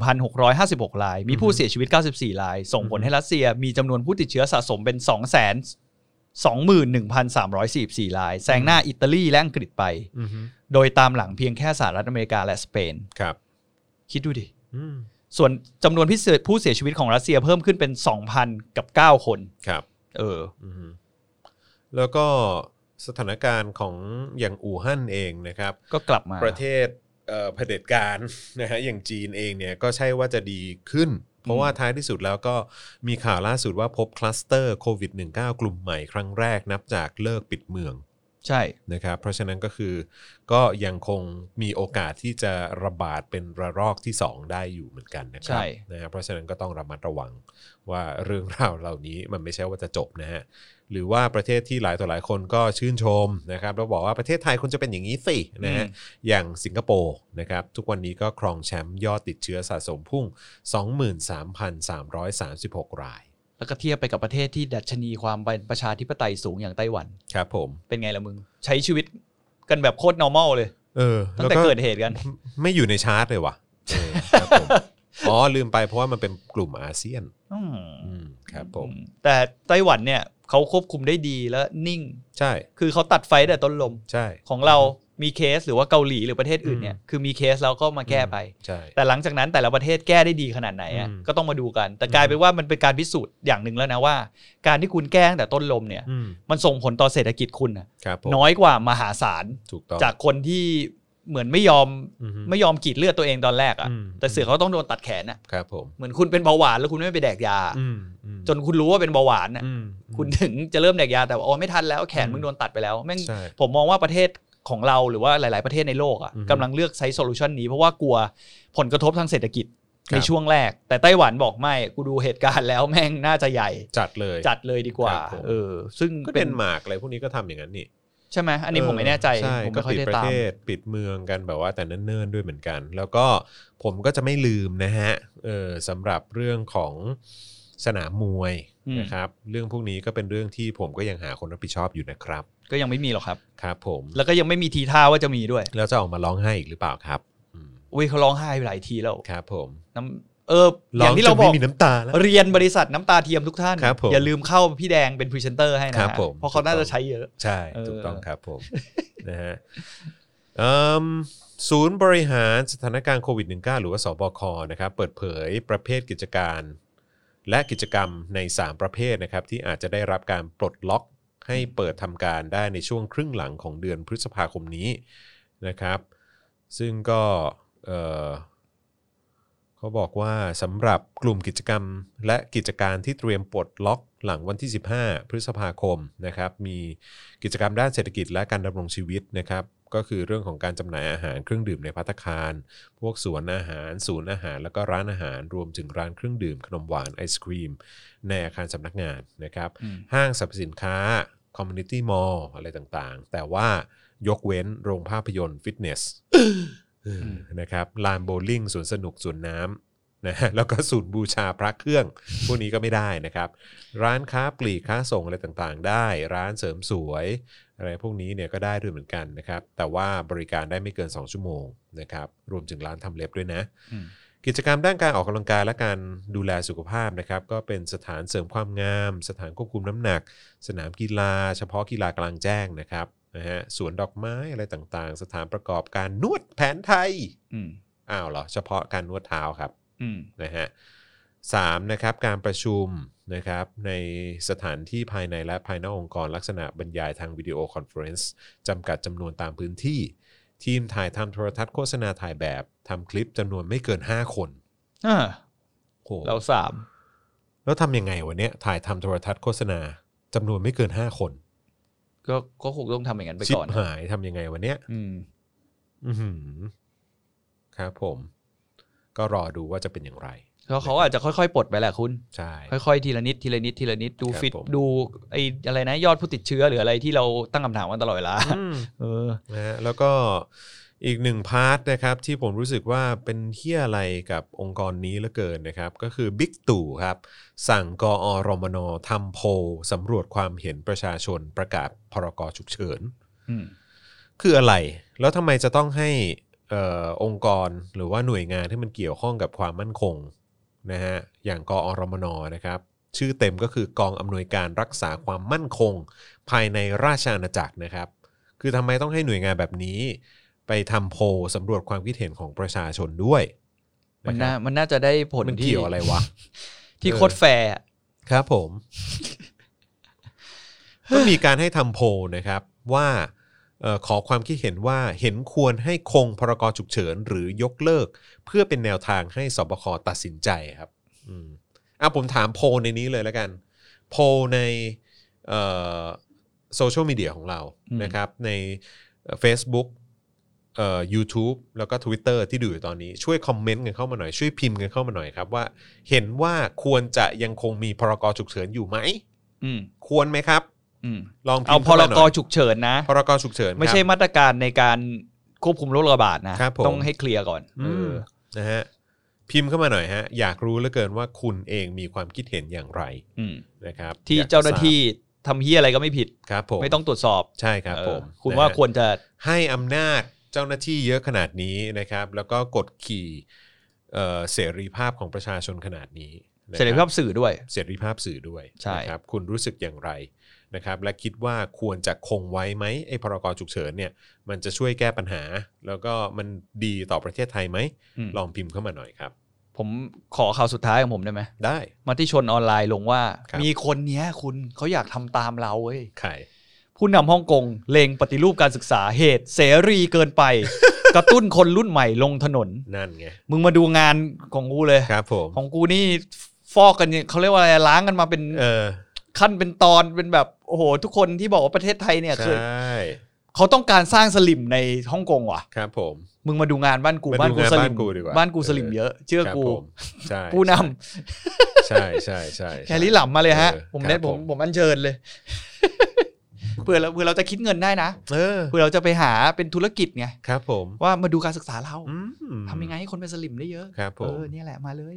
S3: 11,656ราย มีผู้เสียชีวิต 94ราย ส่งผลให้รัสเซียมีจำนวนผู้ติดเชื้อสะสมเป็น 2 2 21,344ราย แซงหน้าอิตาลีและอังกฤษไป
S2: อือฮึ
S3: โดยตามหลังเพียงแค่สหรัฐอเมริกาและสเปน
S2: ครับ
S3: คิดดูดิ
S2: อืม
S3: ส่วนจำนวนผู้เสียผู้เสียชีวิตของรัสเซียเพิ่มขึ้นเป็น 2,000 กับ 9 คน
S2: ครับ
S3: เออ
S2: อืมแล้วก็สถานการณ์ของอย่างอู่ฮั่นเองนะครับ
S3: ก็กลับมา
S2: ประเทศเอ่อเผด็จการ นะฮะอย่างจีนเองเนี่ยก็ใช่ว่าจะดีขึ้น เพราะว่าท้ายที่สุดแล้วก็มีข่าวล่าสุดว่าพบคลัสเตอร์โควิด -19 กลุ่มใหม่ครั้งแรกนับจากเลิกปิดเมือง
S3: ใช่
S2: นะครับ เพราะฉะนั้นก็คือก็ยังคงมีโอกาสที่จะระบาดเป็นระลอกที่ 2 ได้อยู่เหมือนกันนะครั
S3: ใช่
S2: นะฮะเพราะฉะนั้นก็ต้องระมัดระวังว่าเรื่องราวเหล่านี้มันไม่ใช่ว่าจะจบนะฮะหรือว่าประเทศที่หลายต่อหลายคนก็ชื่นชมนะครับแล้วบอกว่าประเทศไทยควรจะเป็นอย่างนี้สินะฮะ อย่างสิงคโปร์นะครับทุกวันนี้ก็ครองแชมป์ยอดติดเชื้อสะสมพุ่ง 23,336 ราย
S3: แล้วก็เทียบไปกับประเทศที่ดัชนีความเป็นประชาธิปไตยสูงอย่างไต้หวัน
S2: ครับผม
S3: เป็นไงล่ะมึง ใช้ชีวิตกันแบบโคตร normal เลย
S2: เออ
S3: ตั้งแต่เกิดเหตุกัน
S2: ไม่อยู่ในชาร์ตเลยว่ะเออครับผมอ๋อ ลืมไปเพราะว่ามันเป็นกลุ่มอาเซียน
S3: อืม
S2: อืมครับผม
S3: แต่ไต้หวันเนี่ยเขาควบคุมได้ดีและนิ่ง
S2: ใช่
S3: คือเขาตัดไฟแต่ต้นลม
S2: ใช่
S3: ของเรามีเคสหรือว่าเกาหลีหรือประเทศอื่นเนี่ย คือมีเคสเราก็มาแก้ไป
S2: ใช่
S3: แต่หลังจากนั้นแต่ละประเทศแก้ได้ดีขนาดไหนอะ
S2: อืม
S3: ก็ต้องมาดูกัน แต่กลายเป็นว่ามันเป็นการพิสูจน์อย่างหนึ่งแล้วนะว่า การที่คุณแก้ตั้งแต่ต้นลมเนี่ย
S2: อืม
S3: มันส่งผลต่อเศรษฐกิจคุณน่ะ
S2: ครับผม
S3: น้อยกว่ามหาศาล
S2: ถูกต้อง
S3: จากคนที่เหมือนไม่ยอม
S2: อือฮึ
S3: ไม่ยอมกรีดเลือดตัวเองตอนแรกอะ
S2: อืม
S3: แต่เสือเขาต้องโดนตัดแขนอะ
S2: ครับผม
S3: เหมือนคุณเป็นเบาหวานแล้วคุณไม่ไปแดกยา
S2: อืมอืม
S3: จนคุณรู้ว่าเป็นเบาหวานน่ะ
S2: อืม
S3: คุณถึงจะเริ่มแดกยาแต่ว่าอ๋อไม่ทันแล้วแขน
S2: อืม
S3: มึงโดนตัดไปแล้วแม่ง
S2: ใช่
S3: ผมมองว่าประเทศของเราหรือว่าหลาย ๆประเทศในโลกอะ
S2: อือฮึ
S3: กำลังเลือกใช้โซลูชันนี้เพราะว่ากลัวผลกระทบทางเศรษฐกิจ
S2: ครับ
S3: ในช่วงแรก แต่ไต้หวันบอกไม่กูดูเหตุการณ์แล้วแม่งน่าจะใหญ่
S2: จัดเลย
S3: จัดเลยดีกว่า
S2: ครับผม
S3: เออ ซึ่ง
S2: ก็
S3: เป็
S2: เป็น นหมากอะไรพวกนี้ก็ทำอย่างนั้นนี่
S3: ใช่ไหมอันนี้ผมไม่แน่ใจ
S2: ช่
S3: ผม
S2: ก็
S3: ไม่ค่อย
S2: ปิด
S3: ได้
S2: ประ
S3: ตาม
S2: เทศปิดเมืองกันแบบว่าแต่เนิ่นๆด้วยเหมือนกัน แล้วก็ผมก็จะไม่ลืมนะฮะเออสำหรับเรื่องของสนามมวย
S3: อืม
S2: นะครับ เรื่องพวกนี้ก็เป็นเรื่องที่ผมก็ยังหาคนรับผิดชอบอยู่นะครับ
S3: ก็ยังไม่มีหรอกครับ
S2: ครับ ผม
S3: แล้วก็ยังไม่มีทีท่าว่าจะมีด้วย
S2: แล้วจะออกมาร้องไห้อีกหรือเปล่าครับอืม
S3: อุ้ยเขาร้องไห้ไปหลายทีแล้ว
S2: ครับ ผม
S3: น้ำเอออ
S2: ร้อย่าง
S3: งที่
S2: จ
S3: เรา
S2: น
S3: บ
S2: ไม่
S3: อก
S2: มีน้ำตาแล้ว
S3: เรียนบริษัทน้ำตาเทียมทุกท่าน
S2: ครับผม
S3: อย่าลืมเข้าพี่แดงเป็นพรีเซนเตอร์ให้นะครับ
S2: ผม
S3: เพราะเขาน่าจะใช้เยอะ
S2: ใช่
S3: เออ
S2: ถูกต้องครับผม นะฮะเอิ่มศูนย์บริหารสถานการณ์โควิด -19 หรือว่าสบคนะครับเปิดเผยประเภทกิจการ และกิจกรรมใน 3 ประเภทนะครับที่อาจจะได้รับการปลดล็อกให้เปิดทำการได้ในช่วงครึ่งหลังของเดือนพฤษภาคมนี้นะครับ ซึ่งก็เอ่อ เขาบอกว่าสำหรับกลุ่มกิจกรรมและกิจการที่เตรียมปลดล็อกหลังวันที่ 15 พฤษภาคมนะครับมีกิจกรรมด้านเศรษฐกิจและการดำรงชีวิตนะครับก็คือเรื่องของการจำหน่ายอาหารเครื่องดื่มในภัตตาคาร พวกสวนอาหาร ศูนย์อาหาร แล้วก็ร้านอาหารรวมถึงร้านเครื่องดื่ม ขนมหวานไอศครีม ในอาคารสำนักงานนะครับ
S3: อืม
S2: ห้างสรรพสินค้าคอมมูนิตี้มอลอะไรต่างๆ แต่ว่ายกเว้นโรงภาพยนตร์ฟิตเนส นะครับลานโบว์ลิ่งสวนสนุกสวนน้ำ นะฮะแล้วก็ศูนย์บูชาพระเครื่อง พวกนี้ก็ไม่ได้นะครับ ร้านค้าปลีกค้าส่งอะไรต่างๆ ได้ ร้านเสริมสวย อะไรพวกนี้เนี่ยก็ได้ด้วยเหมือนกันนะครับ แต่ว่าบริการได้ไม่เกิน 2 ชั่วโมงนะครับ รวมถึงร้านทำเล็บด้วยนะ
S3: อืม
S2: กิจกรรมด้านการออกกำลังกายและการดูแลสุขภาพนะครับ ก็เป็นสถานเสริมความงาม สถานควบคุมน้ำหนัก สนามกีฬา เฉพาะกีฬากลางแจ้งนะครับนะฮะสวนดอกไม้อะไรต่างๆ สถานประกอบการนวดแผนไทย
S3: อืม
S2: อ้าวเหรอเฉพาะการนวดเท้าครับ
S3: อืม
S2: นะฮะสามนะครับการประชุมนะครับในสถานที่ภายในและภายนอกองค์กรลักษณะบรรยายทางวิดีโอคอนเฟอเรนซ์จำกัดจำนวนตามพื้นที่ ทีมถ่ายทำโทรทัศน์โฆษณาถ่ายแบบทำคลิปจำนวนไม่เกิน 5 คน
S3: อ่า
S2: โห
S3: เราสาม
S2: แล้วทำยังไงวันนี้ถ่ายทำโทรทัศน์โฆษณาจำนวนไม่เกิน 5 คน
S3: ก็ก็คงต้องทำอย่างนั้นไป
S2: ชิบ
S3: ก่อน
S2: หายทำยังไงวันเนี้ย
S3: อืม
S2: อื้อหือครับผม ก็รอดูว่าจะเป็นอย่างไร
S3: ก็เขาอาจจะค่อยๆปลดไปแหละคุณ
S2: ใช่
S3: ค่อยๆทีละนิดทีละนิดทีละนิดดู
S2: ครับ
S3: ฟิต
S2: ผม
S3: ดูไอ้อะไรนะยอดผู้ติดเชื้อหรืออะไรที่เราตั้งคำถามกันตลอดเวลา
S2: อืม
S3: เออ
S2: นะฮะแล้วก็อีกหนึ่งพาร์ทนะครับที่ผมรู้สึกว่าเป็นเที่ยอะไรกับองค์กรนี้เหลือเกินนะครับ ก็คือบิ๊กตู่ครับ สั่งกอรมนทำโพลสำรวจความเห็นประชาชนประกาศพรกฉุกเฉิน
S3: อืม
S2: คืออะไร แล้วทำไมจะต้องให้ เออองค์กรหรือว่าหน่วยงานที่มันเกี่ยวข้องกับความมั่นคงนะฮะอย่างกอรมนนะครับ ชื่อเต็มก็คือกองอำนวยการรักษาความมั่นคง ภายในราชอาณาจักรนะครับ คือทำไมต้องให้หน่วยงานแบบนี้ ไปทำโพลสำรวจความคิดเห็นของประชาชนด้วย
S3: มัน
S2: ค
S3: น่า
S2: รับ
S3: มันน่าจะได้ผล
S2: มัน
S3: ที่
S2: เกี่ยวอะไรวะ
S3: ที่
S2: เออ
S3: โคตรแฟร์อะ
S2: ครับผม ก็มีการให้ทำโพลนะครับ ว่าเอ่อขอความคิดเห็นว่าเห็นควรให้คงพรกฉุกเฉินหรือยกเลิก เพื่อเป็นแนวทางให้สบคตัดสินใจครับ อืมอ่ะผมถามโพลในนี้เลยแล้วกัน โพลในโซเชียลมีเดียของเรานะครับ ในเอ่อ Facebook เอ่อ YouTube แล้วก็ Twitter ที่ดูอยู่ตอนนี้ช่วยคอมเมนต์กันเข้ามาหน่อย ช่วยพิมพ์กันเข้ามาหน่อยครับว่า เห็นว่าควรจะยังคงมีพรกฉุกเฉินอยู่ไหม
S3: อืม
S2: ควรไหมครับ
S3: อืม
S2: ลองพิ
S3: เอา
S2: มพ์
S3: พ
S2: เข้ม
S3: ร
S2: หน่
S3: ก
S2: อย
S3: ฉุกเฉินนะ
S2: พรกฉุกเฉินครับ
S3: ไม่ใช่มาตรการในการควบคุมโรคระบาดนะ
S2: ครับผม
S3: ต้องให้เคลียร์ก่อน
S2: อื
S3: เอ
S2: ม
S3: อ
S2: นะฮะพิมพ์เข้ามาหน่อยฮะ อยากรู้เหลือเกินว่าคุณเองมีความคิดเห็นอย่างไร
S3: อืม
S2: นะครับ
S3: ที่
S2: อยกจะ
S3: เจ้าหน้าที่ทำเฮียอะไรก็ไม่ผิด
S2: ทราบครับผม
S3: ไม่ต้องตรวจสอบ
S2: ใช่ครับ
S3: เออ
S2: ผม
S3: คุณ
S2: นะฮะ
S3: ว่าควรจะ
S2: ให้อำนาจเจ้าหน้าที่เยอะขนาดนี้นะครับ แล้วก็กดขี่เอ่อเสรีภาพของประชาชนขนาดนี้นะค
S3: เสรีภาพสื่อด้วย
S2: เสรีภาพสื่อด้วย
S3: ใช่
S2: นะครับคุณรู้สึกอย่างไรนะครับ และคิดว่าควรจะคงไว้ไหมไอ้พรกฉุกเฉินเนี่ย มันจะช่วยแก้ปัญหา แล้วก็มันดีต่อประเทศไทยไหม
S3: อืม
S2: ลองพิมพ์เข้ามาหน่อยครับ
S3: ผมขอข่าวสุดท้ายของผมได้ไหม
S2: ได้
S3: มาที่ชนออนไลน์ลงว่า
S2: ครับ
S3: มีคนเนี้ยคุณเขาอยากทำตามเราเว้ย
S2: ไข่
S3: ผู้นำฮ่องกงเลงปฏิรูปการศึกษาเหตุเสรีเกินไป กระตุ้นคนรุ่นใหม่ลงถนน
S2: นั่นไง
S3: มึงมาดูงานของกูเลย
S2: ครับผม
S3: ของกูนี่ฟอกกันเนี่ยเขาเรียกว่าอะไรล้างกันมาเป็น
S2: เออ
S3: ขั้นเป็นตอนเป็นแบบโอ้โห ทุกคนที่บอกว่าประเทศไทยเนี่ย
S2: ใช
S3: คือ่ เขาต้องการสร้างสลิมในฮ่องกงว่ะ
S2: ครับผม
S3: มึงมาดูงานบ้านกู
S2: มาดูงาน
S3: ส
S2: บ้า
S3: ลิ
S2: น
S3: ม
S2: กูดีกว่า
S3: บ้านกู
S2: เออ
S3: สลิมเยอะ เชื่อ
S2: ครับ
S3: กู
S2: ผมใช่
S3: ผู้นำ
S2: ใช่ใช่ใช่ ใช่
S3: แคลรี่หล่ำมาเลยฮะ
S2: เออ
S3: ผม
S2: ครับ
S3: เน้นผ
S2: ผม ม
S3: ผมอัญเชิญเลย เพื่อเราเพื่อเราจะคิดเงินได้นะ
S2: เออ
S3: เพื่อเราจะไปหาเป็นธุรกิจไง
S2: ครับผม
S3: ว่ามาดูการศึกษาเรา
S2: อืม
S3: ทำยังไงให้คนเป็นสลิมได้เยอะ
S2: ครับผม
S3: เออเนี่ยแหละมาเลย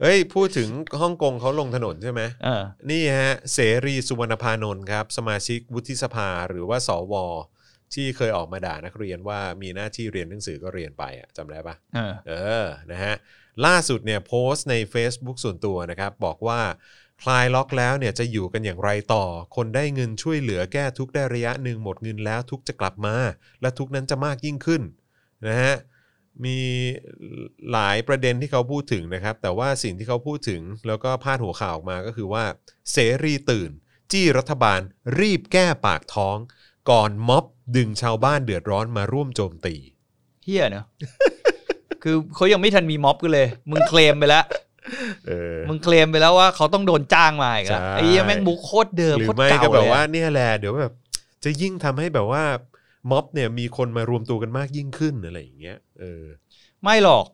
S2: เอ้ย พูดถึงฮ่องกงเขาลงถนนใช่ไหม
S3: เออ
S2: นี่ฮะ เสรีสุวรรณพานนท์ครับ สมาชิกวุฒิสภาหรือว่าสว ที่เคยออกมาด่านักเรียนว่ามีหน้าที่เรียนหนังสือก็เรียนไปอะจำได้ปะ
S3: เออ
S2: เออ นะฮะ ล่าสุดเนี่ยโพสต์ใน Facebook ส่วนตัวนะครับ บอกว่าคลายล็อกแล้วเนี่ยจะอยู่กันอย่างไรต่อ คนได้เงินช่วยเหลือแก้ทุกข์ได้ระยะหนึ่งหมดเงินแล้วทุกข์จะกลับมา และทุกข์นั้นจะมากยิ่งขึ้นนะฮะ มีหลายประเด็นที่เขาพูดถึงนะครับ แต่ว่าสิ่งที่เขาพูดถึงแล้วก็พาดหัวข่าวออกมาก็คือว่า เสรีตื่น จี้รัฐบาลรีบแก้ปากท้อง ก่อนม็อบดึงชาวบ้านเดือดร้อนมาร่วมโจมตี
S3: เฮียเนอะ คือเขายังไม่ทันมีม็อบกันเลย มึงเคลมไปแล้ว
S2: เออ
S3: มึงเคลมไปแล้วว่าเขาต้องโดนจ้างมาอีกแล้ว
S2: ใช่
S3: ไอ้เหี้ยแม่งบุกโคตรเดิม
S2: หรือ
S3: โคตร
S2: ไม่
S3: เก่า
S2: ก็แบ
S3: เล
S2: บ
S3: ย
S2: ว่า
S3: อะ
S2: เนี่ยแหละเดี๋ยวแบบจะยิ่งทำให้แบบว่าม็อบเนี่ยมีคนมารวมตัวกันมากยิ่งขึ้นอะไรอย่างเงี้ยเออ
S3: ไม่หรอก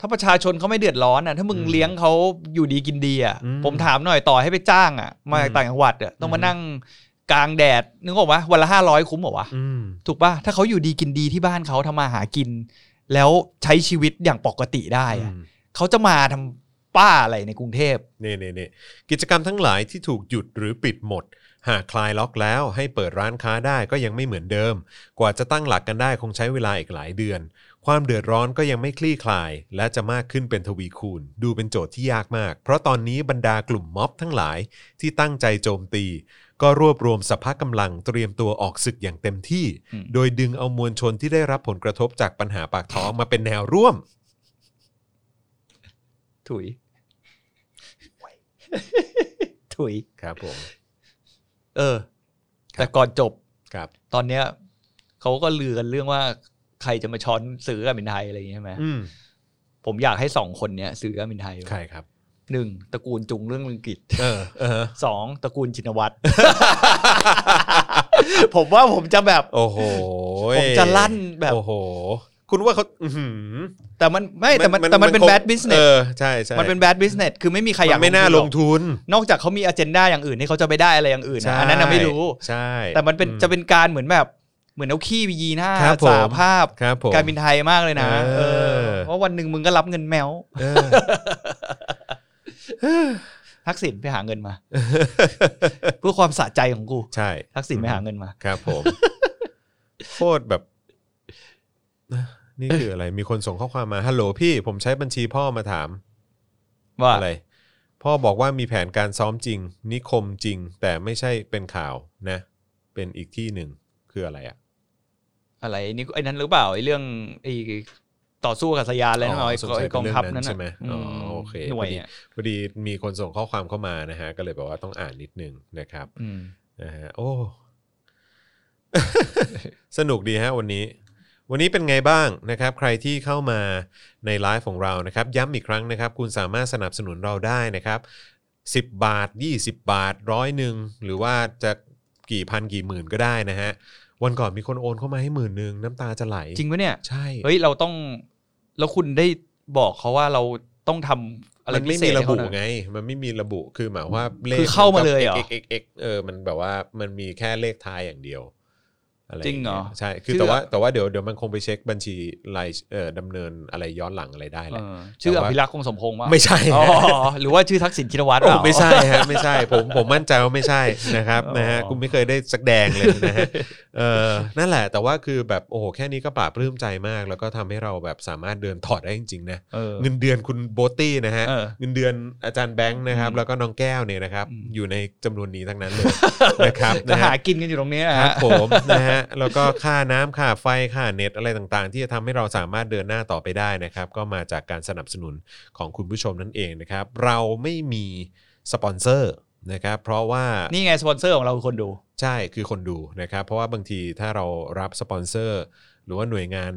S3: ถ้าประชาชนเขาไม่เดือดร้อนอ่ะ ถ้ามึง
S2: อืม
S3: เลี้ยงเขาอยู่ดีกินดีอ่ะ
S2: อืม
S3: ผมถามหน่อยต่อให้ไปจ้างอ่ะ มาจากต่างจังหวัดอ่ะต้องมา
S2: อืม
S3: นั่งกลางแดดนึกออกปะวันละห้าร้อยคุ้มเหรอวะ
S2: อืม
S3: ถูกป่ะ ถ้าเขาอยู่ดีกินดีที่บ้านเขาทำมาหากิน แล้วใช้ชีวิตอย่างปกติได้อะ
S2: อืม
S3: เขาจะมาทำป้าอะไรในกรุงเทพ
S2: เนี่ยเนี่ยเนี่ยกิจกรรมทั้งหลายที่ถูกหยุดหรือปิดหมด หากคลายล็อกแล้วให้เปิดร้านค้าได้ก็ยังไม่เหมือนเดิม กว่าจะตั้งหลักกันได้คงใช้เวลาอีกหลายเดือน ความเดือดร้อนก็ยังไม่คลี่คลาย และจะมากขึ้นเป็นทวีคูณ ดูเป็นโจทย์ที่ยากมาก เพราะตอนนี้บรรดากลุ่มม็อบทั้งหลายที่ตั้งใจโจมตี ก็รวบรวมสภากำลังเตรียมตัวออกศึกอย่างเต็มที่
S3: อืม
S2: โดยดึงเอามวลชนที่ได้รับผลกระทบจากปัญหาปากท้องมาเป็นแนวร่วม
S3: ถุย ถุย
S2: ครับผม
S3: เออ แต่ก่อนจบ
S2: ครับ
S3: ตอนเนี้ยเขาก็ลือกันเรื่องว่าใครจะมาช้อนสื่อการบินไทยอะไรอย่างเงี้ยใช่ไหม
S2: อืม
S3: ผมอยากให้สองคนเนี้ยสื่อการบินไทย
S2: ใครครับ
S3: หนึ่งตระกูลจุงเรื่องอังกฤษ
S2: เออเออ
S3: สองตระกูลชินวัตร ผมว่าผมจะแบบ
S2: โอ้โห
S3: ผมจะลั่นแบบ
S2: โอ้โห คุณว่าเขาอื้อหือ
S3: แต่มันไม่แต่มันแต่มันเป็น
S2: คง
S3: แบดบิสเน
S2: เอ
S3: ส
S2: อใช่ใช่
S3: มันเป็น bad business คือไม่มีใครอยาก
S2: มันไม่น่าลง
S3: ทุนหร
S2: ทุน
S3: อกนอกจากเขามี agenda อย่างอื่นที่เขาจะไปได้อะไรอย่างอื่นนะอันนั้นนะไม่รู้
S2: ใช่
S3: แต่มันเป็น
S2: อื
S3: จะเป็นการเหมือนแบบ เหมือนเอาขี้ไปยีหน้า
S2: ครับผม
S3: สาภาพ
S2: ครับผม
S3: การบินไทยมากเลยนะ
S2: เออ
S3: เออเพราะวันหนึ่งมึงก็รับเงินแมว
S2: เอ อ
S3: ทักษิณไปหาเงินมา เพื่อความสะใจของกู
S2: ใช่
S3: ทักษิณไปหาเงินมา
S2: ครับผม โคตรแบบ นะนี่คืออะไรมีคนส่งข้อความมาฮัลโหลพี่ ผมใช้บัญชีพ่อมาถาม
S3: ว่า
S2: อะไร พ่อบอกว่ามีแผนการซ้อมจริง นิคมจริง แต่ไม่ใช่เป็นข่าวนะ เป็นอีกที่หนึ่งคืออะไรอะ
S3: อะไรนี่ไอ้นั้นหรือเปล่าไอ้เรื่องไอ้ต่อสู้กับสยานอะไรนั่นเหรอไอ้
S2: สงสัย
S3: ไอ้กองทัพนั่น
S2: เป็นเรื่องนั้นใช่
S3: น่ะ
S2: ไหม
S3: อืม
S2: อ๋อโอเค
S3: หน่วย
S2: พอดี
S3: อ่ะ
S2: พอดีมีคนส่งข้อความเข้ามานะฮะ ก็เลยบอกว่าต้องอ่านนิดนึงนะครับ
S3: อืม
S2: นะฮะโอ้ สนุกดีฮะวันนี้ วันนี้เป็นไงบ้างนะครับ ใครที่เข้ามาในไลฟ์ของเรานะครับ ย้ำอีกครั้งนะครับ คุณสามารถสนับสนุนเราได้นะครับ 10 บาท 20 บาทร้อยหนึ่งหรือว่าจะกี่พันกี่หมื่นก็ได้นะฮะ วันก่อนมีคนโอนเข้ามาให้หมื่นหนึ่งน้ำตาจะไหล
S3: จริงปะเนี่ย
S2: ใช่
S3: เฮ้ยเราต้องแล้วคุณได้บอกเขาว่าเราต้องทำอะไร
S2: มัน
S3: พิ
S2: ไม่
S3: เศ
S2: มี
S3: ษให้
S2: ระ
S3: เขา
S2: บุ
S3: หน่อย
S2: ไง มันไม่มีระบุคือหมายว่าเลข
S3: คือเข้ามาเลยเหรอ
S2: เอกเอกเอกเออมันแบบว่ามันมีแค่เลขท้ายอย่างเดียวอะไร
S3: จริงเหรอ
S2: ย่ายใช่คือแต่ว่าแต่ว่าเดี๋ยวเดี๋ยวมันคงไปเช็คบัญชีรายเอ่อดำเนินอะไรย้อนหลังอะไรได้แห
S3: เอ
S2: ละ
S3: อชื่อ
S2: แต่
S3: อ
S2: ว่า
S3: ภิรักษ์คงสมพงษ์ว่า
S2: ไม่ใช่
S3: อ๋อ
S2: ฮะ
S3: หรือว่าชื่อทักษิณชินวัตรเป
S2: โอ้
S3: ล่า
S2: ไม่ใช่ฮะไม่ใช่ผมผมมั่นใจว่าไม่ใช่นะครับ
S3: อ๋อ
S2: นะฮะคุณไม่เคยได้สักแดงเลยนะฮะเออนั่นแหละ แต่ว่าคือแบบโอ้โหแค่นี้ก็ปลาบปลื้มใจมาก แล้วก็ทำให้เราแบบสามารถเดินถอดได้จริงๆนะ
S3: เออ
S2: เงินเดือนคุณโบตี้นะฮะ
S3: เออ
S2: เงินเดือนอาจารย์แบงค์นะครับ
S3: อืม
S2: แล้วก็น้องแก้วเนี่ยนะครับ
S3: อืม
S2: อยู่ในจำนวนนี้ทั้ง นั้นเลยนะครับ
S3: จะ
S2: นะฮะ
S3: หากินกันอยู่ตรงนี้นะ
S2: ครั
S3: ฮะ
S2: บผมนะฮะ แล้วก็ค่าน้ำค่าไฟค่าเน็ตอะไรต่างๆ ที่จะทำให้เราสามารถเดินหน้าต่อไปได้นะครับ ก็มาจากการสนับสนุนของคุณผู้ชมนั่นเองนะครับ เราไม่มีสปอนเซอร์นะครับ เพราะว่า
S3: นี่ไงสปอนเซอร์ของเราคือคนดู
S2: ใช่คือคนดูนะครับ เพราะว่าบางทีถ้าเรารับสปอนเซอร์ หรือว่าหน่วยงาน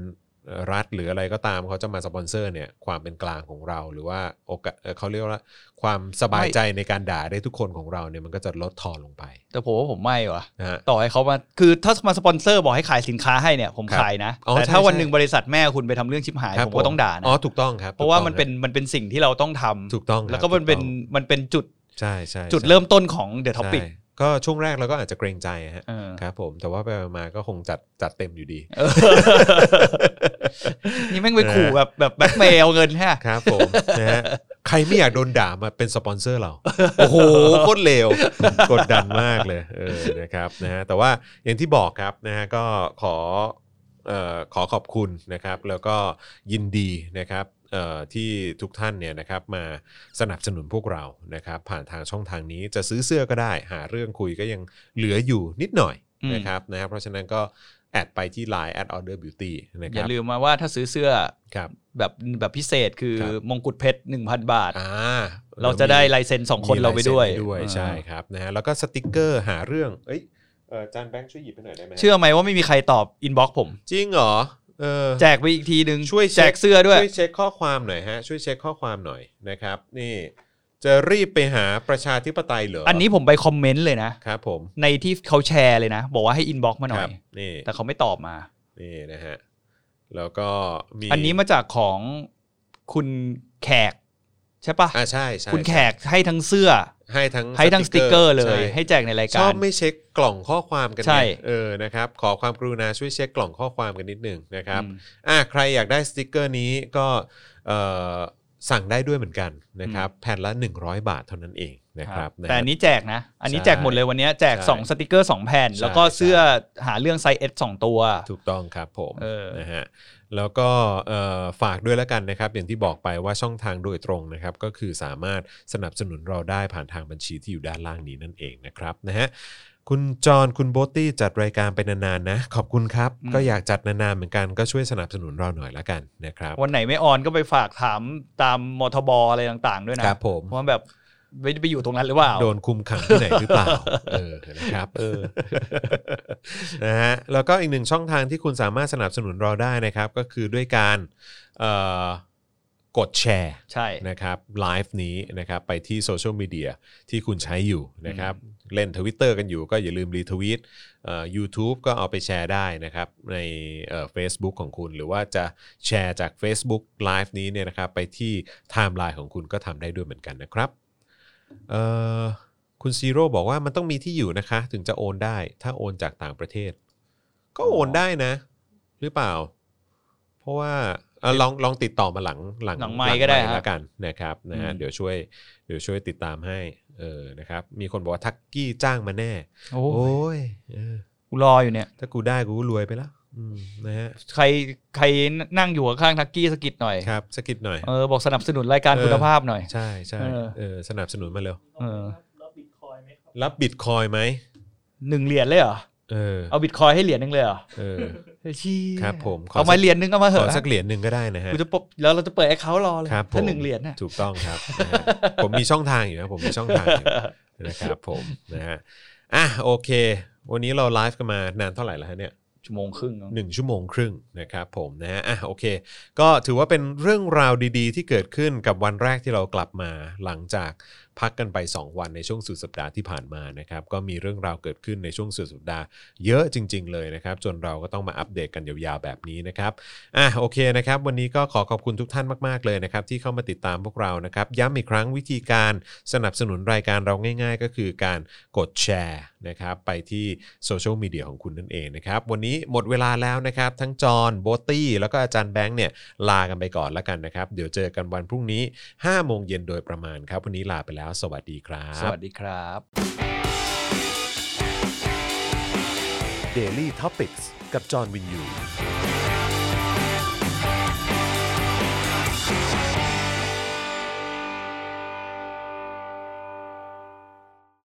S2: เอ่อรัฐหรืออะไรก็ตามเขาจะมาสปอนเซอร์เนี่ยความเป็นกลางของเรา หรือว่าโอกาสเอ่อเขาเรียกว่าความสบายใจในการด่าได้ทุกคนของเราเนี่ยมันก็จะลดทอนลงไป
S3: แต่ผมว่าผมไม่ว่ะ
S2: นะฮะ
S3: ต่อให้เขามา คือถ้ามาสปอนเซอร์บอกให้ขายสินค้าให้เนี่ย ผม
S2: ครับ
S3: ขายนะ
S2: อ๋อ
S3: แต่
S2: ใช่
S3: ถ้าวัน
S2: ใช่
S3: หนึ่งบริษัทแม่คุณไปทำเรื่องชิบหาย
S2: ครับ
S3: ผมก็ต้องด่านะ
S2: อ๋อถูกต้องครับ
S3: เพราะว่า
S2: ถูกต้อง
S3: มันเป็น มันเป็นสิ่งที่เราต้องทำ
S2: ถูกต้องครับ
S3: แล้วก็มันเป็น
S2: ถูต้อง
S3: มันเป็นจุด
S2: ใช่ใช่
S3: จุด
S2: ใช่
S3: เริ่มต้นของเดอะท็อปิก
S2: ใช่ก็ช่วงแรกเราก็อาจจะเกรงใจฮะครับผมแต่ว่าไปมาๆก็คงจัดจัดเต็มอยู่ดี
S3: นี่แม่งไปขู่แบบแบบแบ็คเมลเงินฮะ
S2: ครับผม นะฮะใครไม่อยากโดนด่ามาเป็นสปอนเซอร์เรา โอ้โหโคตรเลวกดดันมากเลยเออนะครับนะฮะแต่ว่าอย่างที่บอกครับนะฮะก็ขอเอ่อขอขอบคุณนะครับ แล้วก็ยินดีนะครับเอ่อที่ทุกท่านเนี่ยนะครับมาสนับสนุนพวกเรานะครับ ผ่านทางช่องทางนี้จะซื้อเสื้อก็ได้ หาเรื่องคุยก็ยังเหลืออยู่นิดหน่อย
S3: อืม
S2: นะครับนะฮะเพราะฉะนั้นก็แอดไปที่ Line at order beauty นะค
S3: อ
S2: รั
S3: ย่า
S2: บ
S3: ลืมมาว่าถ้าซื้อเสื้อ
S2: ครับ
S3: แบบแบบพิเศษคือ
S2: ครับ
S3: มงกุฎเพชร1,000 บาท
S2: อ่า
S3: เราจะได้ลายเซ็นสองคนเราไปด้วย
S2: มีลเซ็นให้ด้วยใช่ครับนะฮะแล้วก็สติกเกอร์หาเรื่องเอ้ยเอ่อจานแบงค์ช่วยหยิบไปหน่อยได้ไหมฮะ
S3: เชื่อไหมว่าไม่มีใครตอบอินบ็อกซ์ผม
S2: จริงเหรอเออ
S3: แจกไปอีกทีนึง
S2: ช่วย
S3: แจ
S2: ช็ค
S3: กเสื้อด้วย
S2: ช่วยเช็คข้อความหน่อยฮะช่วยเช็คข้อความหน่อยนะครับ นี่จะรีบไปหาประชาธิปไตยเหรอ
S3: อันนี้ผมไปคอมเมนต์เลยนะ
S2: ครับผม
S3: ในที่เขาแชร์เลยนะ บอกว่าให้อินบ็อกซ์มาหน่
S2: ค
S3: อ
S2: รั
S3: ย
S2: บนี่
S3: แต่เขาไม่ตอบมา
S2: นี่นะฮะแล้วก็มี
S3: อันนี้มาจากของคุณแขก ใช่ปะ
S2: อ่าใช่ใช่
S3: คุณแขกให้ทั้งเสื้อ
S2: ให้ทั้ง
S3: ให้ทั้งสติกเกอร์เลย
S2: ใช่
S3: ให้แจกในราย
S2: ช
S3: กา
S2: อ
S3: ร
S2: บไม่เช็คกล่องข้อความกันเนี่ย
S3: ใช่
S2: เออนะครับ ขอความกรุณาช่วยเช็คกล่องข้อความกันนิดหนึ่งนะครับ
S3: อืม
S2: อ่ะใครอยากได้สติกเกอร์นี้ก็เอ่อสั่งได้ด้วยเหมือนกันนะครับ แผ่นละ 100 บาทเท่านั้นเองนะครับะฮะ
S3: แต่อันนี้แจกนะ อันนี้แจกหมดเลยวันนี้แจก
S2: ใช่
S3: 2 สติกเกอร์ 2 แผ่น
S2: ใช่
S3: แล้วก็เสื้อหาเรื่องไซส์ S 2ตัว
S2: ถูกต้องครับผม
S3: เออ
S2: นะฮะแล้วก็เอ่อฝากด้วยแล้วกันนะครับ อย่างที่บอกไปว่าช่องทางโดยตรงนะครับ ก็คือสามารถสนับสนุนเราได้ผ่านทางบัญชีที่อยู่ด้านล่างนี้นั่นเองนะครับนะฮะคุณจอห์นคุณโบตี้จัดรายการไปนานๆนะ ขอบคุณครับ
S3: อืม
S2: ก็อยากจัดนานๆเหมือนกันก็ช่วยสนับสนุนเราหน่อยละกันนะครับ
S3: วันไหนไม่ออนก็ไปฝากถามตามมทบอะไรต่าง ๆ ด้วยนะครับ
S2: ผม
S3: ว่าแบบไม่ได้ไปอยู่ตรงนั้นหรือเปล่า
S2: โดนคุมขังที่ไหนหรือเปล่า เออ นะครับ เออ นะฮะ แล้วก็อีกหนึ่งช่องทางที่คุณสามารถสนับสนุนเราได้นะครับ ก็คือด้วยการเอ่อกดแชร์
S3: ใช่
S2: นะครับไลฟ์นี้นะครับไปที่โซเชียลมีเดียที่คุณใช้อยู่นะครับเล่นทวิตเตอร์กันอยู่ก็อย่าลืมรีทวีตยูทูบก็เอาไปแชร์ได้นะครับในเฟซบุ๊กของคุณ หรือว่าจะแชร์จาก Facebook Live นี้เนี่ยนะครับไปที่ไทม์ไลน์ของคุณก็ทำได้ด้วยเหมือนกันนะครับเอ่อคุณซีโร่บอกว่ามันต้องมีที่อยู่นะคะ ถึงจะโอนได้ถ้าโอนจากต่างประเทศ ก็โอนได้นะ หรือเปล่า เพราะว่าเอ่อลองลองติดต่อมาหลังหลัง
S3: หลังไมค์ก็ได้
S2: หลัง
S3: ฮะ
S2: ละกันนะครับนะฮะ
S3: อืม
S2: เดี๋ยวช่วยเดี๋ยวช่วยติดตามให้เออนะครับ มีคนบอกว่าทักกี้จ้างมาแน่
S3: โอ้
S2: โอ้ยเออ
S3: กูรออยู่เนี่ย
S2: ถ้ากูได้กูก็รวยไปแล้ว อืมนะฮะ
S3: ใครใครนั่งอยู่ข้างๆทักกี้สะกิดหน่อย
S2: ครับสะกิดหน่อย
S3: เออบอกสนับสนุนรายการ
S2: เออ
S3: คุณภาพหน่อย
S2: ใช่ใช่
S3: เออ
S2: เออสนับสนุนมาเร็ว
S3: เออ
S2: รับบิตคอยน์ไหม
S3: หนึ่งเหรียญเลยเหรอ
S2: เออ
S3: เอาบิตคอยน์ให้เหรียญหนึ่งเลยเหรอ
S2: เออ
S3: เฮ้ยเชี่ย
S2: ครับผมขอสัก
S3: เอามาเหรียญหนึงเอามาเห
S2: ขอ
S3: อะ
S2: สักเหรียญหนึ่งก็ได้นะฮะ
S3: กูจะปบแล้วเราจะเปิดแอคเคาท์รอเลย
S2: ครับผม
S3: ถ้าหนึ่งเหรียญน่ะ
S2: ถูกต้องครับนะฮะผมมีช่องทางอยู่นะผมมีช่องทางอยู่ นะครับผมนะฮะอ่ะโอเค วันนี้เราไลฟ์กันมานานเท่าไหร่แล้วฮะเนี่ย
S3: ชั่วโมงครึ่งเนอะ
S2: หนึ่งชั่วโมงครึ่งนะครับผมนะฮะอ่ะโอเค ก็ถือว่าเป็นเรื่องราวดีๆ ที่เกิดขึ้นกับวันแรกที่เรากลับมาหลังจากพักกันไป 2 วันในช่วงสุดสัปดาห์ที่ผ่านมานะครับก็มีเรื่องราวเกิดขึ้นในช่วงสุดสัปดาห์เยอะจริง ๆ เลยนะครับ จนเราก็ต้องมาอัปเดตกันยาวๆแบบนี้นะครับ อ่ะโอเคนะครับวันนี้ก็ขอขอบคุณทุกท่านมากๆเลยนะครับที่เข้ามาติดตามพวกเรานะครับย้ำอีกครั้งวิธีการสนับสนุนรายการเราง่าย ๆ ก็คือการกดแชร์นะครับไปที่โซเชียลมีเดียของคุณนั่นเองนะครับวันนี้หมดเวลาแล้วนะครับทั้งจอห์นโบตี้แล้วก็อาจารย์แบงค์เนี่ยลากันไปก่อนแล้วกันนะครับเดี๋ยวเจอกันวันพรุ่งนี้5โมงเย็นโดยประมาณครับวันนี้ลาไปแล้ว สวัสดีครับ
S3: สวัสดีครับ
S1: Daily t o p i c กกับจอห์นวินยู